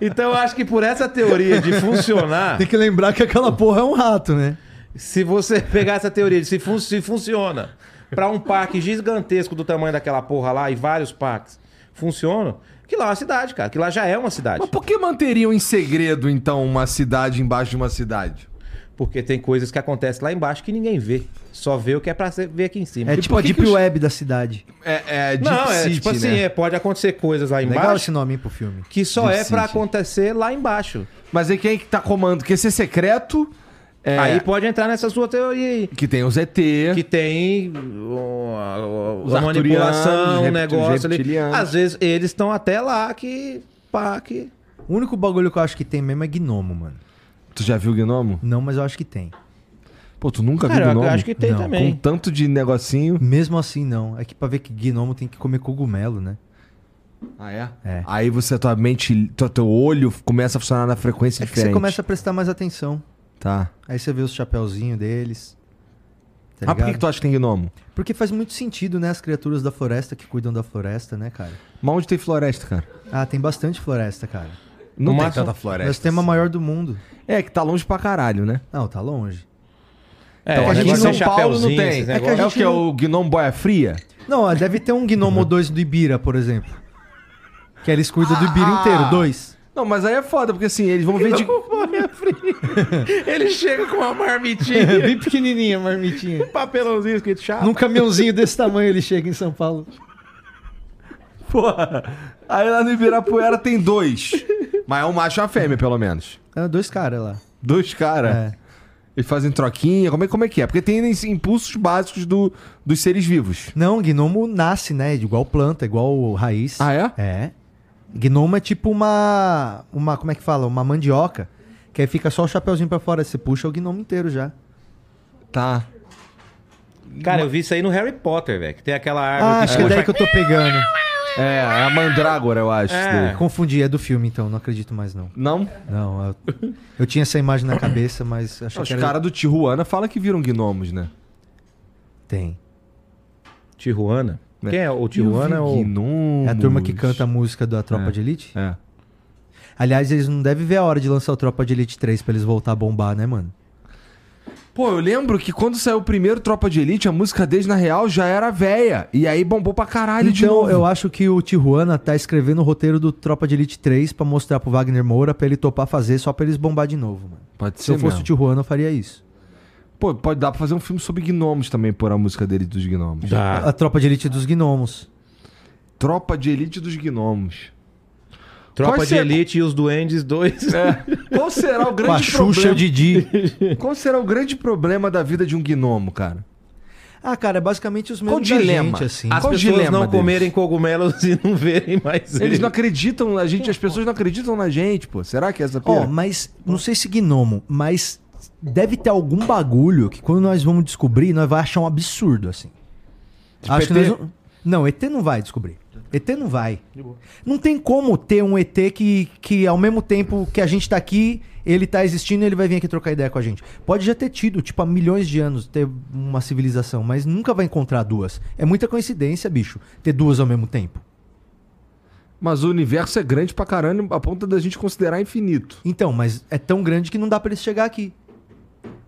Então eu acho que por essa teoria de funcionar, Tem que lembrar que aquela porra é um rato, né? se você pegar essa teoria de se, fun- se funciona pra um parque gigantesco do tamanho daquela porra lá e vários parques funcionam, que lá é uma cidade, cara. Que lá já é uma cidade. Mas por que manteriam em segredo, então, uma cidade embaixo de uma cidade? Porque tem coisas que acontecem lá embaixo que ninguém vê. Só vê o que é pra ser- ver aqui em cima. É tipo a que Deep que os- Web da cidade. É, é Deep Não, é City, tipo assim, né? é, pode acontecer coisas lá É Legal embaixo esse nome pro filme. que só Deep é pra City. acontecer lá embaixo. Mas aí quem é que tá comando? Porque ser secreto, é, Aí pode entrar nessa sua teoria aí. que tem os ET, que tem uma, Os uma manipulação, um arturianos, repti- negócio ali. reptilianos. Às vezes eles estão até lá que. Pá, que. O único bagulho que eu acho que tem mesmo é gnomo, mano. Tu já viu o Gnomo? Não, mas eu acho que tem. Pô, tu nunca Cara, viu eu o Gnomo? acho que tem Não, Com também. tanto de negocinho. Mesmo assim, não. É que pra ver que gnomo tem que comer cogumelo, né? Ah, é? É. Aí você, tua mente, teu, teu olho começa a funcionar na frequência É que diferente. você começa a prestar mais atenção. Tá. Aí você vê os chapéuzinhos deles. ah, Tá por que, ligado? que tu acha que tem Gnomo? Porque faz muito sentido, né? As criaturas da floresta que cuidam da floresta, né, cara? Mas onde tem floresta, cara? Ah, tem bastante floresta, cara. Não Uma tem ação- tanta Nós floresta. temos a maior do mundo. É, que tá longe pra caralho, né? Não, tá longe. É, então, o a gente em negócio é São Paulo não chapéuzinho, tem. esses É, negócios. que a gente é o que? O Gnomo Boia Fria? Não, ó, deve ter um gnomo ou dois do Ibira, por exemplo. Que eles cuidam do Ibira Ah! inteiro, dois. Não, mas aí é foda, porque assim, eles vão ver de. Ele chega com uma marmitinha, bem pequenininha, marmitinha. um papelãozinho escrito chato. Num caminhãozinho desse tamanho ele chega em São Paulo. Porra. Aí lá no Ibirapuera tem dois. Mas é um macho e uma fêmea, pelo menos. Ah, dois caras lá. Dois caras. É. Eles fazem troquinha. Como é, como é que é? Porque tem esses impulsos básicos do, dos seres vivos. Não, gnomo nasce, né? Igual planta, igual raiz. Ah, é? É. Gnomo é tipo uma. Uma. Como é que fala? Uma mandioca. Que aí fica só o chapeuzinho pra fora. Você puxa o gnomo inteiro já. Tá. Cara, eu vi isso aí no Harry Potter, velho. Que tem aquela árvore Ah, acho que é puxa- daí que eu tô pegando. É, é a mandrágora, eu acho. É. dele. Confundi, é do filme então, não acredito mais não. Não? Não, eu, eu tinha essa imagem na cabeça, mas achei Os que era... caras do Tijuana falam que viram gnomos, né? Tem. Tijuana. É. Quem é o Tijuana? É Eu vi o... Gnomos. É a turma que canta a música da Tropa É. de Elite. É. Aliás, eles não devem ver a hora de lançar o Tropa de Elite 3 pra eles voltar a bombar, né, mano? Pô, eu lembro que quando saiu o primeiro Tropa de Elite, a música deles, na real, já era véia. E aí bombou pra caralho de Então, novo. eu acho que o Tijuana tá escrevendo o roteiro do Tropa de Elite 3 pra mostrar pro Wagner Moura pra ele topar fazer só pra eles bombar de novo, mano. Pode Se eu fosse o Tijuana, eu faria isso. Pô, pode dar pra fazer um filme sobre gnomos também, por a música dele dos gnomos. Dá. A, a Tropa de Elite dos Gnomos. Tropa de Elite dos Gnomos. Tropa Quais de ser- Elite e os Duendes 2. É. Qual será o Com a grande Xuxa e problema? o Didi. Qual será o grande problema da vida de um gnomo, cara? ah, cara, é basicamente os Qual o mesmos da dilema? gente, assim. As Qual o pessoas dilema não deles? comerem cogumelos e não verem mais Eles não acreditam na gente, as pessoas não acreditam na gente, pô. Será que é essa Ó, pira? mas não sei se gnomo, mas deve ter algum bagulho que quando nós vamos descobrir, nós vamos achar um absurdo, assim. Acho que PT? nós vamos- Não, ET não vai descobrir. ET não vai. Não tem como ter um ET que, que ao mesmo tempo que a gente tá aqui, ele tá existindo e ele vai vir aqui trocar ideia com a gente. Pode já ter tido, tipo, há milhões de anos, ter uma civilização, mas nunca vai encontrar duas. É muita coincidência, bicho, ter duas ao mesmo tempo. Mas o universo é grande pra caralho, a ponta da gente considerar infinito. Então, mas é tão grande que não dá pra eles chegar aqui.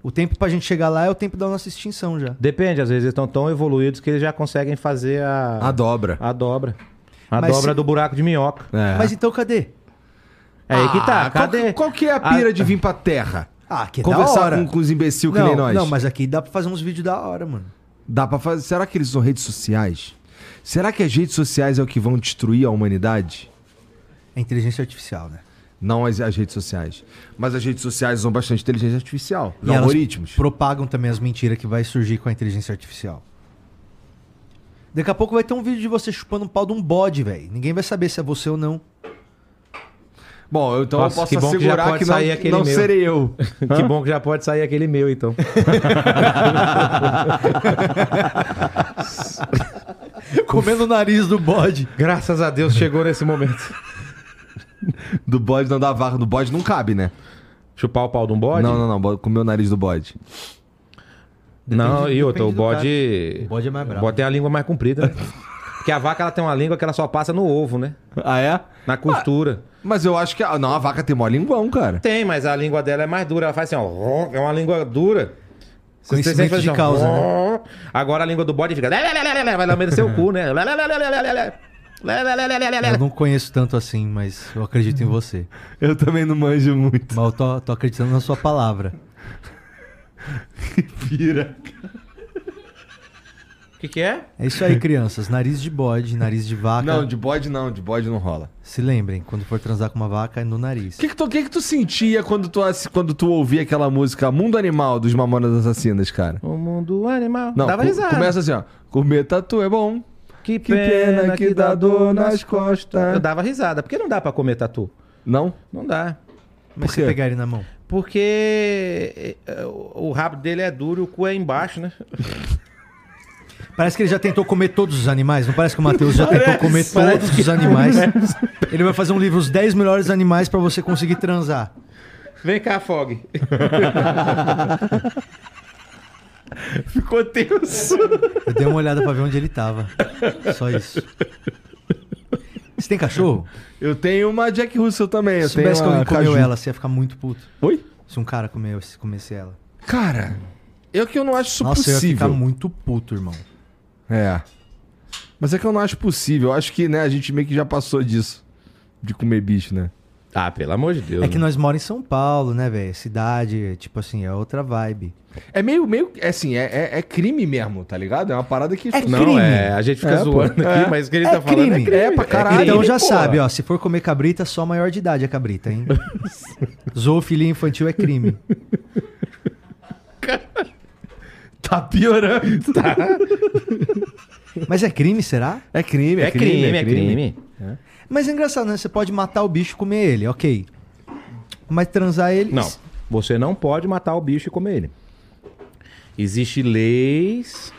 O tempo pra gente chegar lá é o tempo da nossa extinção já. Depende, às vezes eles estão tão evoluídos que eles já conseguem fazer A a, dobra. a dobra. A Mas dobra se- do buraco de minhoca. É. Mas então cadê? É aí que tá. Ah, qual- Cadê? Qual, que é a pira de vir pra terra? Ah, que Conversar da hora. Com, com os imbecil que não, nem nós. não, mas aqui dá pra fazer uns vídeos da hora, mano. Dá para fazer. Será que eles usam redes sociais? Será que as redes sociais é o que vão destruir a humanidade? É inteligência artificial, né? Não as, as redes sociais. Mas as redes sociais usam bastante inteligência artificial. Os E elas algoritmos. propagam também as mentiras que vai surgir com a inteligência artificial. Daqui a pouco vai ter um vídeo de você chupando um pau de um bode, velho. Ninguém vai saber se é você ou não. Bom, eu- então Nossa, eu que posso bom que já assegurar pode que, não, sair aquele não meu. serei eu. Que bom que já pode sair aquele meu, então. Comendo o nariz do bode. Graças a Deus chegou nesse momento. Do bode não dá vaca. Do bode não cabe, né? Chupar o pau de um bode? Não, não, não. bo- Comer o nariz do bode. Não, Depende- e outra, o depende bode. do O bode é mais brabo. O bode tem a língua mais comprida, né? Porque a vaca ela tem uma língua que ela só passa no ovo, né? Ah, é? Na costura. Mas eu acho que. A... Não, a vaca tem mó linguão, cara. Tem, mas a língua dela é mais dura. Ela faz assim, ó. É uma língua dura. Você Conhecimento sempre faz de causa, assim, ó. Agora a língua do bode fica. Vai lamer seu cu, né? Eu não conheço tanto assim, mas eu acredito em você. Eu também não manjo muito. Mas eu tô, tô acreditando na sua palavra. Pira. O que, que é? É isso aí, crianças. Nariz de bode, nariz de vaca. Não, de bode não, de bode não rola. Se lembrem, quando for transar com uma vaca, é no nariz. O que que tu, que que tu sentia quando tu, assi- quando tu ouvia aquela música Mundo Animal dos Mamonas Assassinas, cara? O mundo animal. Não, Dava co- risada. começa assim, ó. Comer tatu é bom. Que pena que dá dor nas costas. Eu dava risada. Porque não dá pra comer tatu. Não? Não dá. Mas Por se quê? pegar ele na mão. Porque eh, o o rabo dele é duro e o cu é embaixo, né? Parece que ele já tentou comer todos os animais, não parece que o Matheus já tentou comer todos os animais? Ele vai fazer um livro, Os 10 Melhores Animais, pra você conseguir transar. Vem cá, Fog. Ficou tenso. Eu dei uma olhada pra ver onde ele tava. Só isso. Você tem cachorro? Eu tenho uma Jack Russell também. Eu Se tenho soubesse que uma alguém comeu Caju. ela, você ia ficar muito puto. Oi? Se um cara comeu, se comesse ela. Cara, eu que eu não acho isso Nossa, eu ia possível. ficar muito puto, irmão. É. Mas é que eu não acho possível. Eu acho que, né, a gente meio que já passou disso. De comer bicho, né? Ah, pelo amor de Deus. É que nós moramos em São Paulo, né, velho? Cidade, tipo assim, é outra vibe. É meio, meio. É assim, é, é- é crime mesmo, tá ligado? É uma parada que. É Não, crime. é. A gente fica É, zoando pô. aqui, mas o que ele É tá falando crime. é crime. É pra caralho. então crime, já pô. sabe, ó, se for comer cabrita, só maior de idade é cabrita, hein? Zoofilia infantil é crime. Tá piorando. Tá. Mas é crime, será? É crime, É crime, é crime. Mas é engraçado, né? Você pode matar o bicho e comer ele, ok. Mas transar ele. Não, você não pode matar o bicho e comer ele. Existe leis,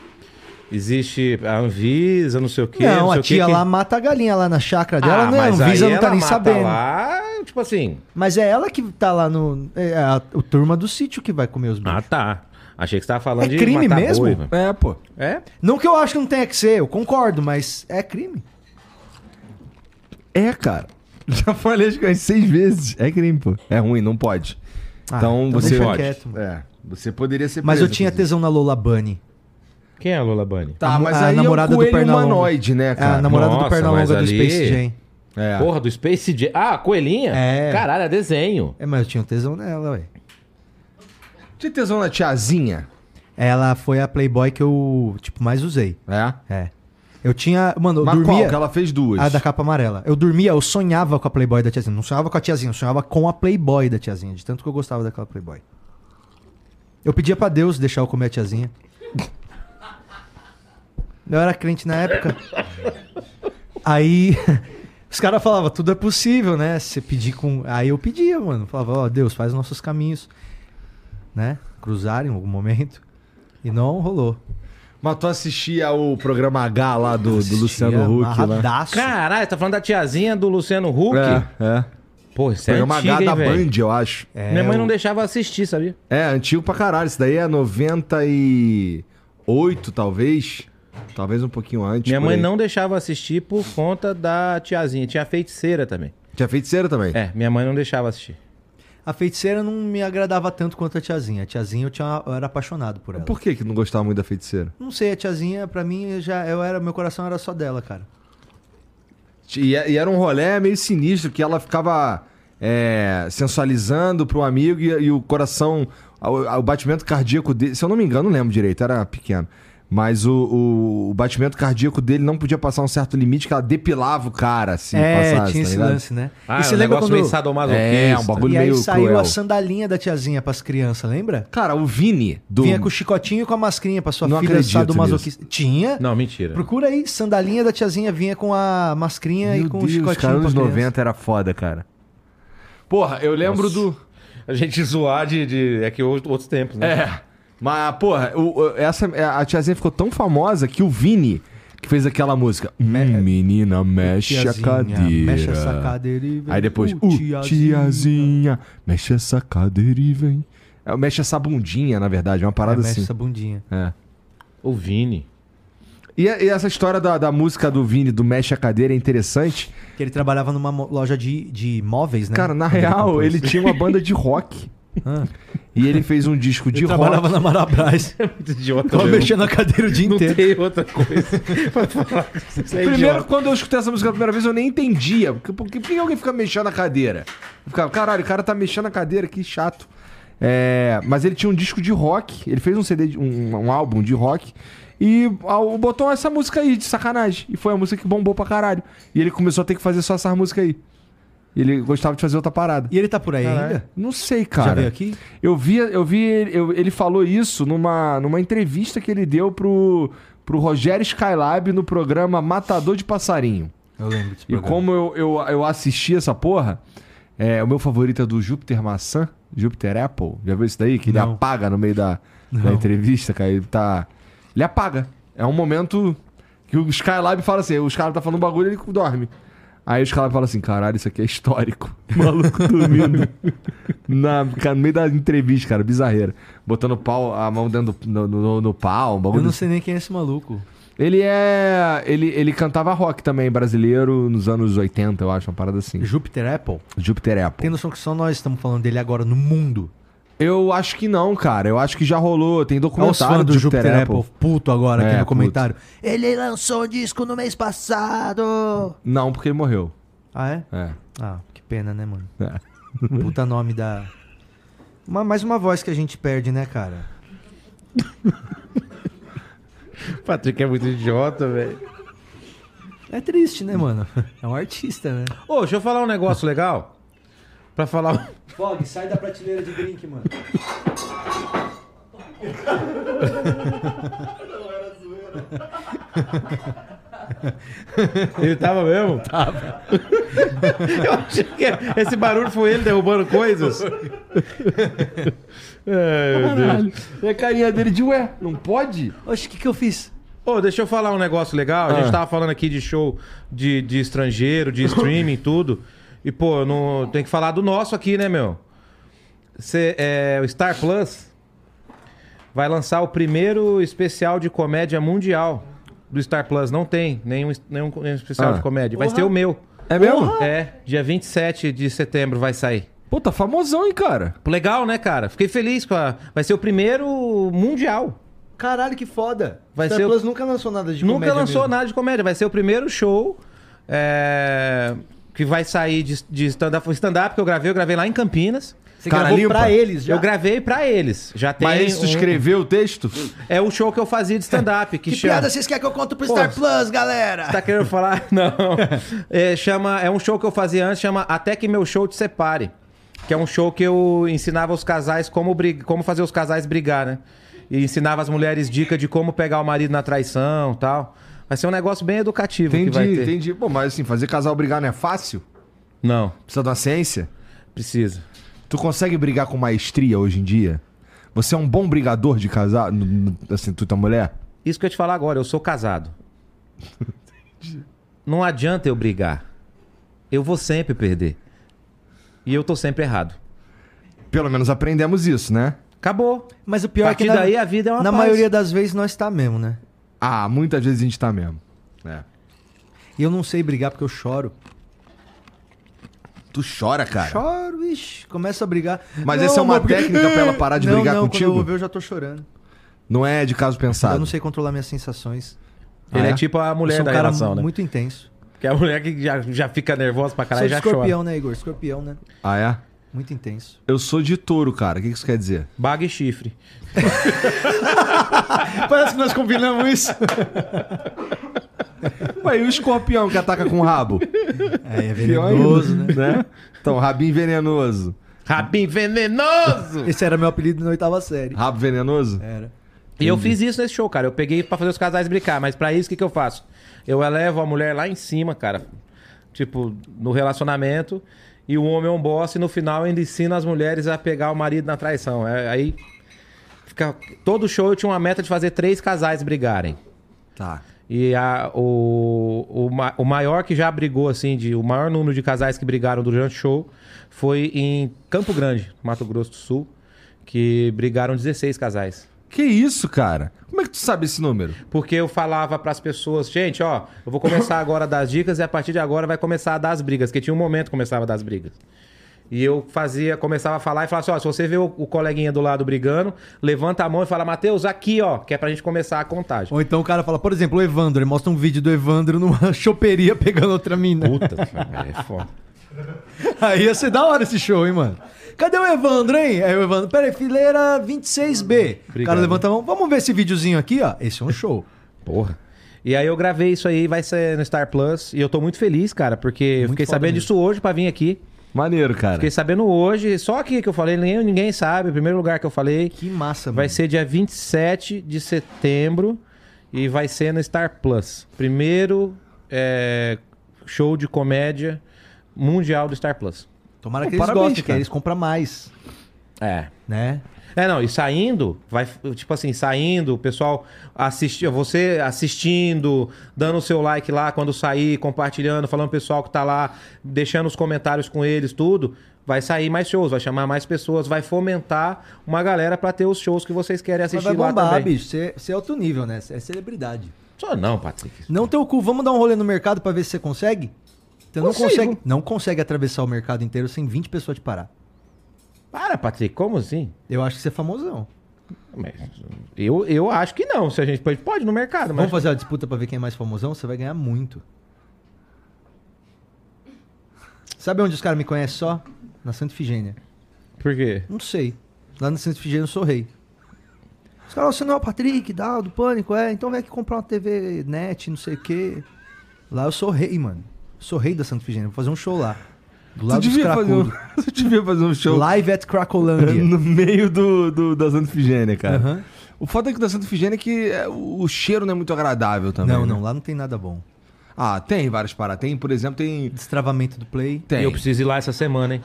existe a Anvisa, não sei o quê. Não, sei a o quê tia que- lá mata a galinha lá na chácara dela, Ah, né? A mas Anvisa aí não tá ela nem mata sabendo. lá, tipo assim... Mas é ela que tá lá no. É a, o turma do sítio que vai comer os bichos. Ah, tá. Achei que você tava falando É de crime matar mesmo? boi, velho. É, pô. É? Não que eu acho que não tenha que ser, eu concordo, mas é crime. É, cara. Já falei acho que umas seis vezes. É crime, pô. É ruim, não pode. Ah, então, então você deixa pode. quieto, mano. é, você poderia ser Mas eu preso, tinha inclusive. tesão na Lola Bunny. Quem é a Lola Bunny? Tá, A mas mo- a aí é namorada do um coelho Pernalonga. humanoide, né, É, cara? a namorada do nossa, Pernalonga mas do ali- Space Jam. É. Porra, do Space Jam. Ah, a coelhinha? É. Caralho, é desenho. É, mas eu tinha um tesão nela, ué. Tinha tesão na tiazinha? Ela foi a Playboy que eu, tipo, mais usei. É. É. Eu tinha. Mano, eu Mas dormia. qual? Que ela fez duas. A da capa amarela. Eu dormia, eu sonhava com a Playboy da tiazinha. Não sonhava com a tiazinha, eu sonhava com a Playboy da tiazinha, de tanto que eu gostava daquela Playboy. Eu pedia pra Deus deixar eu comer a tiazinha. Eu era crente na época. Aí os caras falavam, tudo é possível, né? Se você pedir com. Aí eu pedia, mano. Falava, ó, Deus, faz nossos caminhos. Né? Cruzarem em algum momento. E não rolou. Mas tu assistia o programa H lá do, do Luciano Assistia Huck lá. amarradaço. Caralho, tá falando da tiazinha do Luciano Huck? É, é. Pô, isso é Programa antiga, H da hein, velho? Band, eu acho. É. Minha mãe não deixava eu assistir, sabia? antigo pra caralho. Isso daí é 98, talvez. Talvez um pouquinho antes. Minha por mãe aí. não deixava eu assistir por conta da tiazinha. Tinha a feiticeira também. Tinha feiticeira também. É, minha mãe não deixava assistir. A feiticeira não me agradava tanto quanto a tiazinha. A tiazinha eu, tinha, eu era apaixonado por ela. Por que que não gostava muito da feiticeira? Não sei, a tiazinha, pra mim, eu já, eu era, meu coração era só dela, cara. E, é- e era um rolé meio sinistro, que ela ficava é, sensualizando pro amigo e, e o coração, a- a- o, batimento cardíaco dele, se eu não me engano, não lembro direito, era pequeno. Mas o, o- o batimento cardíaco dele não podia passar um certo limite, que ela depilava o cara, assim, É, passasse, É, tinha tá esse ligado? lance, né? Ah, e você um lembra negócio quando... meio sadomasoquista. É, um bagulho e aí meio saiu cruel. a sandalinha da tiazinha pras crianças, lembra? Cara, o Vini do... Vinha com o chicotinho e com a mascarinha pra sua Não filha acredito sadomasoquista. Tinha? Não, mentira. Procura aí, sandalinha da tiazinha vinha com a mascarinha Meu e com o Deus, chicotinho cara, anos pra criança. 90 era foda, cara. Porra, eu lembro do... A gente zoar de... de- É que hoje- outros tempos, né? É. Mas, porra, o- o- essa, é, a tiazinha ficou tão famosa que o Vini, que fez aquela música. "Hum, menina, mexe Tiazinha, a cadeira. Mexe essa cadeira e vem. Aí depois, Uh, "Uh, tiazinha. mexe essa cadeira e vem. É, mexe essa bundinha, na verdade, é uma É, parada mexe assim. essa bundinha. É. O Vini. E, e essa história da, da música do Vini, do Mexe a Cadeira, é interessante. Que ele trabalhava numa mo- loja de, de móveis, né? Cara, na Quando real, compôs. ele tinha uma banda de rock. Ah. E ele fez um disco de Ele rock. trabalhava na Marabras. Muito idiota. Tava mesmo. mexendo a cadeira o dia Não inteiro. tem outra coisa pra falar. Você é Primeiro, idiota. quando eu escutei essa música pela primeira vez, eu nem entendia. Porque, porque, por que alguém fica mexendo a cadeira? Eu ficava, caralho, o cara tá mexendo a cadeira, que chato. É, mas ele tinha um disco de rock, ele fez um CD, de- um, um álbum de rock, e ao- botou essa música aí, de sacanagem. E foi a música que bombou pra caralho. E ele começou a ter que fazer só essa música aí. E ele gostava de fazer outra parada. E ele tá por aí ainda? Não sei, Já cara. veio aqui? Eu vi, eu vi ele, eu- ele falou isso numa, numa entrevista que ele deu pro, pro Rogério Skylab no programa Matador de Passarinho. Eu lembro desse E como eu, eu, eu assisti essa porra, é, o meu favorito é do Júpiter Maçã, Júpiter Apple. Já viu isso daí? Que ele Não. apaga no meio da, da entrevista, cara. Ele tá. Ele apaga. É um momento que o Skylab fala assim: o Skylab tá falando um bagulho e ele dorme. Aí o Skylab fala assim: caralho, isso aqui é histórico. O maluco dormindo. Na, cara, no meio da entrevista, cara, bizarreira. Botando pau, a mão dentro do, no, no, no pau, um Eu bagulho não sei nem quem é esse maluco. ele é. Ele, ele cantava rock também, brasileiro, nos anos 80, eu acho, uma parada assim. Júpiter Apple? Júpiter Apple. Tem noção que só nós estamos falando dele agora no mundo. Eu acho que não, cara. Eu acho que já rolou. Tem Olha os documentário fãs do Júpiter Apple. puto agora É, aqui no puto. comentário. Ele lançou um disco no mês passado. Não, porque ele morreu. Ah, é? É. Ah, que pena, né, mano? É. Puta nome da. Uma- mais uma voz que a gente perde, né, cara? Patrick é muito idiota, velho. É triste, né, mano? É um artista, né? Ô, deixa eu falar um negócio legal. Pra falar. um- Fog, sai da prateleira de drink, mano. Ele tava mesmo? Tava. eu achei que esse barulho foi ele derrubando coisas. Ai, meu Deus. Caralho. E a carinha dele de ué, não pode? Oxe, o que, que eu fiz? Ô, deixa eu falar um negócio legal. A gente tava falando aqui de show de, de estrangeiro, de streaming, tudo. E, pô, eu não... tem que falar do nosso aqui, né, meu? Cê, é, o Star Plus vai lançar o primeiro especial de comédia mundial do Star Plus. Não tem nenhum, nenhum, nenhum especial Ah. de comédia. Vai ser o meu. É mesmo? É, dia 27 de setembro vai sair. Pô, tá famosão, hein, cara? Legal, né, cara? Fiquei feliz com a... Vai ser o primeiro mundial. Caralho, que foda. Vai Star ser o- Plus nunca lançou nada de Nunca comédia lançou mesmo. nada de comédia. Vai ser o primeiro show é, que vai sair de, de stand-up. Foi stand-up que eu gravei, eu gravei lá em Campinas. Você Cara gravou limpa. pra eles já. Eu gravei pra eles. Já tem. Mas ele tu um- escreveu o texto? É o show que eu fazia de stand-up. Que, Que chama... piada assim. vocês querem que eu conto pro Pô, Star Plus, galera? Tá querendo falar? Não. É, chama, é um show que eu fazia antes, chama Até Que Meu Show Te Separe. Que é um show que eu ensinava os casais como, brig- como fazer os casais brigar, né? E ensinava as mulheres dicas de como pegar o marido na traição e tal. Vai ser um negócio bem educativo que vai Entendi, ter. entendi. Pô, mas assim, fazer casal brigar não é fácil? Não, Precisa de uma ciência? precisa. Tu consegue brigar com maestria hoje em dia? Você é um bom brigador de casal, n- n- assim, tu e tua mulher? Isso que eu ia te falar agora, eu sou casado. Não adianta eu brigar. Eu vou sempre perder. E eu tô sempre errado. Pelo menos aprendemos isso, né? Acabou. Mas o pior A é que partir daí a vida é uma Na paz. maioria das vezes nós tá mesmo, né? Ah, muitas vezes a gente tá mesmo. É. E eu não sei brigar porque eu choro. Tu chora, cara. Choro, ixi, começo a brigar. Mas essa é uma amor, técnica pra ela parar de não, brigar não, contigo? Quando eu ver, eu já tô chorando. Não é de caso pensado. Eu não sei controlar minhas sensações. Ele Ah, é? é? tipo a eu Ah. mulher sou um da cara relação, né? muito intenso. Que é a mulher que já, já fica nervosa pra sou caralho e de já escorpião, chora. né, Igor? Escorpião, né? Ah, é? Muito intenso. Eu sou de touro, cara. O que que isso quer dizer? Baga e chifre. Parece que nós combinamos isso. Ué, e o escorpião que ataca com o rabo? É, é Pior venenoso, né? ainda, né? Então, rabinho venenoso. Rabinho venenoso! Esse era meu apelido na oitava série. Rabo venenoso? Era. E eu fiz isso nesse show, cara. Eu peguei pra fazer os casais brincar, mas pra isso o que, que eu faço? Eu elevo a mulher lá em cima, cara. Tipo, no relacionamento. E o homem é um boss e no final ainda ensina as mulheres a pegar o marido na traição. É, aí. Fica... Todo show eu tinha uma meta de fazer três casais brigarem. Tá. E a- o, o, ma- o maior que já brigou, assim, de, o maior número de casais que brigaram durante o show foi em Campo Grande, Mato Grosso do Sul, que brigaram 16 casais. Que isso, cara? Como é que tu sabe esse número? Porque eu falava pras pessoas, gente, ó, eu vou começar agora a dar as dicas e a partir de agora vai começar a dar as brigas, porque tinha um momento que começava a dar as brigas. E eu fazia, começava a falar e falava assim, ó, se você vê o, o coleguinha do lado brigando, levanta a mão e fala, Matheus, aqui, ó, que é pra gente começar a contagem. Ou então o cara fala, por exemplo, o Evandro, ele mostra um vídeo do Evandro numa choperia pegando outra mina. Então, Puta, cara, é foda. Aí ia ser da hora esse show, hein, mano? Cadê o Evandro, hein? Aí o Evandro, peraí, fileira 26B. O Obrigado. cara levanta a mão, vamos ver esse videozinho aqui, ó. Esse é um show. Porra. E aí eu gravei isso aí, vai ser no Star Plus. E eu tô muito feliz, cara, porque eu fiquei foda sabendo mesmo. disso hoje pra vir aqui. Maneiro, cara. Fiquei sabendo hoje, só aqui que eu falei, ninguém, ninguém sabe, o primeiro lugar que eu falei. Que massa, Vai mano. ser dia 27 de setembro e vai ser no Star Plus. Primeiro é, show de comédia mundial do Star Plus. Tomara Pô, que eles parabéns, gostem, que cara. aí eles compram mais, É. né? É, não, e saindo, vai, tipo assim, saindo, o pessoal assistindo, você assistindo, dando o seu like lá quando sair, compartilhando, falando pro pessoal que tá lá, deixando os comentários com eles, tudo, vai sair mais shows, vai chamar mais pessoas, vai fomentar uma galera pra ter os shows que vocês querem Mas assistir vai lá bombar, também. bicho. Você você é alto nível, né? Você é celebridade. Só não, Patrick. Não teu cu, vamos dar um rolê no mercado pra ver se você consegue? Você não Consigo. consegue, não consegue atravessar o mercado inteiro sem 20 pessoas te parar. Para, Patrick, como assim? Eu acho que você é famosão. Mas eu, eu acho que não, se a gente pode, pode no mercado, mas Vamos fazer uma disputa pra ver quem é mais famosão? Você vai ganhar muito. Sabe onde os caras me conhecem só? Na Santa Ifigênia. por quê? Não sei. Lá na Santa Ifigênia eu sou rei. Os caras, "Ó, você não é o Patrick, dá, do Pânico, é, então vem aqui comprar uma TV net, não sei o quê. Lá eu sou rei, mano. Sou rei da Santa Ifigênia, vou fazer um show lá. Do Tu lado dos devia, fazer um, cracudos. tu devia fazer um show Live at Cracolândia. no meio do, do, da Santa Figênia, cara. Aham. O foda é que da Santa Figênia é que é, o o cheiro não é muito agradável também. Não, né? não, lá não tem nada bom. Ah, tem várias paradas. Tem, por exemplo, tem. Destravamento do play. Tem. Eu preciso ir lá essa semana, hein?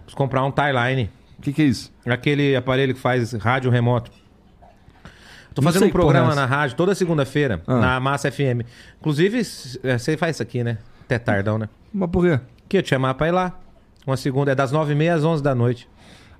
Preciso comprar um tie line. O que, que é isso? Aquele aparelho que faz rádio remoto. Tô Não fazendo sei um que porra é programa essa. na rádio toda segunda-feira, Ah. na Massa FM. Inclusive, s- é, você faz isso aqui, né? Até tardão, né? Mas por quê? Que eu te chamar pra ir lá. Uma segunda, é das 9h30 às 11 da noite.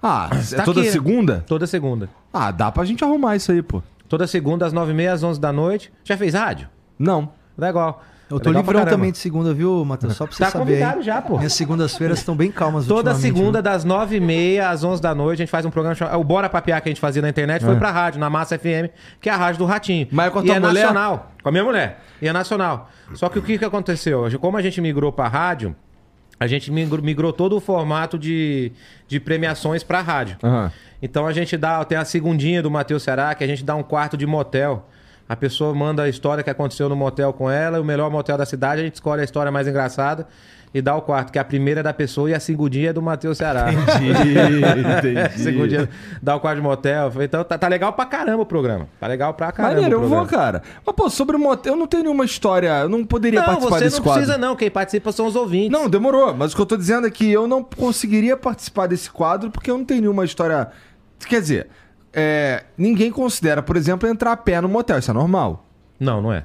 Ah, é Tá toda aqui, né? segunda? Toda segunda. Ah, dá pra gente arrumar isso aí, pô. Toda segunda, às 9h30 às 11 da noite. Já fez rádio? Não. É Legal. Eu tô Legal pra livrão caramba. também de segunda, viu, Matheus? Só pra você Tá saber. convidado aí. já, pô. Minhas segundas-feiras estão bem calmas Toda né? ultimamente, segunda, viu? das 9h30 às 11 da noite, a gente faz um programa chamado. O Bora Papear que a gente fazia na internet foi pra rádio, na Massa FM, que é a rádio do Ratinho. É. Mas com a e tua é mulher? nacional. Com a minha mulher. E é nacional. Só que o que, que aconteceu? Como a gente migrou pra rádio, a gente migrou, migrou todo o formato de, de premiações pra rádio. Aham. Então a gente dá, tem a segundinha do Matheus Ceará, que a gente dá um quarto de motel. A pessoa manda a história que aconteceu no motel com ela, o melhor motel da cidade, a gente escolhe a história mais engraçada e dá o quarto, que a primeira é da pessoa e a segundinha é do Matheus Ceará. segundinha dá o quarto de motel. Então tá, tá legal pra caramba o programa. Tá legal pra caramba. Maneiro, o eu vou, programa. cara. Mas, pô, sobre motel, eu não tenho nenhuma história. Eu não poderia Não, participar você desse não quadro. precisa, não. Quem participa são os ouvintes. Não, demorou. Mas o que eu tô dizendo é que eu não conseguiria participar desse quadro porque eu não tenho nenhuma história. Quer dizer, é, ninguém considera, por exemplo, entrar a pé no motel. Isso é normal. não, não é.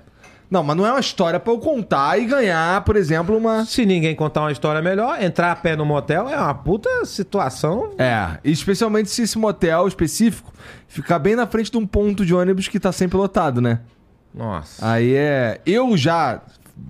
Não, mas não é uma história pra eu contar e ganhar, por exemplo, uma. Se ninguém contar uma história melhor, entrar a pé no motel é uma puta situação É, especialmente se esse motel específico ficar bem na frente de um ponto de ônibus que tá sempre lotado, né? Nossa. Aí é. Eu já.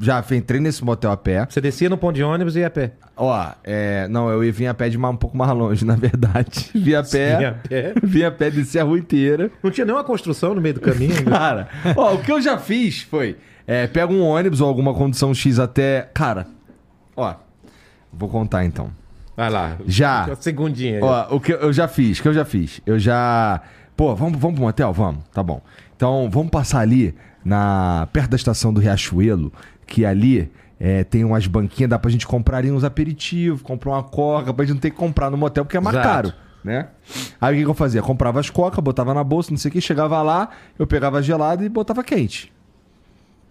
Já entrei nesse motel a pé. Você descia no ponto de ônibus e ia a pé. Ó, é, não, eu ia vir a pé de uma, um pouco mais longe, na verdade. Vim a É? pé. Vinha a pé. Vim a pé, desci a rua inteira. Não tinha nenhuma construção no meio do caminho. Cara, ó, o que eu já fiz foi. É, pega um ônibus ou alguma condição X até. Cara, ó. Vou contar então. Vai lá. Já. Segundinha. Ó, o que eu já fiz, o que eu já fiz. Eu já. Pô, vamos, vamos pro motel? Vamos, tá bom. Então, vamos passar ali na perto da estação do Riachuelo, que ali é, tem umas banquinhas, dá pra gente comprar ali uns aperitivos, comprar uma coca, pra gente não ter que comprar no motel, porque é mais Exato. caro, né? Aí o que, que eu fazia? Comprava as coca, botava na bolsa, não sei o que, chegava lá, eu pegava gelada e botava quente.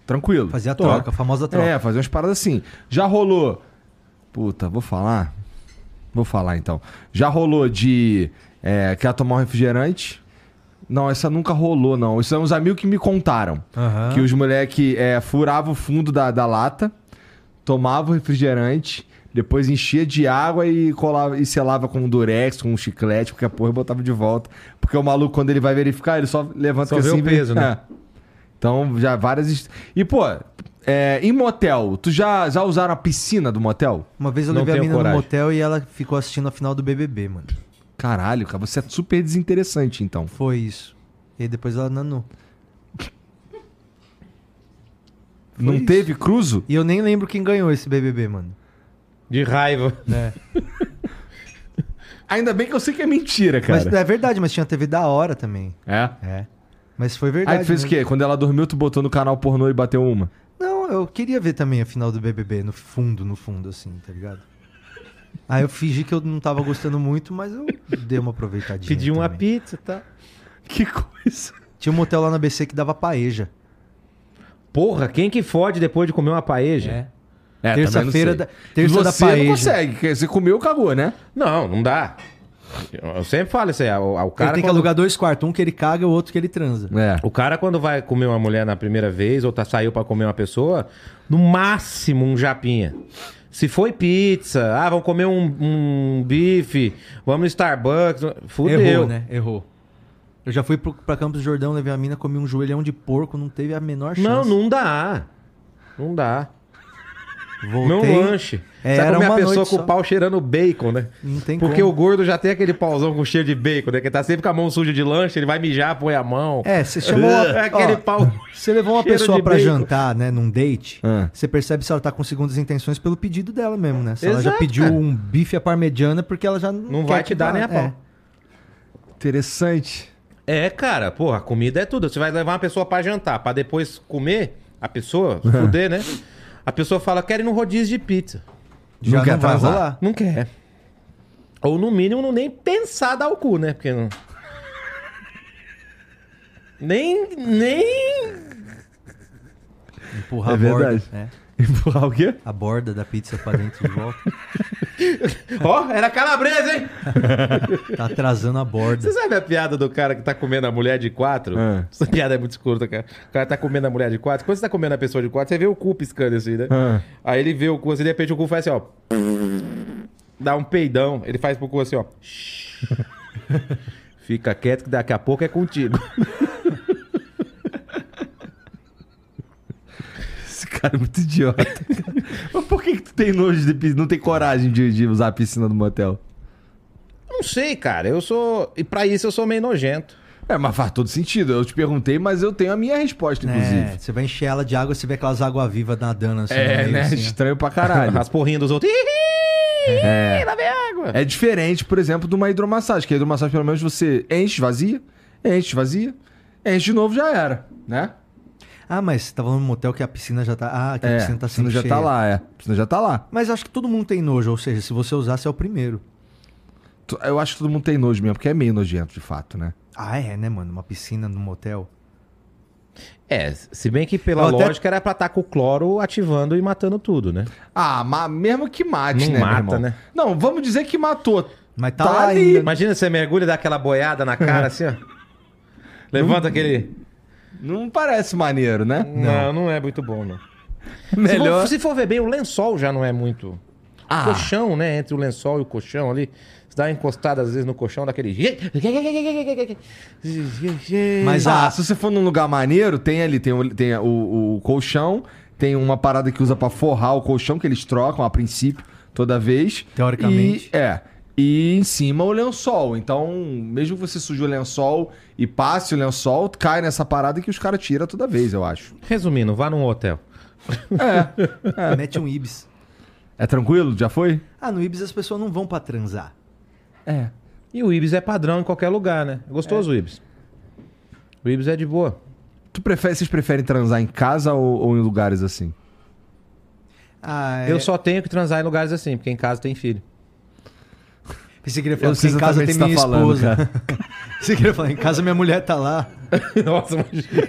Tranquilo. Fazia a troca, a famosa troca. É, fazia umas paradas assim. Já rolou. Puta, vou falar. Vou falar então. Já rolou de. É, quer tomar um refrigerante? Não, essa nunca rolou, não. Isso são os amigos que me contaram. Aham. Que os moleques é, furavam o fundo da, da lata, tomavam refrigerante, Depois enchia de água e, colava, e selava com um durex, com um chiclete, porque a porra botava de volta. Porque o maluco, quando ele vai verificar, ele só levanta Só vê o peso, né? É. Então, já várias... hist- E, pô, é, em motel, tu já, já usaram a piscina do motel? Uma vez eu Não levei a tenho mina coragem. no motel e ela ficou assistindo a final do BBB, mano. Caralho, cara, você é super desinteressante, então. Foi isso. E aí depois ela nanou. Não teve cruzo? E eu nem lembro quem ganhou esse BBB, mano. De raiva. Ainda bem que eu sei que é mentira, cara. Mas é verdade, mas tinha TV da hora também. É? É. Mas foi Ah, verdade. Aí tu fez o né? quê? Quando ela dormiu, tu botou no canal pornô e bateu uma. Não, eu queria ver também a final do BBB, no fundo, no fundo, assim, tá ligado? Aí eu fingi que eu não tava gostando muito, mas eu dei uma aproveitadinha. Pedi uma também. pizza, tá? Que coisa. Tinha um motel lá na BC que dava paeja. Porra, quem que fode depois de comer uma paeja? É, Terça-feira também não da- sei. terça da você paeja. não consegue. que Você comeu, cagou, né? Não, não dá. Eu sempre falo isso aí. O, o Ele cara tem que quando- alugar dois quartos, um que ele caga, o outro que ele transa. É. O cara, quando vai comer uma mulher na primeira vez, ou tá, saiu pra comer uma pessoa, no máximo um japinha. Se foi pizza, ah, vamos comer um, um bife, vamos no Starbucks, fudeu. Errou, né? Errou. Eu já fui pro, pra Campos do Jordão, levei a mina, comi um joelhão de porco, não teve a menor chance. Não, não dá. Não dá. Não Voltei, lanche. É, Sabe era como é a uma pessoa noite com só. o pau cheirando bacon, né? Não tem Porque como. o gordo já tem aquele pauzão com cheiro de bacon, né? Que tá sempre com a mão suja de lanche, ele vai mijar, põe a mão. É, você chamou... É aquele ó, pau. Você levou uma Cheiro pessoa de pra bacon. jantar, né, num date, Ah. você percebe se ela tá com segundas intenções pelo pedido dela mesmo, né? Se ela já Exato, pediu cara. um bife à parmegiana porque ela já Não quer vai te dar vá, nem a pau. é. Interessante. É, cara, porra, comida é tudo. Você vai levar uma pessoa pra jantar, pra depois comer a pessoa, fuder, né? A pessoa fala, quero ir num rodízio de pizza. Já Não não, quer vai transar. rolar. Não quer. Ou no mínimo, não nem pensar dar o cu, né? Porque não. Nem. Nem. Empurrar É a borda. verdade. é. Empurrar o quê? A borda da pizza pra dentro de volta. Ó, era calabresa, hein? Tá atrasando a borda. Você sabe a piada do cara que tá comendo a mulher de quatro? É. Essa piada é muito escura, cara. O cara tá comendo a mulher de quatro. Quando você tá comendo a pessoa de quatro, você vê o cu piscando assim, né? É. Aí ele vê o cu assim, de repente o cu faz assim, ó. Dá um peidão. Ele faz pro cu assim, ó. Fica quieto que daqui a pouco é contigo. Esse cara é muito idiota. cara. Mas por que, que tu tem nojo de piscina? Não tem coragem de, de usar a piscina do motel? Não sei, cara. Eu sou. E pra isso eu sou meio nojento. É, mas faz todo sentido. Eu te perguntei, mas eu tenho a minha resposta, É, inclusive. você vai encher ela de água e você vê aquelas água-viva nadando assim. no É, meio, né? assim, ó. Estranho pra caralho. As porrinhas dos outros. É. Ih, lá vem água. É diferente, por exemplo, de uma hidromassagem, que a hidromassagem pelo menos você enche, vazia, enche, vazia, enche de novo, já era, né? Ah, mas você tá falando no motel que a piscina já tá. Ah, que a é, piscina tá a piscina sendo já tá lá, é. A piscina já tá lá. Mas acho que todo mundo tem nojo, ou seja, se você usar, você é o primeiro. Tu- Eu acho que todo mundo tem nojo mesmo, porque é meio nojento, de fato, né? Ah, é, né, mano? Uma piscina no motel. É, se bem que pela Eu até- lógica era pra estar com o cloro ativando e matando tudo, né? Ah, mas mesmo que mate, Não né, meu mata, irmão? né? Não, vamos dizer que matou. Mas tá, Tá lá ali. ainda. Imagina você mergulha e dá aquela boiada na cara assim, ó. Levanta aquele. Não parece maneiro, né? Não, não é muito bom, não. Melhor. Se for, se for ver bem, o lençol já não é muito. Ah. O colchão, né? Entre o lençol e o colchão ali. Você dá uma encostada às vezes no colchão daquele jeito. Mas tá. ah, a- se você for num lugar maneiro, tem ali, tem, o, tem o, o colchão, tem uma parada que usa pra forrar o colchão, que eles trocam a princípio, toda vez. Teoricamente. E, é. E em cima o lençol. Então, mesmo que você suje o lençol e passe o lençol, cai nessa parada que os caras tiram toda vez, eu acho. Resumindo, vá num hotel. Mete um Ibis. É tranquilo? Já foi? Ah, no Ibis as pessoas não vão pra transar. É. E o Ibis é padrão em qualquer lugar, né? É Gostoso o Ibis. O Ibis é de boa. Tu prefere, vocês preferem transar em casa ou, ou em lugares assim? Ah, é. Eu só tenho que transar em lugares assim, porque em casa tem filho. Pensei que ele ia falar, Eu porque sei em casa exatamente tem o que minha você tá falando, esposa. Pensei que ele ia falar, em casa minha mulher tá lá. Nossa, imagina.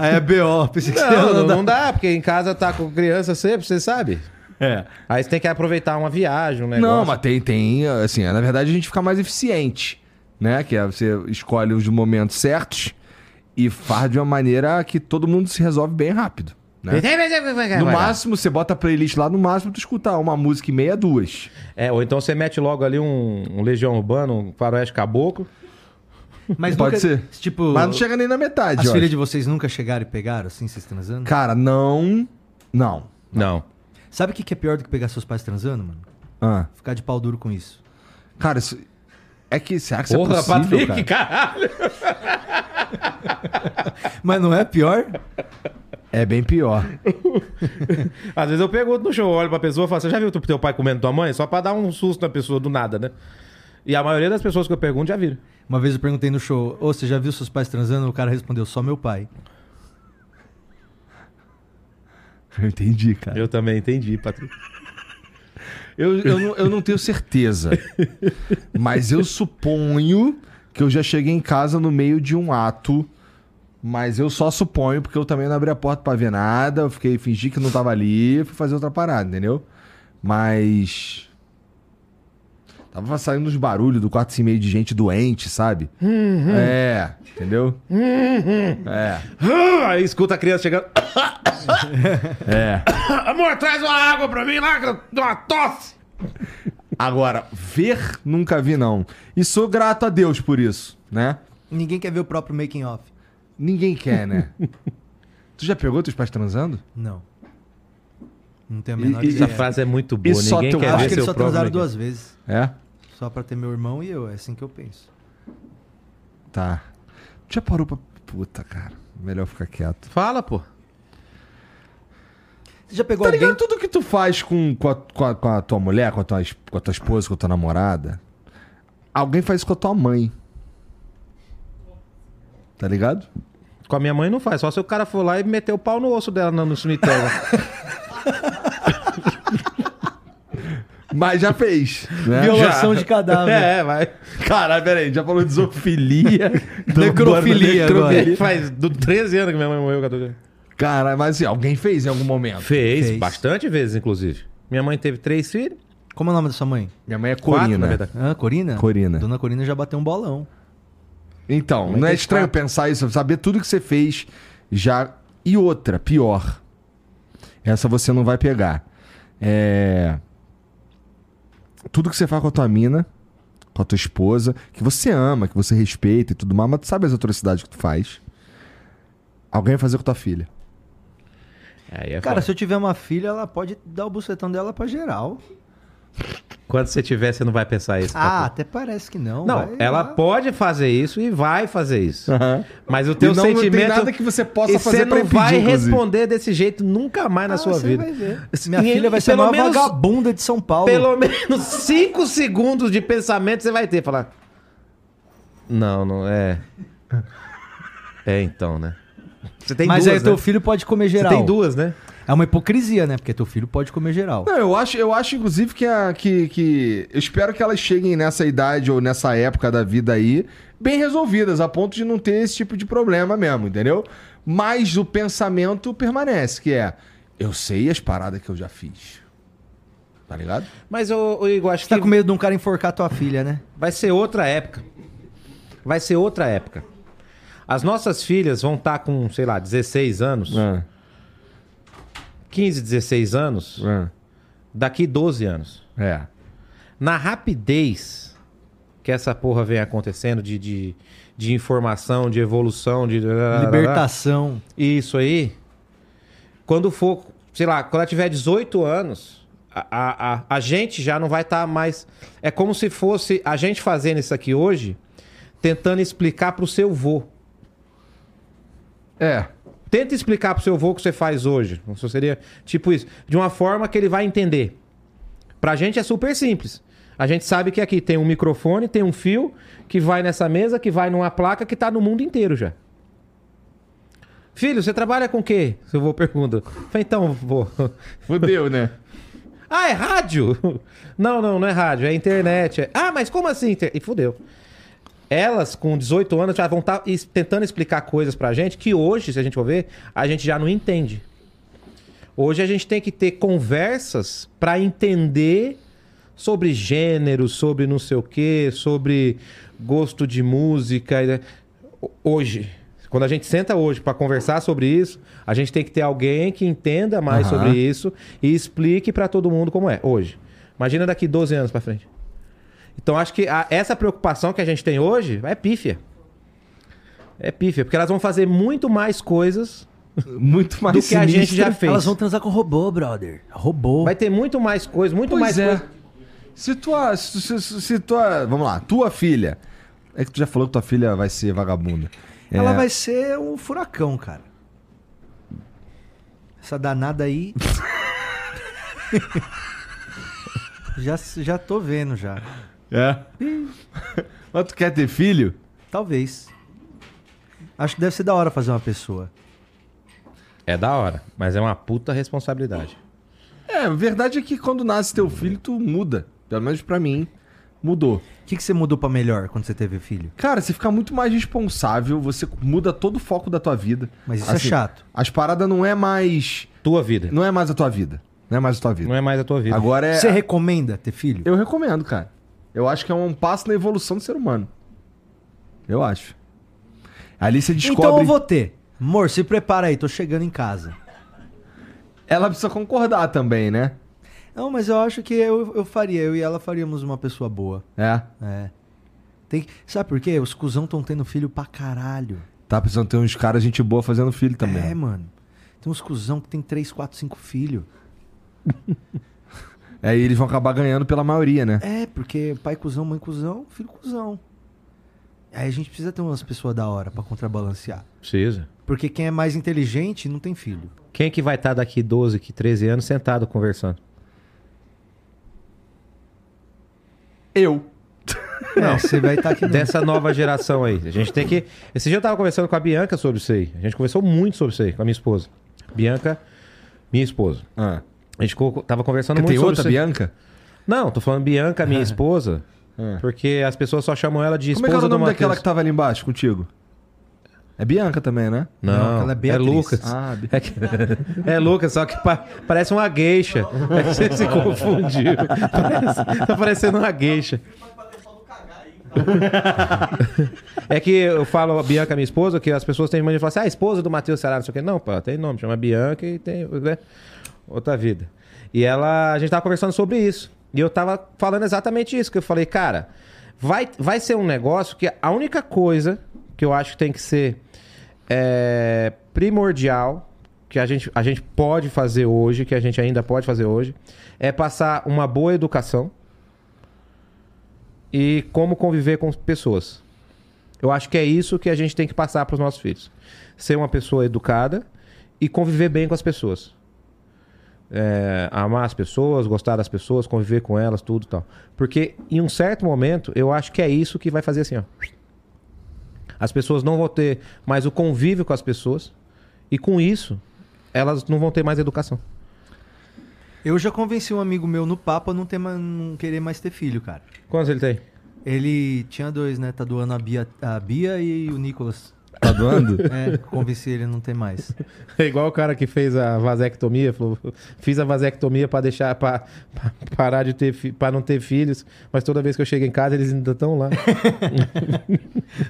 Aí é B.O. Pensei que você ia Não, não, mandar- não dá, porque em casa tá com criança sempre, você sabe. É. Aí você tem que aproveitar uma viagem, um negócio. Não, mas tem, tem, assim, na verdade a gente fica mais eficiente, né? Que é você escolhe os momentos certos e faz de uma maneira que todo mundo se resolve bem rápido. Né? é, No máximo, você bota a playlist lá, no máximo tu escutar uma música e meia, duas. É, ou então você mete logo ali um, um Legião Urbano, um Faroeste Caboclo. Mas Pode nunca- ser. Tipo, Mas não chega nem na metade, as ó. filhas de vocês nunca chegaram e pegaram, assim, vocês transando? Cara, não. Não. Não. Sabe o que, que é pior do que pegar seus pais transando, mano? Ah. Ficar de pau duro com isso. Cara, isso. É que será que isso Porra, é possível, Patrick, cara? caralho. Mas não é pior? É bem pior. Às vezes eu pergunto no show, eu olho pra pessoa e falo, você já viu tu- teu pai comendo tua mãe? Só pra dar um susto na pessoa do nada, né? E a maioria das pessoas que eu pergunto já viram. Uma vez eu perguntei no show, ô, você já viu seus pais transando? O cara respondeu, só meu pai. Eu entendi, cara. Eu também entendi, Patrick. Eu, eu, não, eu não tenho certeza. mas eu suponho que eu já cheguei em casa no meio de um ato. Mas eu só suponho, porque eu também não abri a porta pra ver nada. Eu fiquei, fingi que não tava ali, fui fazer outra parada, entendeu? Mas. Tava saindo uns barulhos do quarto e meio de gente doente, sabe? É, entendeu? é, Ah, Aí escuta a criança chegando. Ah, é. Amor, traz uma água pra mim lá, que eu dou uma tosse. Agora, ver, nunca vi, não. E sou grato a Deus por isso, né? Ninguém quer ver o próprio making off. Ninguém quer, né? tu já pegou teus pais transando? Não. Não tem a E- menor e- ideia. Essa frase é muito boa, E só ninguém teu quer Eu acho ver que eles seu só próprio... transaram negócio. duas vezes. É? Só pra ter meu irmão e eu, é assim que eu penso. Tá. Tu já parou pra. Puta, cara. Melhor ficar quieto. Fala, pô. Você já pegou Tá alguém... ligado? Tudo que tu faz com, com, a, com a- com a tua mulher, com a tua, es- com a tua esposa, com a tua namorada, alguém faz isso com a tua mãe. Tá ligado? Com a minha mãe não faz, só se o cara for lá e meter o pau no osso dela no no cemitério. Mas já fez. Né? Violação de cadáver. é, vai. Já. Cara, peraí, já falou de zoofilia. Necrofilia agora. necrofilia. Faz do 13 anos que minha mãe morreu, 14 anos. Cara, mas assim, alguém fez em algum momento. Fez, Fez. bastante vezes, inclusive. Minha mãe teve três filhos. Como é o nome da sua mãe? Minha mãe é Quatro, na corina. verdade. Hã? Corina? Corina. Dona Corina já bateu um bolão. Então, não é estranho pensar isso, saber tudo que você fez já. E outra, pior. Essa você não vai pegar. É. Tudo que você faz com a tua mina, com a tua esposa, que você ama, que você respeita e tudo mais, mas tu sabe as atrocidades que tu faz. Alguém vai fazer com tua filha. Aí é Cara, foda. se eu tiver uma filha, ela pode dar o bucetão dela pra geral. Quando você tiver, você não vai pensar isso. Ah, Patrick. até parece que não. não, vai ela lá. pode fazer isso e vai fazer isso. Mas o teu E não tem um sentimento. nada que você possa e fazer Você pra não vai impedir, inclusive. responder desse jeito nunca mais na Ah, sua você vida. vai ver. Minha E- filha vai e ser a pelo maior menos- vagabunda de São Paulo. Pelo menos cinco segundos de pensamento você vai ter. Falar. Não, não é. É então, né? Você tem Mas duas. aí teu né? filho pode comer Você geral. tem duas, né? É uma hipocrisia, né? Porque teu filho pode comer geral. Não, eu acho, eu acho inclusive que, a, que, que. Eu espero que elas cheguem nessa idade ou nessa época da vida aí bem resolvidas, a ponto de não ter esse tipo de problema mesmo, entendeu? Mas o pensamento permanece, que é: eu sei as paradas que eu já fiz. Tá ligado? Mas o, o Igor, acho Você tá que com medo de um cara enforcar tua filha, né? vai ser outra época. Vai ser outra época. As nossas filhas vão estar com, sei lá, 16 anos, É, 15, 16 anos, daqui 12 anos. É. Na rapidez que essa porra vem acontecendo de, de, de informação, de evolução, de. Libertação. Isso aí. Quando for, sei lá, quando ela tiver 18 anos, a, a, a, a gente já não vai estar mais. É como se fosse a gente fazendo isso aqui hoje, tentando explicar pro seu vô. É. Tenta explicar pro seu vô o que você faz hoje. Isso seria tipo isso. De uma forma que ele vai entender. Pra gente é super simples. A gente sabe que aqui tem um microfone, tem um fio que vai nessa mesa, que vai numa placa que tá no mundo inteiro já. Filho, você trabalha com o quê? Seu vô pergunta. Eu Falei, então, vô. Fudeu, né? Ah, é rádio? Não, não, não é rádio, é internet. É- Ah, mas como assim? inter- E fudeu. Elas, com 18 anos, já vão estar tentando explicar coisas pra gente que hoje, se a gente for ver, a gente já não entende. Hoje a gente tem que ter conversas pra entender sobre gênero, sobre não sei o quê, sobre gosto de música. e- né? Hoje. Quando a gente senta hoje para conversar sobre isso, a gente tem que ter alguém que entenda mais Aham. sobre isso e explique para todo mundo como é hoje. Imagina daqui 12 anos para frente. Então acho que a- essa preocupação que a gente tem hoje é pífia. É pífia, porque elas vão fazer muito mais coisas Muito mais do que a gente já fez. Elas vão transar com robô, brother. Robô. Vai ter muito mais coisas, muito Pois mais é. coisa. Se tua, se, se- se tua. Vamos lá, tua filha. É que tu já falou que tua filha vai ser vagabunda. Ela É, vai ser um furacão, cara. Essa danada aí. já, já tô vendo já. É. Mas tu quer ter filho? Talvez. Acho que deve ser da hora fazer uma pessoa. É da hora, mas é uma puta responsabilidade. É, a verdade é que quando nasce teu filho, tu muda. Pelo menos pra mim, mudou. O que, que você mudou pra melhor quando você teve filho? Cara, você fica muito mais responsável, você muda todo o foco da tua vida. Assim, Mas isso é chato. As paradas não é mais. Tua vida. Não é mais a tua vida. Não é mais a tua vida. Não é mais a tua vida. Agora é. Você recomenda ter filho? Eu recomendo, cara. Eu acho que é um passo na evolução do ser humano. Eu acho. Ali você descobre. Então eu vou ter. Amor, se prepara aí, tô chegando em casa. Ela precisa concordar também, né? Não, mas eu acho que eu, eu faria, eu e ela faríamos uma pessoa boa. É. É. Tem que- Sabe por quê? Os cuzão estão tendo filho pra caralho. Tá precisando ter uns caras, gente boa, fazendo filho também. né? É, mano. Tem uns cuzão que tem 3, 4, 5 filhos. Aí É, eles vão acabar ganhando pela maioria, né? É, porque pai cuzão, mãe cuzão, filho cuzão. Aí a gente precisa ter umas pessoas da hora pra contrabalancear. Precisa. Porque quem é mais inteligente não tem filho. Quem que vai estar daqui 12, que 13 anos sentado conversando? Eu. É, Não, você vai tá estar aqui dentro. Dessa nova geração aí. A gente tem que. Esse dia eu tava conversando com a Bianca sobre isso aí. A gente conversou muito sobre isso aí com a minha esposa. Bianca, minha esposa. Ah. A gente ficou- tava conversando muito Tem sobre outra, isso aí. Bianca? Não, tô falando Bianca, minha esposa, É. porque as pessoas só chamam ela de Como esposa é que era o do nome daquela Matheus. que tava ali embaixo contigo? É Bianca também, né? Não, Não, aquela é é, Beatriz. Lucas. Ah, Bi- É, que- é Lucas, só que pa- parece uma gueixa. É que Você se confundiu. Parece- tá parecendo uma gueixa. É que eu falo a Bianca, minha esposa, que as pessoas têm mania de falar assim, ah, esposa do Matheus Sarado, não sei o quê. Não, pô, tem nome, chama Bianca e tem né? outra vida. E ela, a gente tava conversando sobre isso. E eu tava falando exatamente isso, que eu falei, cara, vai, vai ser um negócio que a única coisa que eu acho que tem que ser é, primordial, que a gente, a gente pode fazer hoje, que a gente ainda pode fazer hoje, é passar uma boa educação e como conviver com pessoas. Eu acho que é isso que a gente tem que passar para os nossos filhos. Ser uma pessoa educada e conviver bem com as pessoas. É, amar as pessoas, gostar das pessoas, conviver com elas, tudo e tal. Porque em um certo momento, eu acho que é isso que vai fazer assim, ó. As pessoas não vão ter mais o convívio com as pessoas e com isso, elas não vão ter mais educação. Eu já convenci um amigo meu no papo a não, ter, ma- não querer mais ter filho, cara. Quantos ele tem? Ele tinha dois, né? Tá doando a Bia, a Bia e o Nicolas. Tá doando? É, convenci ele a não ter mais. É igual o cara que fez a vasectomia, falou, fiz a vasectomia pra deixar para parar de ter para não ter filhos, mas toda vez que eu chego em casa eles ainda estão lá.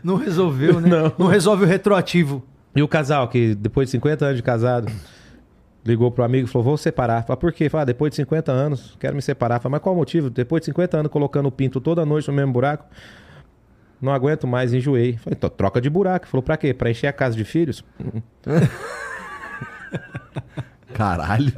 Não resolveu, né? Não, resolve o retroativo. e o casal que depois de 50 anos de casado ligou pro amigo e falou: "Vou separar". Fala: "Por quê?". Fala: "Depois de 50 anos, quero me separar". Fala: "Mas qual o motivo? Depois de 50 anos colocando o pinto toda noite no mesmo buraco, não aguento mais, enjoei". Falei: "Então troca de buraco". Falou: "Pra quê? Pra encher a casa de filhos?". Caralho.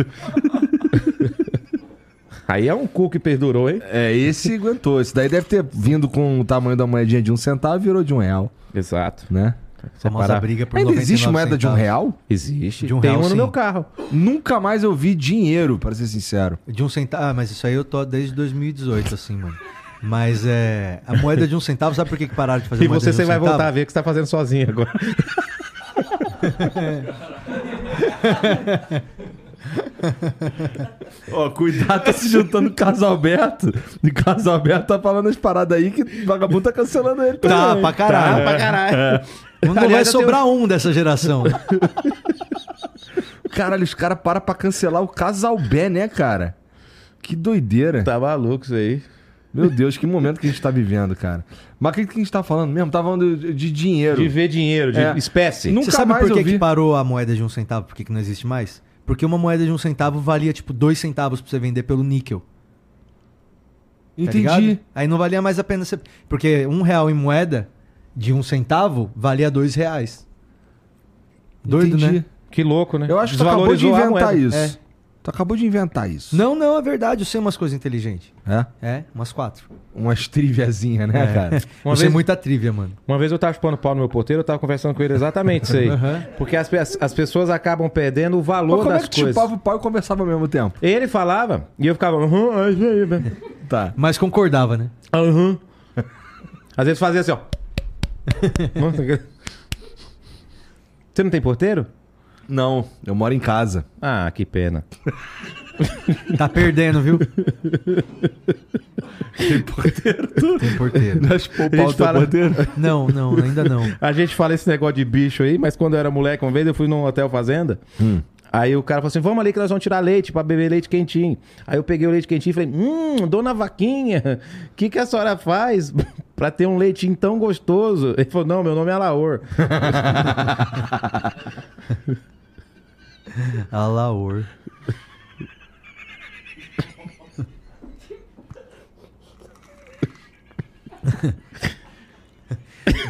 Aí é um cu que perdurou, hein? É, esse aguentou. Esse daí deve ter vindo com o tamanho da moedinha de um centavo e virou de um real, É. Exato. né? Famosa Separar. briga por Ainda 99 existe moeda de um centavos. real? Existe. De um Tem real, uma sim. no meu carro. Nunca mais eu vi dinheiro, pra ser sincero. De um centavo. Ah, mas isso aí eu tô desde 2018, assim, mano. Mas é. A moeda de um centavo, sabe por que que pararam de fazer E moeda você, de um você vai centavo? voltar a ver que você tá fazendo sozinho agora. Ó, cuidado, tá se juntando com o Carlos Alberto. E o Carlos Alberto tá falando as paradas aí que o vagabundo tá cancelando ele Tá, também. pra caralho. pra caralho. Não vai Aliás, eu sobrar um dessa geração. Caralho, os caras param pra cancelar o Casalbé, né, cara? Que doideira. Tá maluco isso aí. Meu Deus, que momento que a gente tá vivendo, cara. Mas o que, que a gente tá falando mesmo? Tava falando de, de dinheiro. De ver dinheiro, de É. espécie. Nunca Você sabe mais por eu que, vi. que parou a moeda de um centavo? Por que, que não existe mais? Porque uma moeda de um centavo valia tipo dois centavos pra você vender pelo níquel. tá Entendi. ligado? Aí não valia mais a pena você. Porque um real em moeda de um centavo valia dois reais. Doido, entendi. né? Que louco, né? Eu acho que tu acabou de Desvalorizou a inventar moeda. isso. É. Tu acabou de inventar isso. Não, não, é verdade. Eu sei umas coisas inteligentes. É? É, umas quatro. Umas triviazinhas, né, cara? Uma eu sei vez- muita trivia, mano. Uma vez eu tava chupando pau no meu porteiro, eu tava conversando com ele exatamente isso aí. Porque as, pe- as pessoas acabam perdendo o valor Mas como é das que coisas. chupava o pau e conversava ao mesmo tempo? Ele falava e eu ficava. Aham, é isso aí, velho. Tá. Mas concordava, né? Aham. Às vezes fazia assim, ó. Nossa, que- Você não tem porteiro? Não, eu moro em casa. Ah, que pena. Tá perdendo, viu? Tem porteiro. Tem porteiro. Deixa eu poupar A gente o teu fala- poder. Não, não, ainda não. A gente fala esse negócio de bicho aí, mas quando eu era moleque, uma vez eu fui num hotel fazenda. Aí o cara falou assim: vamos ali que nós vamos tirar leite pra beber leite quentinho. Aí eu peguei o leite quentinho e falei: hum, dona Vaquinha, o que, que a senhora faz pra ter um leitinho tão gostoso? Ele falou: não, meu nome é Laor. Alaor.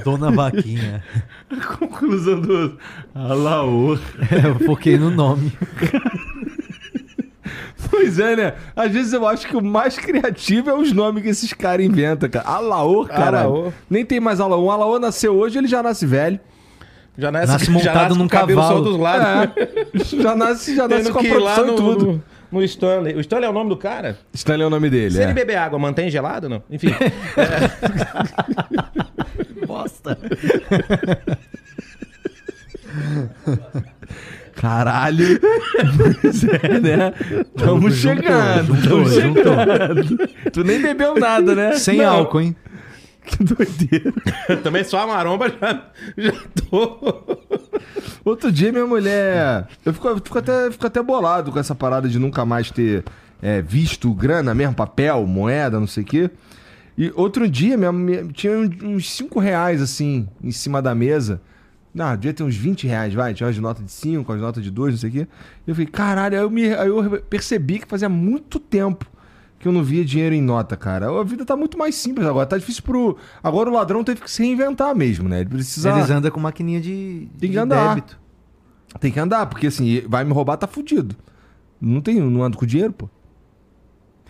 Dona Vaquinha. Conclusão do Alaô. É, eu foquei no nome. Pois é, né? Às vezes eu acho que o mais criativo é os nomes que esses caras inventam, cara. Alaô, cara. Alaô. Nem tem mais Alaô. O Alaô nasceu hoje, ele já nasce velho. Já nasce, Nasce já montado com num o cabelo só cavalo. dos lados. É. já nasce, já nasce Tendo com a que ir lá produção no, e tudo. no, no Stanley. O Stanley é o nome do cara? Stanley é o nome dele, Se ele é. beber água, mantém gelado ou não? Enfim. Bosta. Caralho. pois é, né? Tamo chegando. tamo juntou, chegando. tu nem bebeu nada, né? Sem Não. álcool, hein? Que doideira. Também só a maromba já, já tô. Outro dia minha mulher. Eu fico, eu fico até, fico até bolado com essa parada de nunca mais ter é, visto grana mesmo, papel, moeda, não sei o quê. E outro dia minha, minha- tinha uns 5 reais assim em cima da mesa. Não, devia ter uns 20 reais, vai. Tinha umas de nota de 5, umas de nota de 2, não sei o quê. E eu fiquei, caralho, aí eu, me, aí eu percebi que fazia muito tempo que eu não via dinheiro em nota, cara. A vida tá muito mais simples agora. Tá difícil pro. Agora o ladrão teve que se reinventar mesmo, né? Ele precisa. Eles andam com maquininha de, Tem que de andar. débito. Tem que andar, porque assim, vai me roubar, tá fudido. Não tem, não ando com dinheiro, pô.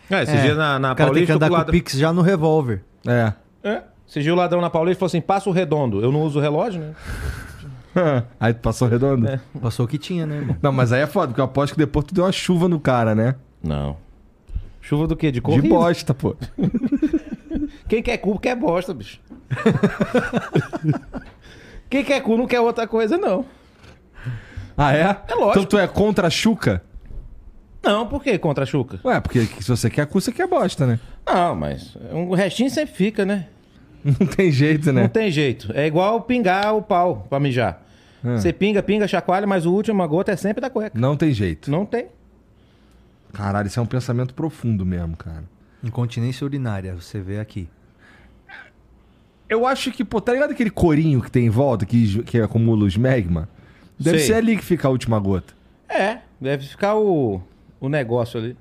É, esse É, dia na, na O cara tem que Paulista, andar o com o ladrão... Pix já no revólver. É. É, esse dia o ladrão na Paulista falou assim, passa o redondo. Eu não uso o relógio, né? aí tu passou redondo? É. Passou o que tinha, né, irmão? Não, mas aí é foda, porque eu aposto que depois tu deu uma chuva no cara, né? Não. Chuva do quê? De corrida? De bosta, pô. Quem quer cu, quer bosta, bicho. Quem quer cu não quer outra coisa, não. Ah, é? É lógico. Então tu é contra a Xuca? Não, por que contra a Chuca? Ué, porque se você quer cu, você quer bosta, né? Não, mas o restinho sempre fica, né? Não tem jeito, né? Não tem jeito. É igual pingar o pau pra mijar. Você pinga, pinga, chacoalha, mas o último, a gota é sempre da cueca. Não tem jeito. Não tem. Caralho, isso é um pensamento profundo mesmo, cara. Incontinência urinária, você vê aqui. Eu acho que, pô, tá ligado aquele corinho que tem em volta, que, que acumula os magma? Deve Sei. ser ali que fica a última gota. É, deve ficar o, o negócio ali.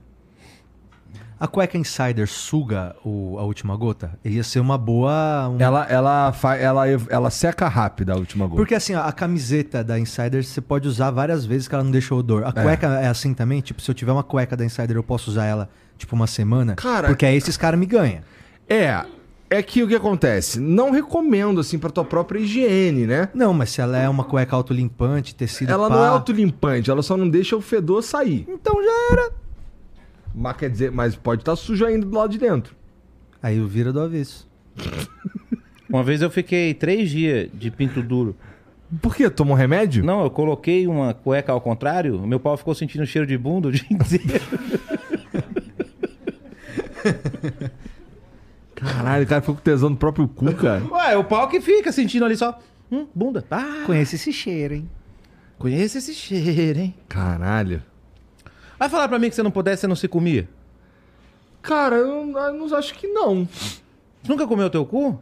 A cueca insider suga o- a última gota? Ia ser uma boa. um- Ela, ela, fa- ela, ela seca rápido a última gota. Porque assim, ó, a camiseta da Insider você pode usar várias vezes que ela não deixa odor. A cueca é. assim também? Tipo, se eu tiver uma cueca da Insider, eu posso usar ela, tipo, uma semana? Cara- Porque aí esses caras me ganham. É, é que o que acontece? Não recomendo, assim, pra tua própria higiene, né? Não, mas se ela é uma cueca autolimpante, tecido Ela pá, não é autolimpante, ela só não deixa o fedor sair. Então já era. Mas quer dizer, mas pode estar sujo ainda do lado de dentro. Aí eu vira do avesso. Uma vez eu fiquei três dias de pinto duro. Por quê? Toma um remédio? Não, eu coloquei uma cueca ao contrário, meu pau ficou sentindo um cheiro de bunda o dia inteiro. Caralho, o cara ficou com tesão no próprio cu, cara. Ué, é o pau que fica sentindo ali só. Hum, bunda. Ah, Conhece esse cheiro, hein? conheço esse cheiro, hein? Caralho. Vai falar pra mim que você não pudesse, você não se comia? Cara, eu, eu não acho que não. Você nunca comeu teu cu?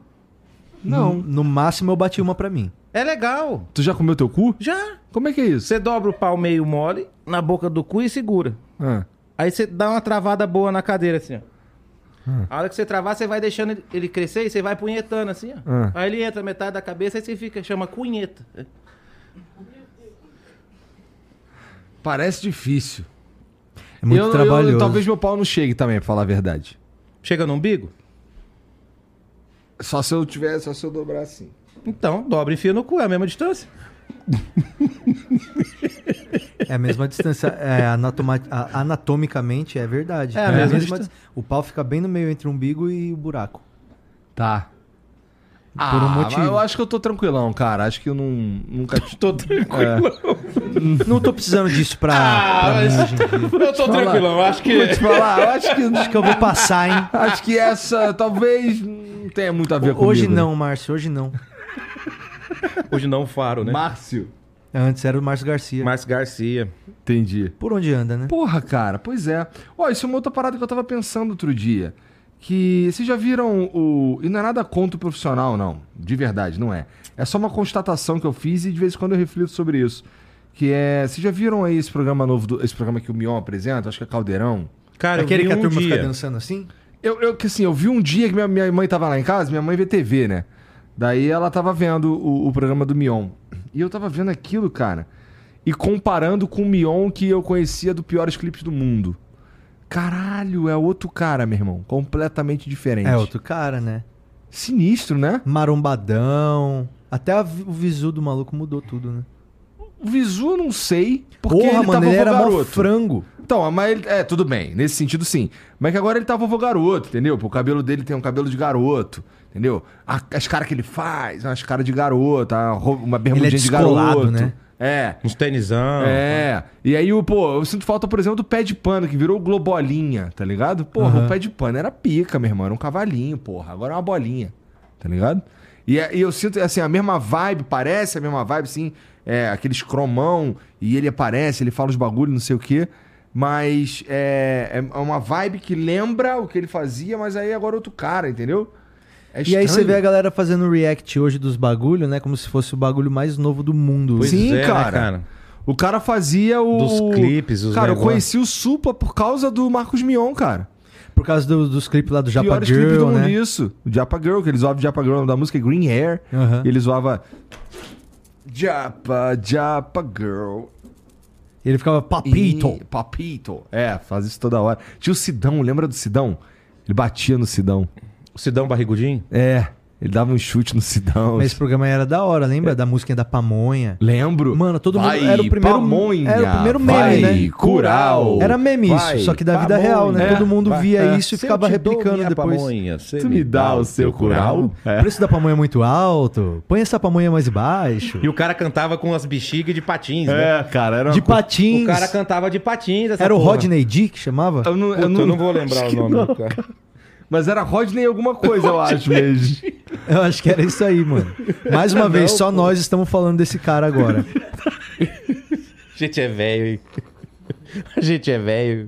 Não. No, no máximo eu bati uma pra mim. É legal. Hum. Tu já comeu teu cu? Já. Como é que é isso? Você dobra o pau meio mole na boca do cu e segura. Ah. Aí você dá uma travada boa na cadeira, assim, ó. A hora que você travar, você vai deixando ele- ele crescer e você vai punhetando, assim, ó. Ah. Aí ele entra metade da cabeça e você fica, chama cunheta. Parece difícil. É muito Eu- eu- trabalhoso. talvez meu pau não chegue também, pra falar a verdade. Chega no umbigo? Só se eu tiver, só se eu dobrar assim. Então, dobra e enfia no cu, é a mesma distância. É a mesma distância. É, anatoma- a- anatomicamente é verdade. É a mesma dis- distância. O pau fica bem no meio entre o umbigo e o buraco. Tá. Ah, um motivo. mas eu acho que eu tô tranquilão, cara. Acho que eu não, nunca. É. Tô tranquilo. Não tô precisando disso Ah, pra, Ah, pra mim hoje em dia. Eu tô tranquilão, acho que. Vou te falar, eu acho que, Acho que eu vou passar, hein? acho que essa talvez não tenha muito a ver comigo. Hoje não, Márcio, hoje não. Hoje não faro, né? Márcio. Antes era o Márcio Garcia. Márcio Garcia. Entendi. Por onde anda, né? Porra, cara, pois é. Ó, isso é uma outra parada que eu tava pensando outro dia. Que vocês já viram o. E não é nada contra o profissional, não. De verdade, não é. É só uma constatação que eu fiz e de vez em quando eu reflito sobre isso. Que é. Vocês já viram aí esse programa novo, do- esse programa que o Mion apresenta? Acho que é Caldeirão. Cara, Aquele eu vi que a um turma dia. fica dançando assim? Eu, eu, que assim, eu vi um dia que minha, minha mãe tava lá em casa, minha mãe vê TV, né? Daí ela tava vendo o, o programa do Mion. E eu tava vendo aquilo, cara. E comparando com o Mion que eu conhecia do Piores Clipes do Mundo. Caralho, é outro cara, meu irmão. Completamente diferente. É outro cara, né? Sinistro, né? Marombadão. Até a vi- o visu do maluco mudou tudo, né? O Visu eu não sei, porque Porra, ele mano, tá ele era mó garoto. frango. Então, mas ele, é, tudo bem, nesse sentido sim. Mas que agora ele tá vovô garoto, entendeu? Pô, o cabelo dele tem um cabelo de garoto, entendeu? A- as caras que ele faz, umas caras de garoto, a ro- uma bermudinha de é descolado, garoto. né? É. Uns Ah. tenisão. É, e aí, o- pô, eu sinto falta, por exemplo, do pé de pano, que virou globolinha, tá ligado? Porra, o pé de pano era pica, meu irmão, era um cavalinho, porra, agora é uma bolinha, tá ligado? E, e eu sinto, assim, a mesma vibe, parece a mesma vibe, assim, é, aqueles cromão, e ele aparece, ele fala os bagulhos, não sei o quê, mas é, é uma vibe que lembra o que ele fazia, mas aí agora é outro cara, entendeu? É E aí você estranho. vê a galera fazendo react hoje dos bagulho, né? Como se fosse o bagulho mais novo do mundo. Pois Sim, é, né, cara. cara? O cara fazia o. Dos clipes, os Cara, eu negócios. conheci o Supa por causa do Marcos Mion, cara. Por causa do- dos clipes lá do Japa Piores clipes do Girl, mundo, né? isso. O Japa Girl, que eles zoavam Japa Girl, o nome da música é Green Hair. Aham. E ele zoava. Japa, Japa Girl. Ele ficava papito. E- Papito. É, faz isso toda hora. Tinha o Sidão, lembra do Sidão? Ele batia no Sidão. O Sidão Barrigudinho? É, ele dava um chute no Sidão. Mas esse programa era da hora, É. lembra? Da música da pamonha. Lembro. Mano, todo mundo- Vai, era o primeiro- pamonha, era o primeiro meme, vai, né? Curau. Era meme isso, vai, só que da vida real, né? É, Todo mundo vai. via É. isso e Se eu ficava te dou replicando minha depois. pamonha, você Tu me dá o seu curau? O preço da pamonha é muito alto. Põe essa pamonha mais baixo. E o cara cantava com as bexigas de patins, né? É, cara, era De uma patins. O cara cantava de patins. essa Era o porra. Rodney D que chamava? Eu não, Puta, eu não, vou lembrar o nome do cara. Mas era Rodney alguma coisa, eu acho mesmo. Eu acho que era isso aí, mano. Mais uma vez, só nós estamos falando desse cara agora. A gente é velho, hein? A gente é velho.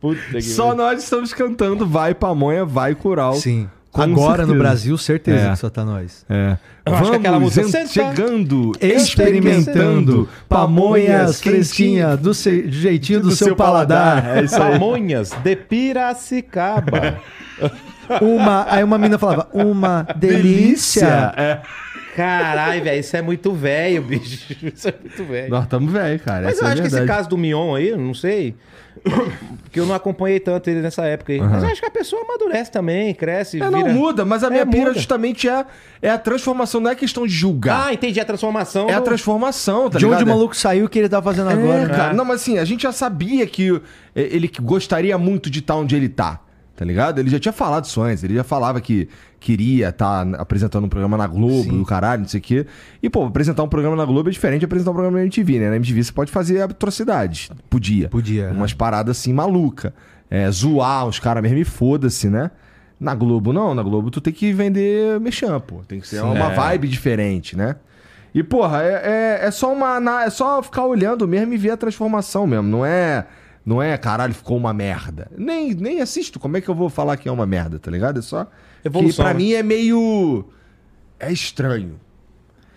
Puta que Só nós estamos cantando Vai Pamonha, Vai Cural. Sim. Com agora certeza. no Brasil, certeza É. que só tá nós. É. Eu acho que aquela Vamos música, en- "Senta, chegando, Experimentando experimentando pamonhas pamonhas fresquinhas fresquinha do se- do jeitinho do seu paladar. É isso aí. Pamonhas de Piracicaba. Uma, aí uma mina falava, uma delícia. É. Caralho, velho, isso é muito velho, bicho. Isso é muito velho. Nós estamos velho, cara. Mas essa eu é acho que esse verdade. caso do Mion aí, eu não sei. Porque eu não acompanhei tanto ele nessa época aí. Mas eu acho que a pessoa amadurece também, cresce. É, não vira- muda, mas a minha É, pira muda. justamente é, é a transformação, não é questão de julgar. Ah, entendi a transformação. é a do- transformação, tá de ligado? onde o maluco saiu, o que ele tá fazendo É, agora. né? cara. Não, mas assim, a gente já sabia que o- é, ele que gostaria muito de estar onde ele tá. Tá ligado? Ele já tinha falado isso antes, ele já falava que queria estar apresentando um programa na Globo e o caralho, não sei o quê. E, pô, apresentar um programa na Globo é diferente de apresentar um programa na MTV, né? Na MTV você pode fazer atrocidades. Podia. Podia. Umas paradas assim maluca. É, zoar os caras mesmo e foda-se, né? Na Globo não, na Globo tu tem que vender mexão, pô. Tem que ser É. uma vibe diferente, né? E, porra, é, é, é só uma. ana- É só ficar olhando mesmo e ver a transformação mesmo. Não é. Não é, caralho, ficou uma merda. Nem, nem assisto. Como é que eu vou falar que é uma merda, tá ligado? É só. que Evolução, pra né? mim é meio. É estranho.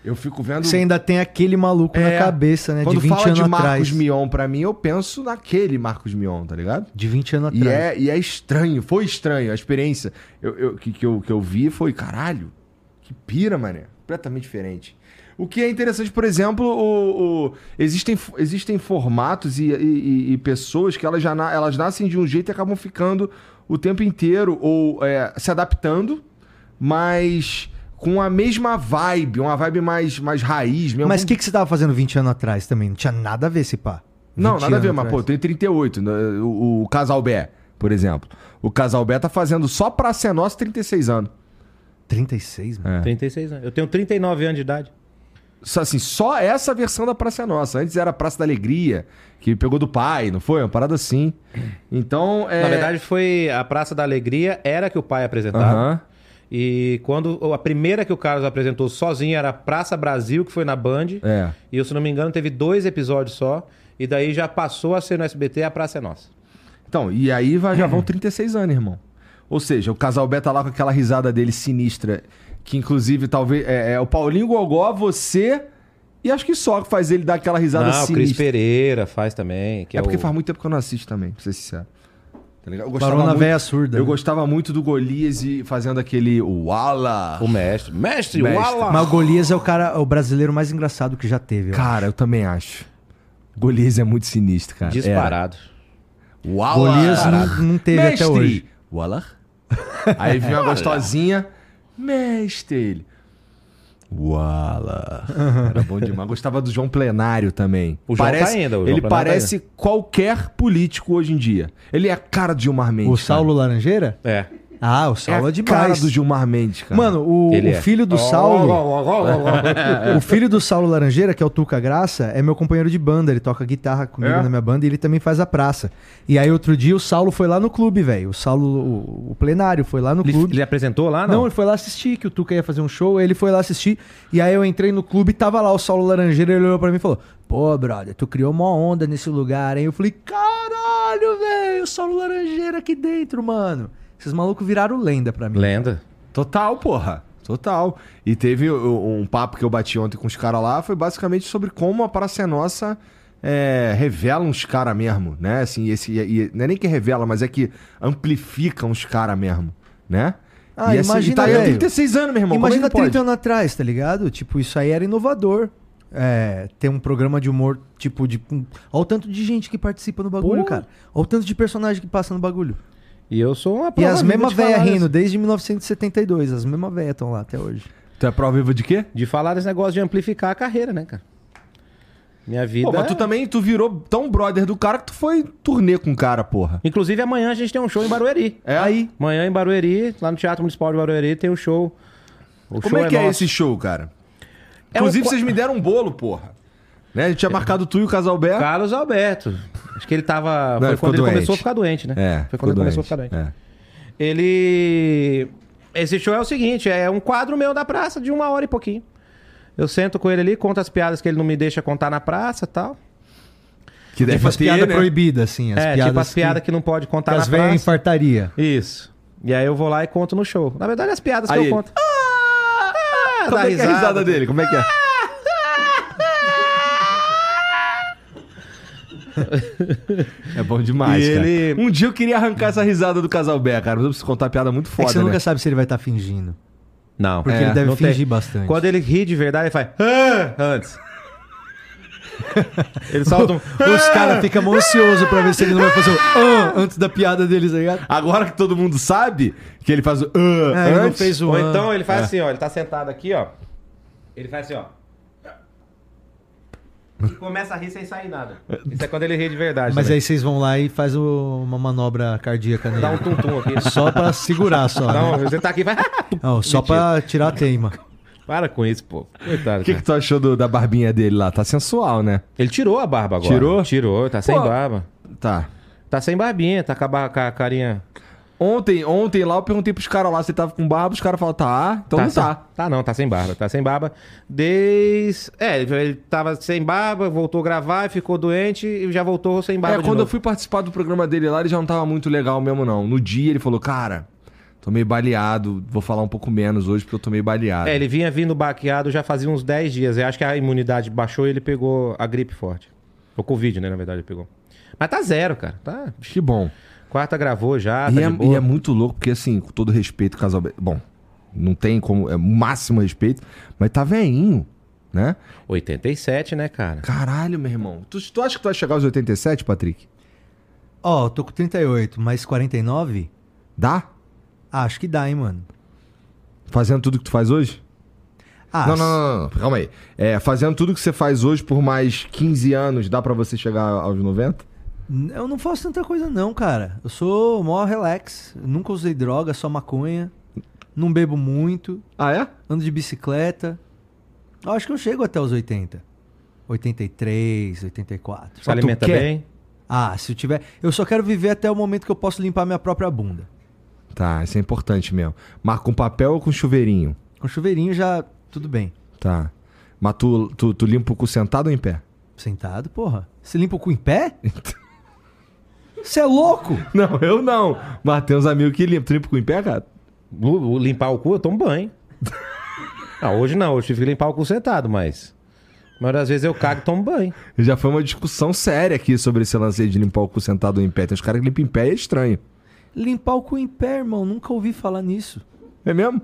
Eu fico vendo. Você ainda tem aquele maluco É. na cabeça, né? Quando de 20 fala anos de Marcos atrás. Mion pra mim, eu penso naquele Marcos Mion, tá ligado? De 20 anos E atrás. é, e é estranho, foi estranho. A experiência eu- eu- que, que eu, que eu vi foi, caralho, que pira, mané. Completamente diferente. O que é interessante, por exemplo, o, o- existem, f- existem formatos e, e- e- e pessoas que elas, já na- elas nascem de um jeito e acabam ficando o tempo inteiro ou é, se adaptando, mas com a mesma vibe, uma vibe mais, mais raiz mesmo. Mas o que, que você tava fazendo 20 anos atrás também? Não tinha nada a ver esse pá. Não, 20 nada a ver, anos mas pô, atrás. tem 38. né? O, o Casalbé, por exemplo. O Casalbé tá fazendo só pra ser nosso 36 anos. 36, mano. É. 36 anos. Eu tenho 39 anos de idade. Só, assim, só essa versão da Praça é Nossa. Antes era a Praça da Alegria, que pegou do pai, não foi? Uma parada assim. Então, é... Na verdade, tá. foi a Praça da Alegria, era que o pai apresentava. Aham. E quando a primeira que o Carlos apresentou sozinho era a Praça Brasil, que foi na Band. É. E eu, se não me engano, teve dois episódios só. E daí já passou a ser no SBT a Praça é Nossa. Então, e aí vai- já vão 36 anos, irmão. Ou seja, o Casalbé tá lá com aquela risada dele sinistra, que inclusive talvez... É, é o Paulinho Gogó, você... E acho que só que faz ele dar aquela risada Não, o Cris sinistra. Pereira faz também. Que é porque o... faz muito tempo que eu não assisto também, pra ser sincero. Tá ligado? Eu Barona Véia Surda. Eu né? gostava muito do Golias e fazendo aquele Wala. O mestre. Mestre, Mestre. Wala! Mas o Golias é o cara, é o brasileiro mais engraçado que já teve. ó. Cara, eu também acho. Golias é muito sinistro, cara. Disparado. Era. Wala. Golias Caralho. não, não teve Mestre. até hoje. Wala. Aí vinha uma gostosinha. Mestre. Ele. Wala. Era bom demais. Gostava do João Plenário também. O João tá ainda, o João ele Plenário tá parece qualquer político hoje em dia. Ele é a cara do Gilmar Mendes. O cara. Saulo Laranjeira? É. Ah, o Saulo é é, a demais. cara do Gilmar Mendes, cara. Mano, o, Ele o é. filho do Saulo. o filho do Saulo Laranjeira, que é o Tuca Graça, é meu companheiro de banda. Ele toca guitarra comigo É? na minha banda e ele também faz a praça. E aí, outro dia, o Saulo foi lá no clube, velho. O Saulo, o, o plenário, foi lá no Ele, clube. ele apresentou lá, Não, não? ele foi lá assistir, que o Tuca ia fazer um show, aí ele foi lá assistir, e aí eu entrei no clube e tava lá o Saulo Laranjeira, ele olhou pra mim e falou, pô, brother, tu criou uma onda nesse lugar, hein? Eu falei, caralho, velho, o Saulo Laranjeira aqui dentro, mano. Esses malucos viraram lenda pra mim. Lenda. Total, porra. Total. E teve o- um papo que eu bati ontem com os caras lá, foi basicamente sobre como a Praça é Nossa é, revela uns caras mesmo, né? Assim, esse, e- e não é nem que revela, mas é que amplifica uns caras mesmo, né? Ah, e assim, imagina, e tá aí há velho. 36 anos, meu irmão. como é que Imagina 30 pode? anos atrás, tá ligado? Tipo, isso aí era inovador. É, ter um programa de humor, tipo, de. um- Olha o tanto de gente que participa no bagulho, Pô. cara. Olha o tanto de personagem que passa no bagulho. E eu sou uma E prova as viva mesmas de falar velhas desse- rindo desde 1972. As mesmas velhas estão lá até hoje. Tu é prova viva de quê? De falar desse negócio de amplificar a carreira, né, cara? Minha vida. é- Pô, mas tu também, tu virou tão brother do cara que tu foi turnê com o cara, porra. Inclusive, amanhã a gente tem um show em Barueri. É aí. Amanhã em Barueri, lá no Teatro Municipal de Barueri, tem um show. O Como show é que é nosso. esse show, cara? É Inclusive, um qua- vocês me deram um bolo, porra. Né? A gente tinha marcado tu e o Casalberto. Carlos Alberto. Acho que ele tava. Não, foi ele ficou quando ele doente. começou a ficar doente, né? É, foi quando ele começou a ficar doente. Ele. Esse show é o seguinte: é um quadro meu da praça de uma hora e pouquinho. Eu sento com ele ali, conto as piadas que ele não me deixa contar na praça e tal. Que deve tipo as ter, piadas né? proibidas, assim. As é, piadas tipo as piadas que, tá não pode que contar as na velhas praça. infartaria. É Isso. E aí eu vou lá e conto no show. Na verdade, as piadas Aí que eu ele- conto. Ah, Como dá é que é a risada dele? Como é que é? É bom demais, E cara. ele- Um dia eu queria arrancar essa risada do casal Bé, cara. Mas eu preciso contar uma piada muito é que foda, você né? nunca sabe se ele vai estar fingindo. Não. Porque é, ele deve não tem. fingir bastante. Quando ele ri de verdade, ele faz. "Ah", antes. ele solta um. Os caras ficam ansiosos pra ver se ele não vai fazer o "Ah", antes da piada deles, tá ligado? Agora que todo mundo sabe que ele faz o... "Ah", Ah, ele não antes, fez o Ou "Ah". então ele faz assim, ó. Ele tá sentado aqui, ó. Ele faz assim, ó. E começa a rir sem sair nada. Isso é quando ele ri de verdade. Mas é também. aí vocês vão lá e faz o- uma manobra cardíaca nele. Dá um tum-tum aqui. Só pra segurar, só. Dá um- né? você tá aqui, vai. Não, só pra tirar a teima. Para com isso, pô. Coitado. O que, que tu achou do- da barbinha dele lá? Tá sensual, né? Ele tirou a barba agora. Tirou? Tirou, tá sem Pô. barba. Tá. Tá sem barbinha, tá com a, barba, com a carinha. Ontem, ontem lá eu perguntei pros caras lá se tava com barba, os caras falaram, tá, então não sem- tá. Tá não, tá sem barba. Tá sem barba. Desde. É, ele- ele tava sem barba, voltou a gravar, ficou doente e já voltou sem barba. É, de quando eu novo. fui participar do programa dele lá, ele já não tava muito legal mesmo, não. No dia ele falou, cara, tô meio baleado, vou falar um pouco menos hoje porque eu tô meio baleado. É, ele vinha vindo baqueado já fazia uns 10 dias. Eu acho que a imunidade baixou e ele pegou a gripe forte. O Covid, né, na verdade, ele pegou. Mas tá zero, cara. Tá. Que bom. Quarta gravou já, tá e, é, de boa. e é muito louco, porque assim, com todo respeito, casal. Bom, não tem como. É o máximo respeito, mas tá veinho, né? 87, né, cara? Caralho, meu irmão. Tu, tu acha que tu vai chegar aos 87, Patrick? Ó, eu tô com 38, mais 49? Dá? Ah, acho que dá, hein, mano. Fazendo tudo que tu faz hoje? Ah, Não, não, não, não, não, calma aí. É, fazendo tudo que você faz hoje por mais 15 anos, dá pra você chegar aos 90? Eu não faço tanta coisa, não, cara. Eu sou mó relax. Nunca usei droga, só maconha. Não bebo muito. Ah, é? Ando de bicicleta. Eu acho que eu chego até os 80. 83, 84. Se alimenta tu quer? bem. Ah, se eu tiver. Eu só quero viver até o momento que eu posso limpar minha própria bunda. Tá, isso é importante mesmo. Mas com papel ou com um chuveirinho? Com chuveirinho já tudo bem. Tá. Mas tu, tu, tu limpa o cu sentado ou em pé? Sentado, porra. Você limpa o cu em pé? Você é louco? Não, eu não. Mas tem uns amigos que limpam. Tu limpa o cu em pé, cara? Lu- Limpar o cu, eu tomo banho. ah, hoje não, hoje tive que limpar o cu sentado, mas. A maioria das vezes eu cago e tomo banho. Já foi uma discussão séria aqui sobre esse lance aí de limpar o cu sentado ou em pé. Tem uns caras que limpam em pé e é estranho. Limpar o cu em pé, irmão. Nunca ouvi falar nisso. É mesmo?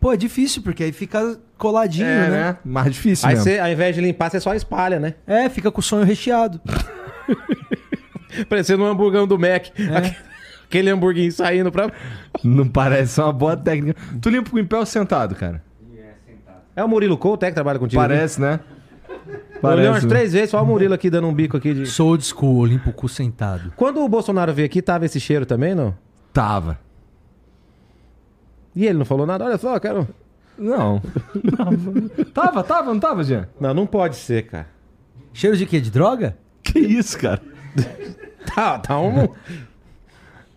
Pô, é difícil, porque aí fica coladinho, é, né? né? Mais difícil Aí mesmo. você, ao invés de limpar, você só espalha, né? É, fica com o sonho recheado. Parecendo um hamburgão do Mac. Aquele hamburguinho saindo pra. Não parece uma boa técnica. Tu limpa o cu em pé ou sentado, cara? É o Murilo Couto, é que trabalha contigo. aqui? Parece, né? Eu olhei umas né? três vezes, só o Murilo aqui dando um bico aqui de. Sou old school, eu limpo o cu sentado. Quando o Bolsonaro veio aqui, tava esse cheiro também, não? Tava. E ele não falou nada. Olha só, eu quero. Não. tava, tava, não tava, Jean? Não, não pode ser, cara. Cheiro de quê? De droga? Que isso, cara? Tá, tá um.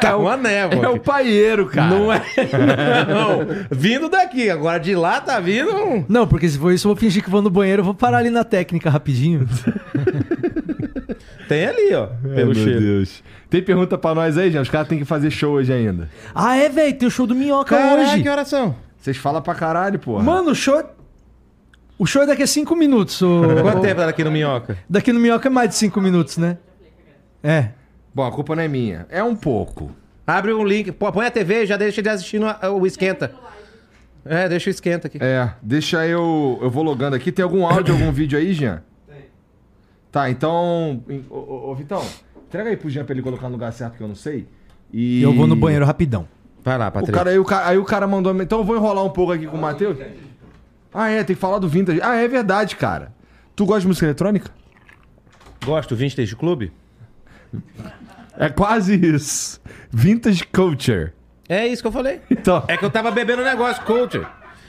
tá uma névoa. É o aqui. paieiro, cara. Não é, não. Vindo daqui. Agora de lá tá vindo. um- Não, porque se for isso, eu vou fingir que vou no banheiro, eu vou parar ali na técnica rapidinho. Tem ali, ó. Ai, Pelo É, meu cheiro. Deus. Tem pergunta pra nós aí, gente? Os caras têm que fazer show hoje ainda. ah, é, velho, tem o show do Minhoca Então, Caraca, hoje. que horas são? Vocês falam pra caralho, porra. Mano, o show. é- O show é daqui a 5 minutos. ô- Então, Quanto tempo tá aqui no Minhoca? Daqui no Minhoca é mais de 5 minutos, né? É. Bom, a culpa não é minha. É um pouco. Abre um link. Pô, põe a TV e já deixa de assistir no- o Esquenta. É, deixa o Esquenta aqui. É, deixa eu. Eu vou logando aqui. Tem algum áudio, algum vídeo aí, Jean? Tem. Tá, então. em- Ô, ô, ô, Vitão, entrega aí pro Jean pra ele colocar no lugar certo que eu não sei. E. E eu vou no banheiro rapidão. Vai lá, O Patrícia. cara, aí, o cara, aí o cara mandou. Então eu vou enrolar um pouco aqui com o Matheus. Ah, é, tem que falar do Vintage. Ah, é verdade, cara. Tu gosta de música eletrônica? Gosto do Vintage Clube? É quase isso. Vintage Culture. É isso que eu falei. Então. É que eu tava bebendo um negócio, coach.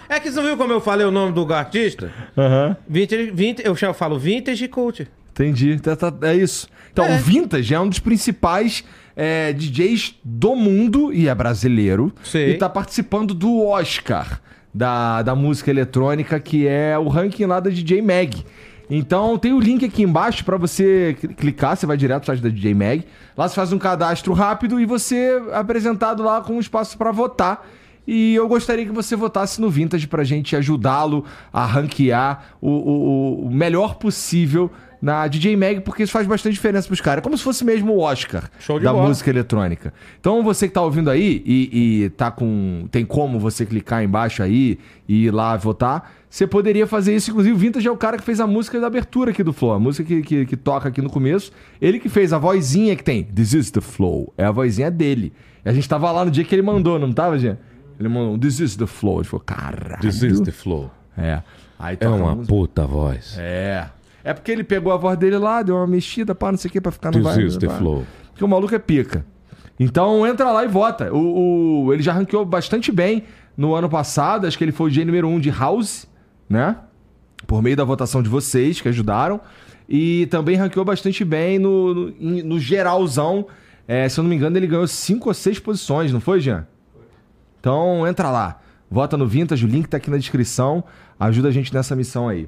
É que você não viu como eu falei o nome do artista? Aham. Vintage, vintage, eu já falo vintage coach. Entendi. Tá- tá- é isso. Então, o Vintage é um dos principais é, DJs do mundo e é brasileiro. Sei. E tá participando do Oscar da, da música eletrônica, que é o ranking lá da DJ Mag. Então tem o link aqui embaixo pra você cl- clicar, você vai direto para da DJ Mag. Lá você faz um cadastro rápido e você é apresentado lá com um espaço pra votar. E eu gostaria que você votasse no Vintage pra gente ajudá-lo a ranquear o, o- o melhor possível na DJ Mag, porque isso faz bastante diferença pros caras. É como se fosse mesmo o Oscar Show de da bola. música eletrônica. Então você que tá ouvindo aí e, e tá com. Tem como você clicar aí embaixo aí e ir lá votar. Você poderia fazer isso, inclusive o Vintage é o cara que fez a música da abertura aqui do Flow, a música que, que, que toca aqui no começo. Ele que fez a vozinha que tem This is the Flow, é a vozinha dele. A gente tava lá no dia que ele mandou, não tava, Jean? Ele mandou um This is the flow. Ele falou, caralho. flow. É. Aí toca a música. puta voz. É. É porque ele pegou a voz dele lá, deu uma mexida, pá, não sei o que, pra ficar no This vibe. is the pá. flow. Porque o maluco é pica. Então entra lá e vota. O, o- ele já ranqueou bastante bem no ano passado. Acho que ele foi o G número 1 um de House, né? Por meio da votação de vocês que ajudaram. E também ranqueou bastante bem no, no, em- no geralzão É, se eu não me engano, ele ganhou cinco ou seis posições, não foi, Jean? Então entra lá, vota no Vintage, o link tá aqui na descrição, ajuda a gente nessa missão aí.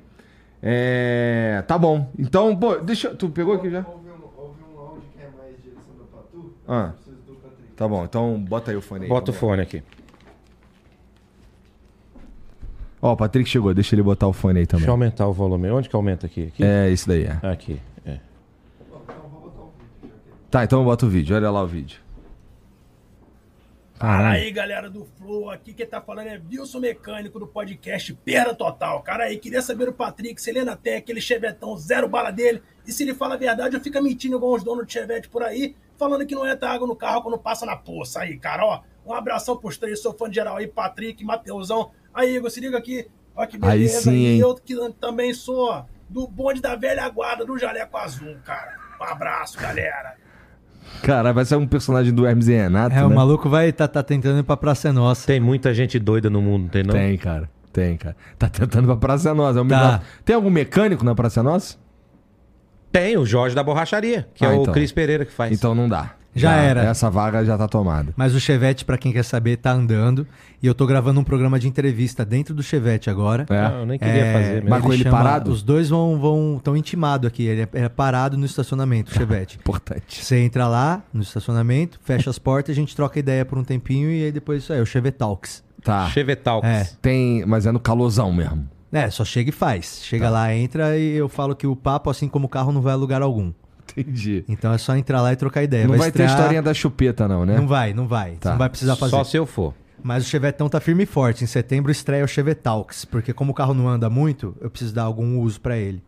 É, tá bom. Então, pô, deixa, eu- tu pegou aqui já? Houve um, houve um áudio que é mais direção da Patu, Ah, preciso do Patrick. tá bom. Então bota aí o fone aí. Bota o fone aqui. Ó, o Patrick chegou, deixa ele botar o fone aí também. Deixa eu aumentar o volume. Onde que aumenta aqui? Aqui? É, isso daí é. Aqui. É. Tá, então eu boto o vídeo, olha lá o vídeo. Fala aí, galera do Flow. Aqui quem tá falando é Wilson Mecânico do podcast Perda Total. Cara aí, queria saber o Patrick se ele ainda tem aquele chevetão zero bala dele e se ele fala a verdade ou fica mentindo igual os donos de chevette por aí, falando que não entra água no carro quando passa na poça. Aí, cara, ó, um abração pros três, sou fã de geral aí, Patrick, Mateusão. Aí, Igor, se liga aqui. Ó que Aí beleza. sim, E hein? eu que também sou do bonde da velha guarda do Jaleco Azul, cara. Um abraço, galera. Cara, vai ser um personagem do Hermes e Renato, É, o né? maluco vai tá, tá tentando ir pra Praça Nossa. Tem muita gente doida no mundo, não tem não? Tem, cara. Tem, cara. Tá tentando pra Praça Nossa. é um Tá. menino- Tem algum mecânico na Praça Nossa? Tem o Jorge da Borracharia, que Ah, é o então. Cris Pereira que faz. Então não dá. Já era. Essa vaga já tá tomada. Mas o Chevette, pra quem quer saber, tá andando. E eu tô gravando um programa de entrevista dentro do Chevette agora. É. Ah, eu nem queria É, fazer mesmo. mas- com ele parado? Os dois vão vão tão intimado aqui. Ele é, é parado no estacionamento, o Chevette. Importante. Você entra lá no estacionamento, fecha as portas, a gente troca ideia por um tempinho e aí depois isso aí, é o Chevetalks. Tá. Chevetalks. É. Tem, mas é no calorzão mesmo. É, só chega e faz. Chega Tá. lá, entra e eu falo que o papo, assim como o carro, não vai a lugar algum. Entendi. Então é só entrar lá e trocar ideia. Não vai ter a É, estrear- historinha da chupeta, não, né? Não vai, não vai. Tá. Não vai precisar fazer. Só se eu for. Mas o Chevetão tá firme e forte. Em setembro estreia o Chevetalks, porque como o carro não anda muito, eu preciso dar algum uso pra ele.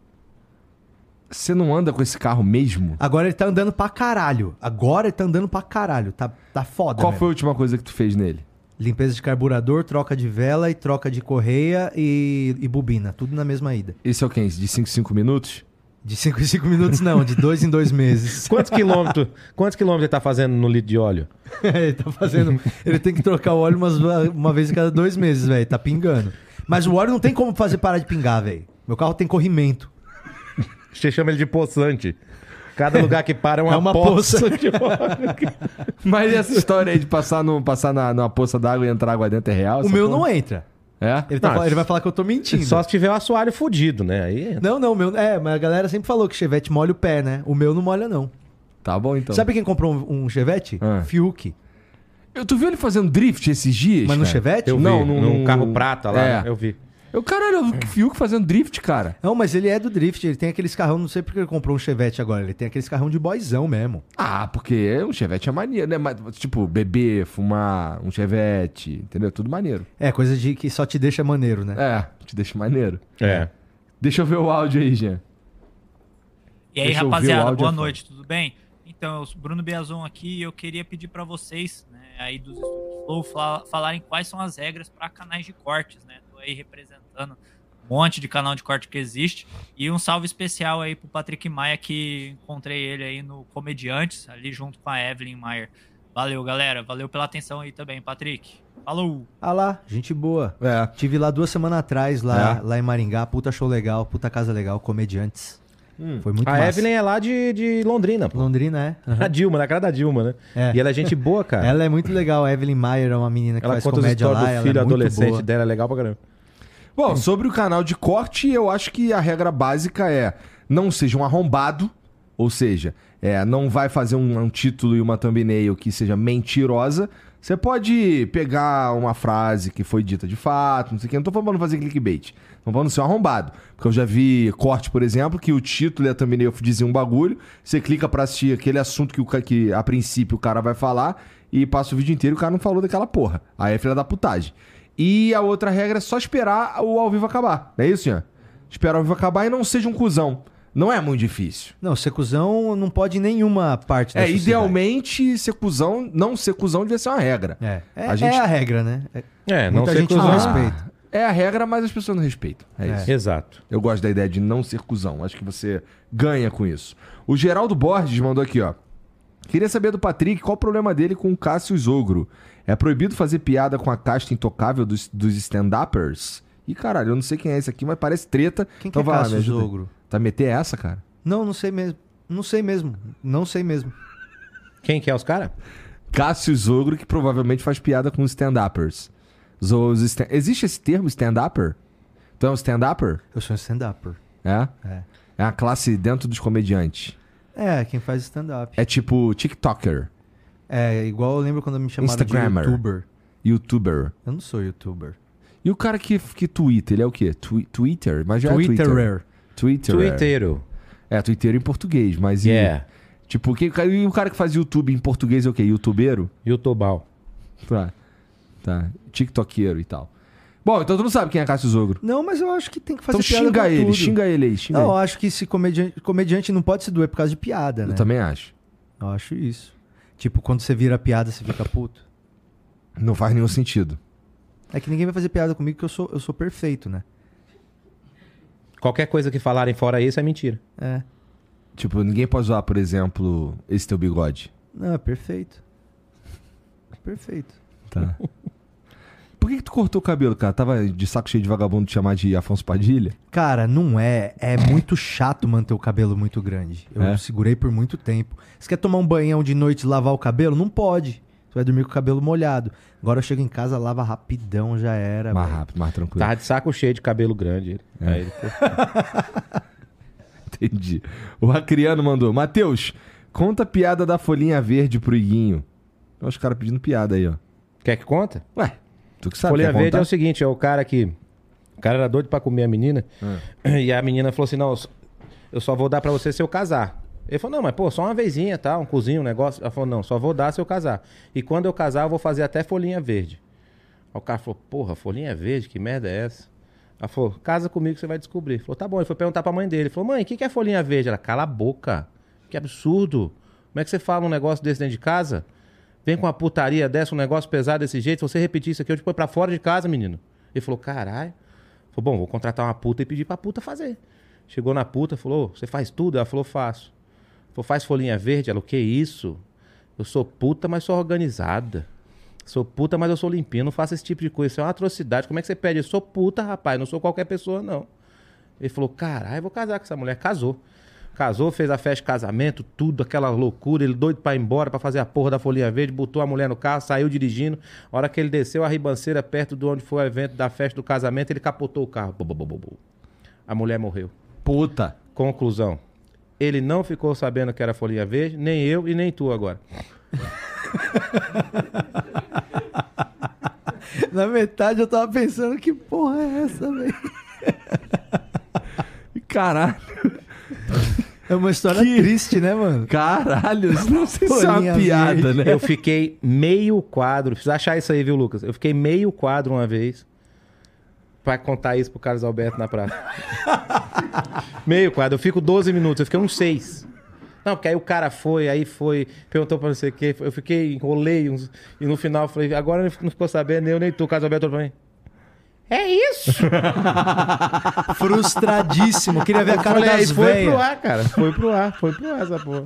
Você não anda com esse carro mesmo? Agora ele tá andando pra caralho. Agora ele tá andando pra caralho. Tá, tá foda, Qual velho. foi a última coisa que tu fez nele? Limpeza de carburador, troca de vela e troca de correia e, e bobina. Tudo na mesma ida. Esse é o quê? De 5 em 5 minutos? De 5 em 5 minutos não, de 2 em 2 meses. Quantos quilômetros quantos quilômetros ele tá fazendo no litro de óleo? ele tá fazendo... Ele tem que trocar o óleo umas, uma vez a cada dois meses, velho. Tá pingando. Mas o óleo não tem como fazer parar de pingar, velho. Meu carro tem corrimento. Você chama ele de poçante. Cada lugar que para é uma, É uma poça. Mas e essa história aí de passar, no, passar na, numa poça d'água e entrar água dentro é real? O meu não entra. É? Ele, tá Não, fal- ele vai falar que eu tô mentindo. Só se tiver o assoalho fudido, né? Aí Não, não, meu. É, mas a galera sempre falou que chevette molha o pé, né? O meu não molha, não. Tá bom, então. Sabe quem comprou um, um chevette? Ah. Fiuk. Eu, tu viu ele fazendo drift esses dias? Mas no cara? chevette? eu vi. Não, num, num- carro prata lá, né? É. eu vi. Eu, caralho, eu vi o Fiuk fazendo drift, cara. Não, mas ele é do drift. Ele tem aqueles carrão, não sei porque ele comprou um chevette agora. Ele tem aqueles carrão de boyzão mesmo. Ah, porque um chevette é maneiro, né? Mas, tipo, beber, fumar, um chevette, entendeu? Tudo maneiro. É, coisa de que só te deixa maneiro, né? É, te deixa maneiro. É. Deixa eu ver o áudio aí, Jean. E aí, Deixa eu ouvir o rapaziada, áudio boa afora. noite, tudo bem? Então, eu sou Bruno Biazon aqui e eu queria pedir para vocês, né, aí dos estúdios Flow, fala- falarem quais são as regras para canais de cortes, né? Tô aí representando um monte de canal de corte que existe. E um salve especial aí pro Patrick Maia, que encontrei ele aí no Comediantes, ali junto com a Evelyn Maier. Valeu, galera. Valeu pela atenção aí também, Patrick. Falou! Ah lá, gente boa. É. Tive lá duas semanas atrás, lá, É. lá em Maringá. Puta show legal, puta casa legal, comediantes. Foi muito A massa. Evelyn é lá de, de Londrina, pô. Londrina, é. A Dilma, na cara da Dilma, né? É. E ela é gente boa, cara. Ela, Ela é muito legal. A Evelyn Maier é uma menina que faz conta as comédia histórias lá. do ela filho é muito adolescente boa. dela, é legal pra caramba. Bom, sobre o canal de corte, eu acho que a regra básica é não seja um arrombado, ou seja, é, não vai fazer um, um título e uma thumbnail que seja mentirosa. Você pode pegar uma frase que foi dita de fato, não sei o que. Não tô falando fazer clickbait. Tô falando ser um arrombado. Porque eu já vi corte, por exemplo, que o título e a thumbnail dizem um bagulho. Você clica pra assistir aquele assunto que, o, ca- que a princípio o cara vai falar e passa o vídeo inteiro e o cara não falou daquela porra. Aí é filha da putagem. E a outra regra é só esperar o ao vivo acabar. Não é isso, Jean? Espera o ao vivo acabar e não seja um cuzão. Não é muito difícil. Não, ser cuzão não pode em nenhuma parte da é, sociedade. idealmente, ser cuzão, não ser cuzão devia ser uma regra. É, é é A a, gente- regra, né? É, É, não Muita sei gente cruzar. não Ah, respeita. É a regra, mas as pessoas não respeitam. É, isso. Exato. Eu gosto da ideia de não ser cuzão. Acho que você ganha com isso. O Geraldo Borges mandou aqui, ó. Queria saber do Patrick qual o problema dele com o Cássio Ogro. É proibido fazer piada com a casta intocável dos, dos stand-uppers? Ih, caralho, eu não sei quem é esse aqui, mas parece treta. Quem que então é vai lá, Cássio me ajuda aí. Zogro? Tá meter essa, cara? Não, não sei mesmo. Não sei mesmo. Não sei mesmo. Quem que é os caras? Cássio Zogro, que provavelmente faz piada com stand-uppers. Zo- os sta- Existe esse termo, stand-upper? Tu é um stand-upper? Eu sou um stand-upper. É? É. É uma classe dentro dos comediantes. É, quem faz stand-up. É tipo TikToker, É, igual eu lembro quando me chamaram Instagrammer. de youtuber. YouTuber. Eu não sou youtuber. E o cara que, que tweeta, ele é o quê? Twi- Twitter? Mas já é Twitter. Twitterer. Twitter. Twitter. É, Twitter em português, mas... em- Yeah. Tipo, quem- e o cara que faz YouTube em português é o quê? Youtubeiro? Youtubal. Tá. Tá. TikTokeiro e tal. Bom, então tu não sabe quem é Cássio Zogro. Não, mas eu acho que tem que fazer Então piada xinga com ele, tudo. xinga ele aí, xinga Não, eu ele. acho que esse comediante, comediante não pode se doer por causa de piada, né? Eu também acho. Eu acho isso. Tipo, quando você vira piada, você fica puto. Não faz nenhum sentido. É que ninguém vai fazer piada comigo que eu sou, eu sou perfeito, né? Qualquer coisa que falarem fora isso é mentira. É. Tipo, ninguém pode usar, por exemplo, esse teu bigode. Não, é perfeito. Perfeito. Tá. Por que, que tu cortou o cabelo, cara? Tava de saco cheio de vagabundo te chamar de Afonso Padilha? Cara, não é. É muito chato manter o cabelo muito grande. Eu É? segurei por muito tempo. Você quer tomar um banhão de noite e lavar o cabelo? Não pode. Você vai dormir com o cabelo molhado. Agora eu chego em casa, lava rapidão, já era. mais velho. rápido, mais tranquilo. Tava de saco cheio de cabelo grande. ele. É. Aí ele ficou- Entendi. O Acriano mandou. Matheus, conta a piada da folhinha verde pro Iguinho. Olha os caras pedindo piada aí, ó. Quer que conta? Ué, tu que sabe. Folha quer Verde contar? é o seguinte, é o cara que... O cara era doido pra comer a menina. Ah. E a menina falou assim, não, eu só- eu só vou dar pra você se eu casar. Ele falou, não, mas pô, só uma vezinha, tá? Um cozinho, um negócio. Ela falou, não, só vou dar se eu casar. E quando eu casar, eu vou fazer até folhinha verde. Aí o cara falou, porra, folhinha verde, que merda é essa? Ela falou, casa comigo que você vai descobrir. Ele falou, tá bom. Ele foi perguntar pra mãe dele. Ele falou, mãe, o que, que é folhinha verde? Ela, cala a boca. Que absurdo. Como é que você fala um negócio desse dentro de casa? Vem com uma putaria dessa, um negócio pesado desse jeito. Se você repetir isso aqui, eu te ponho pra fora de casa, menino. Ele falou, caralho. Falou, bom, vou contratar uma puta e pedir pra puta fazer. Chegou na puta, falou, você faz tudo? Ela falou, faço. Falou, faz folhinha verde? Ela, o que é isso? Eu sou puta, mas sou organizada. Sou puta, mas eu sou limpinha. Não faço esse tipo de coisa. Isso é uma atrocidade. Como é que você pede? Eu sou puta, rapaz. Não sou qualquer pessoa, não. Ele falou, caralho, vou casar com essa mulher. Casou. Casou, fez a festa de casamento, tudo, aquela loucura. Ele doido pra ir embora, pra fazer a porra da folhinha verde. Botou a mulher no carro, saiu dirigindo. A hora que ele desceu a ribanceira perto de onde foi o evento da festa do casamento, ele capotou o carro. Bu, bu, bu, bu, bu. A mulher morreu. Puta. Conclusão. Ele não ficou sabendo que era folhinha verde, nem eu e nem tu agora. Na metade eu tava pensando que porra é essa, velho? Caralho. É uma história Que- triste, né, mano? Caralho, isso não sei se é Folhinha uma piada, verde. né? Eu fiquei meio quadro. Precisa achar isso aí, viu, Lucas? Eu fiquei meio quadro uma vez pra contar isso pro Carlos Alberto na praça. meio quadro. Eu fico 12 minutos. Eu fiquei uns 6. Não, porque aí o cara foi, aí foi, perguntou pra não sei o quê. Eu fiquei, enrolei uns... E no final eu falei, agora não ficou sabendo, nem eu nem tu. O Carlos Alberto olhou pra mim. É isso! Frustradíssimo. Queria ver a cara falei, "Aí das foi pro velhas. ar, cara. Foi pro ar, foi pro ar essa porra.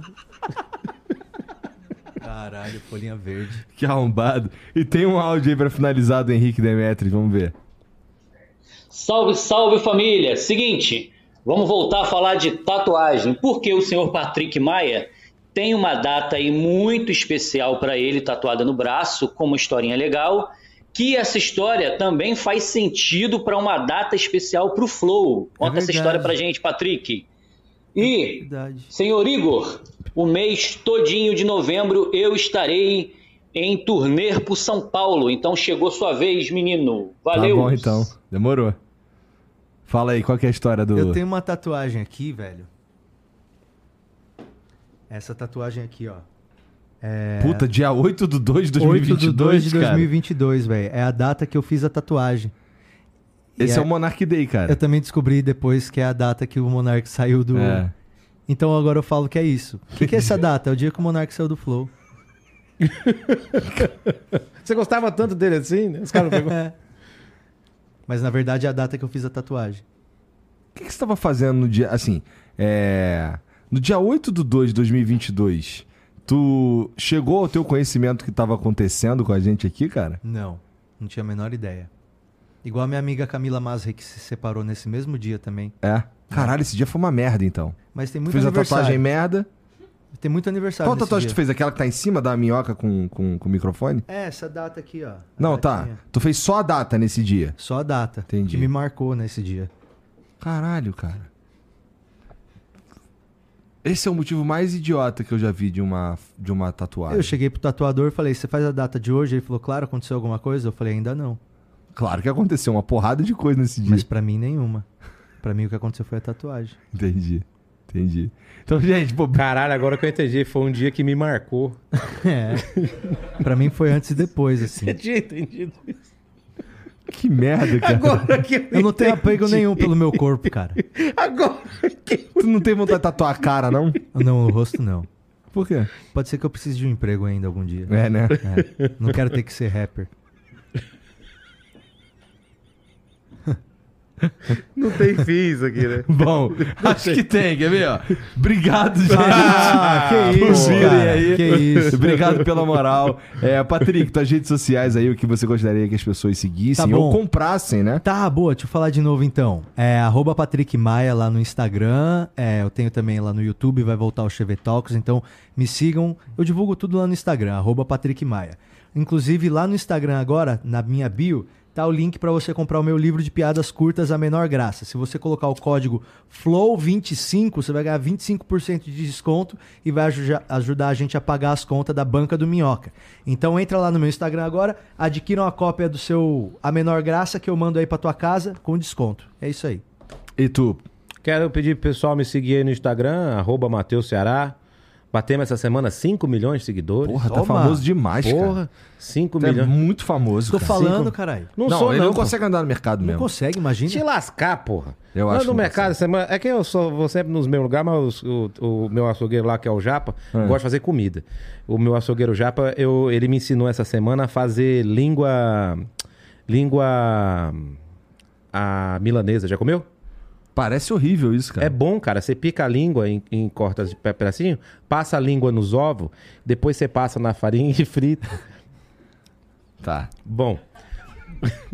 Caralho, folhinha verde. Que arrombado. E tem um áudio aí pra finalizar do Henrique Demetri, vamos ver. Salve, salve família! Seguinte, vamos voltar a falar de tatuagem, porque o senhor Patrick Maia tem uma data aí muito especial para ele tatuada no braço, como historinha legal, que essa história também faz sentido para uma data especial para o Flow. É Conta essa verdade. história para gente, Patrick. E Verdade. Senhor Igor, o mês todinho de novembro eu estarei em turnê por São Paulo. Então chegou sua vez, menino. Valeu. Tá bom então. Demorou. Fala aí, qual que é a história do. Eu tenho uma tatuagem aqui, velho. Essa tatuagem aqui, ó. É. Puta, dia 8 de 2 de 8 2022, de 2 de cara. é 2022, velho. É a data que eu fiz a tatuagem. Esse é... E o Monarch Day, cara. Eu também descobri depois que é a data que o Monark saiu do. É. Então agora eu falo que é isso. O que, que é essa data? É o dia que o Monark saiu do Flow. Você gostava tanto dele assim, né? Os caras pegou. É. Mas na verdade é a data que eu fiz a tatuagem. O que, que você tava fazendo no dia. Assim, é. No dia 8 de 2 de 2022, tu chegou ao teu conhecimento que tava acontecendo com a gente aqui, cara? Não, não tinha a menor ideia. Igual a minha amiga Camila Masri, que se separou nesse mesmo dia também. É. Caralho, esse dia foi uma merda, então. Mas tem muito Fiz a aniversário. tatuagem merda. Tem muito aniversário. Qual nesse tatuagem dia. tu fez? Aquela que tá em cima da minhoca com, com, com o microfone? É, essa data aqui, ó. Não, A tá. datinha. Tu fez só a data nesse dia. Só a data. Entendi. Que me marcou nesse dia. Caralho, cara. Esse é o motivo mais idiota que eu já vi de uma, de uma tatuagem. Eu cheguei pro tatuador e falei, você faz a data de hoje? Ele falou, claro, aconteceu alguma coisa? Eu falei, ainda não. Claro que aconteceu uma porrada de coisa nesse dia. Mas pra mim, nenhuma. Pra mim, o que aconteceu foi a tatuagem. Entendi. Entendi. Então, gente, pô, Caralho, agora que eu entendi, foi um dia que me marcou. É. pra mim, foi antes e depois, assim. Tinha entendido isso. que merda, cara. Agora que Eu não tenho apego nenhum pelo meu corpo, cara. Agora que... Tu não tem vontade de tatuar a cara, não? Não, o rosto não. Por quê? Pode ser que eu precise de um emprego ainda algum dia. É, né? É. Não quero ter que ser rapper. Não tem fim isso aqui, né? Bom, acho que tem, quer ver, ó? Obrigado, gente. Ah, que por isso, virem cara, aí. que isso. Obrigado pela moral. É, Patrick, tuas redes sociais aí, o que você gostaria que as pessoas seguissem Tá bom. ou comprassem, né? Tá, boa, deixa eu falar de novo então. É arroba Patrick Maia lá no Instagram. É, eu tenho também lá no YouTube, vai voltar o Chevy Talks, então me sigam. Eu divulgo tudo lá no Instagram, arroba Patrick Maia. Inclusive, lá no Instagram agora, na minha bio, tá o link pra você comprar o meu livro de piadas curtas A Menor Graça. Se você colocar o código FLOW25, você vai ganhar 25% de desconto e vai ajuja- ajudar a gente a pagar as contas da banca do Minhoca. Então entra lá no meu Instagram agora, adquiram a cópia do seu A Menor Graça que eu mando aí pra tua casa com desconto. É isso aí. E tu? Quero pedir pro pessoal me seguir aí no Instagram, arroba Matheus Ceará. Batemos essa semana 5 milhões de seguidores. Porra, tá Toma. famoso demais, cara. Porra, 5 Tu é milhões. muito famoso, Tô cara. falando, Cinco- caralho. Não, Não, sou ele não, não pô. consegue andar no mercado assim Não mesmo. consegue, Te imagina. lascar, porra. Eu Lá acho no que mercado, essa semana. É que eu só vou sempre nos mesmos lugares, mas o, o- o meu açougueiro lá, que é o Japa, gosta de fazer comida. O meu açougueiro Japa, eu, ele me ensinou essa semana a fazer língua. Língua. A milanesa. Já comeu? Parece horrível isso, cara. É bom, cara. Você pica a língua em, em cortas de pe- pedacinho, passa a língua nos ovos, depois você passa na farinha e frita. Tá. Bom.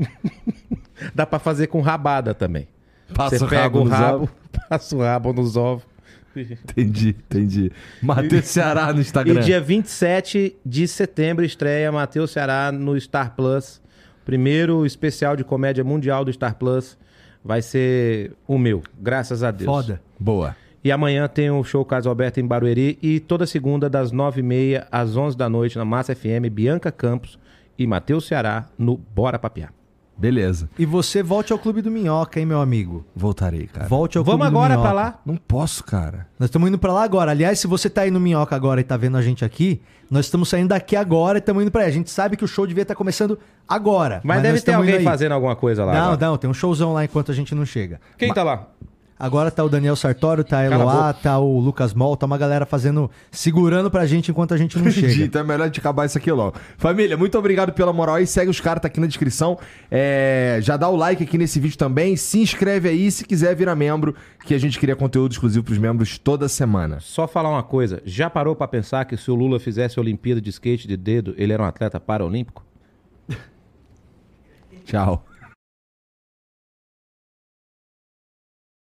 Dá pra fazer com rabada também. Passa você o pega rabo o nos rabo, ovos. passa o rabo nos ovos. Entendi, entendi. Matheus Ceará no E Instagram. dia 27 de setembro estreia Matheus Ceará no Star Plus. Primeiro especial de comédia mundial do Star Plus. Vai ser o meu, graças a Deus. Foda. Boa. E amanhã tem o show Caso Alberto em Barueri. E toda segunda, das 9h30 às 11 da noite, na Massa FM, Bianca Campos e Matheus Ceará no Bora Papiar. Beleza. E você volte ao Clube do Minhoca, hein, meu amigo? Voltarei, cara. Volte ao Vamos Clube do agora Minhoca. pra lá. Não posso, cara. Nós estamos indo pra lá agora. Aliás, se você tá aí no Minhoca agora e tá vendo a gente aqui, nós estamos saindo daqui agora e estamos indo pra aí. A gente sabe que o show devia estar começando agora. Mas, nós deve ter estamos indo alguém aí. fazendo alguma coisa lá. Não, agora. não, tem um showzão lá enquanto a gente não chega. Quem tá lá? Agora tá o Daniel Sartório, tá a Cala a Eloá, tá o Lucas Mol, tá uma galera fazendo, segurando pra gente enquanto a gente não Entendi, chega. então é melhor de acabar isso aqui logo. Família, muito obrigado pela moral aí. Segue os caras, tá aqui na descrição. É, já dá o like aqui nesse vídeo também. Se inscreve aí se quiser virar membro, que a gente cria conteúdo exclusivo pros membros toda semana. Só falar uma coisa. Já parou pra pensar que se o Lula fizesse a Olimpíada de skate de dedo, ele era um atleta paralímpico? Tchau.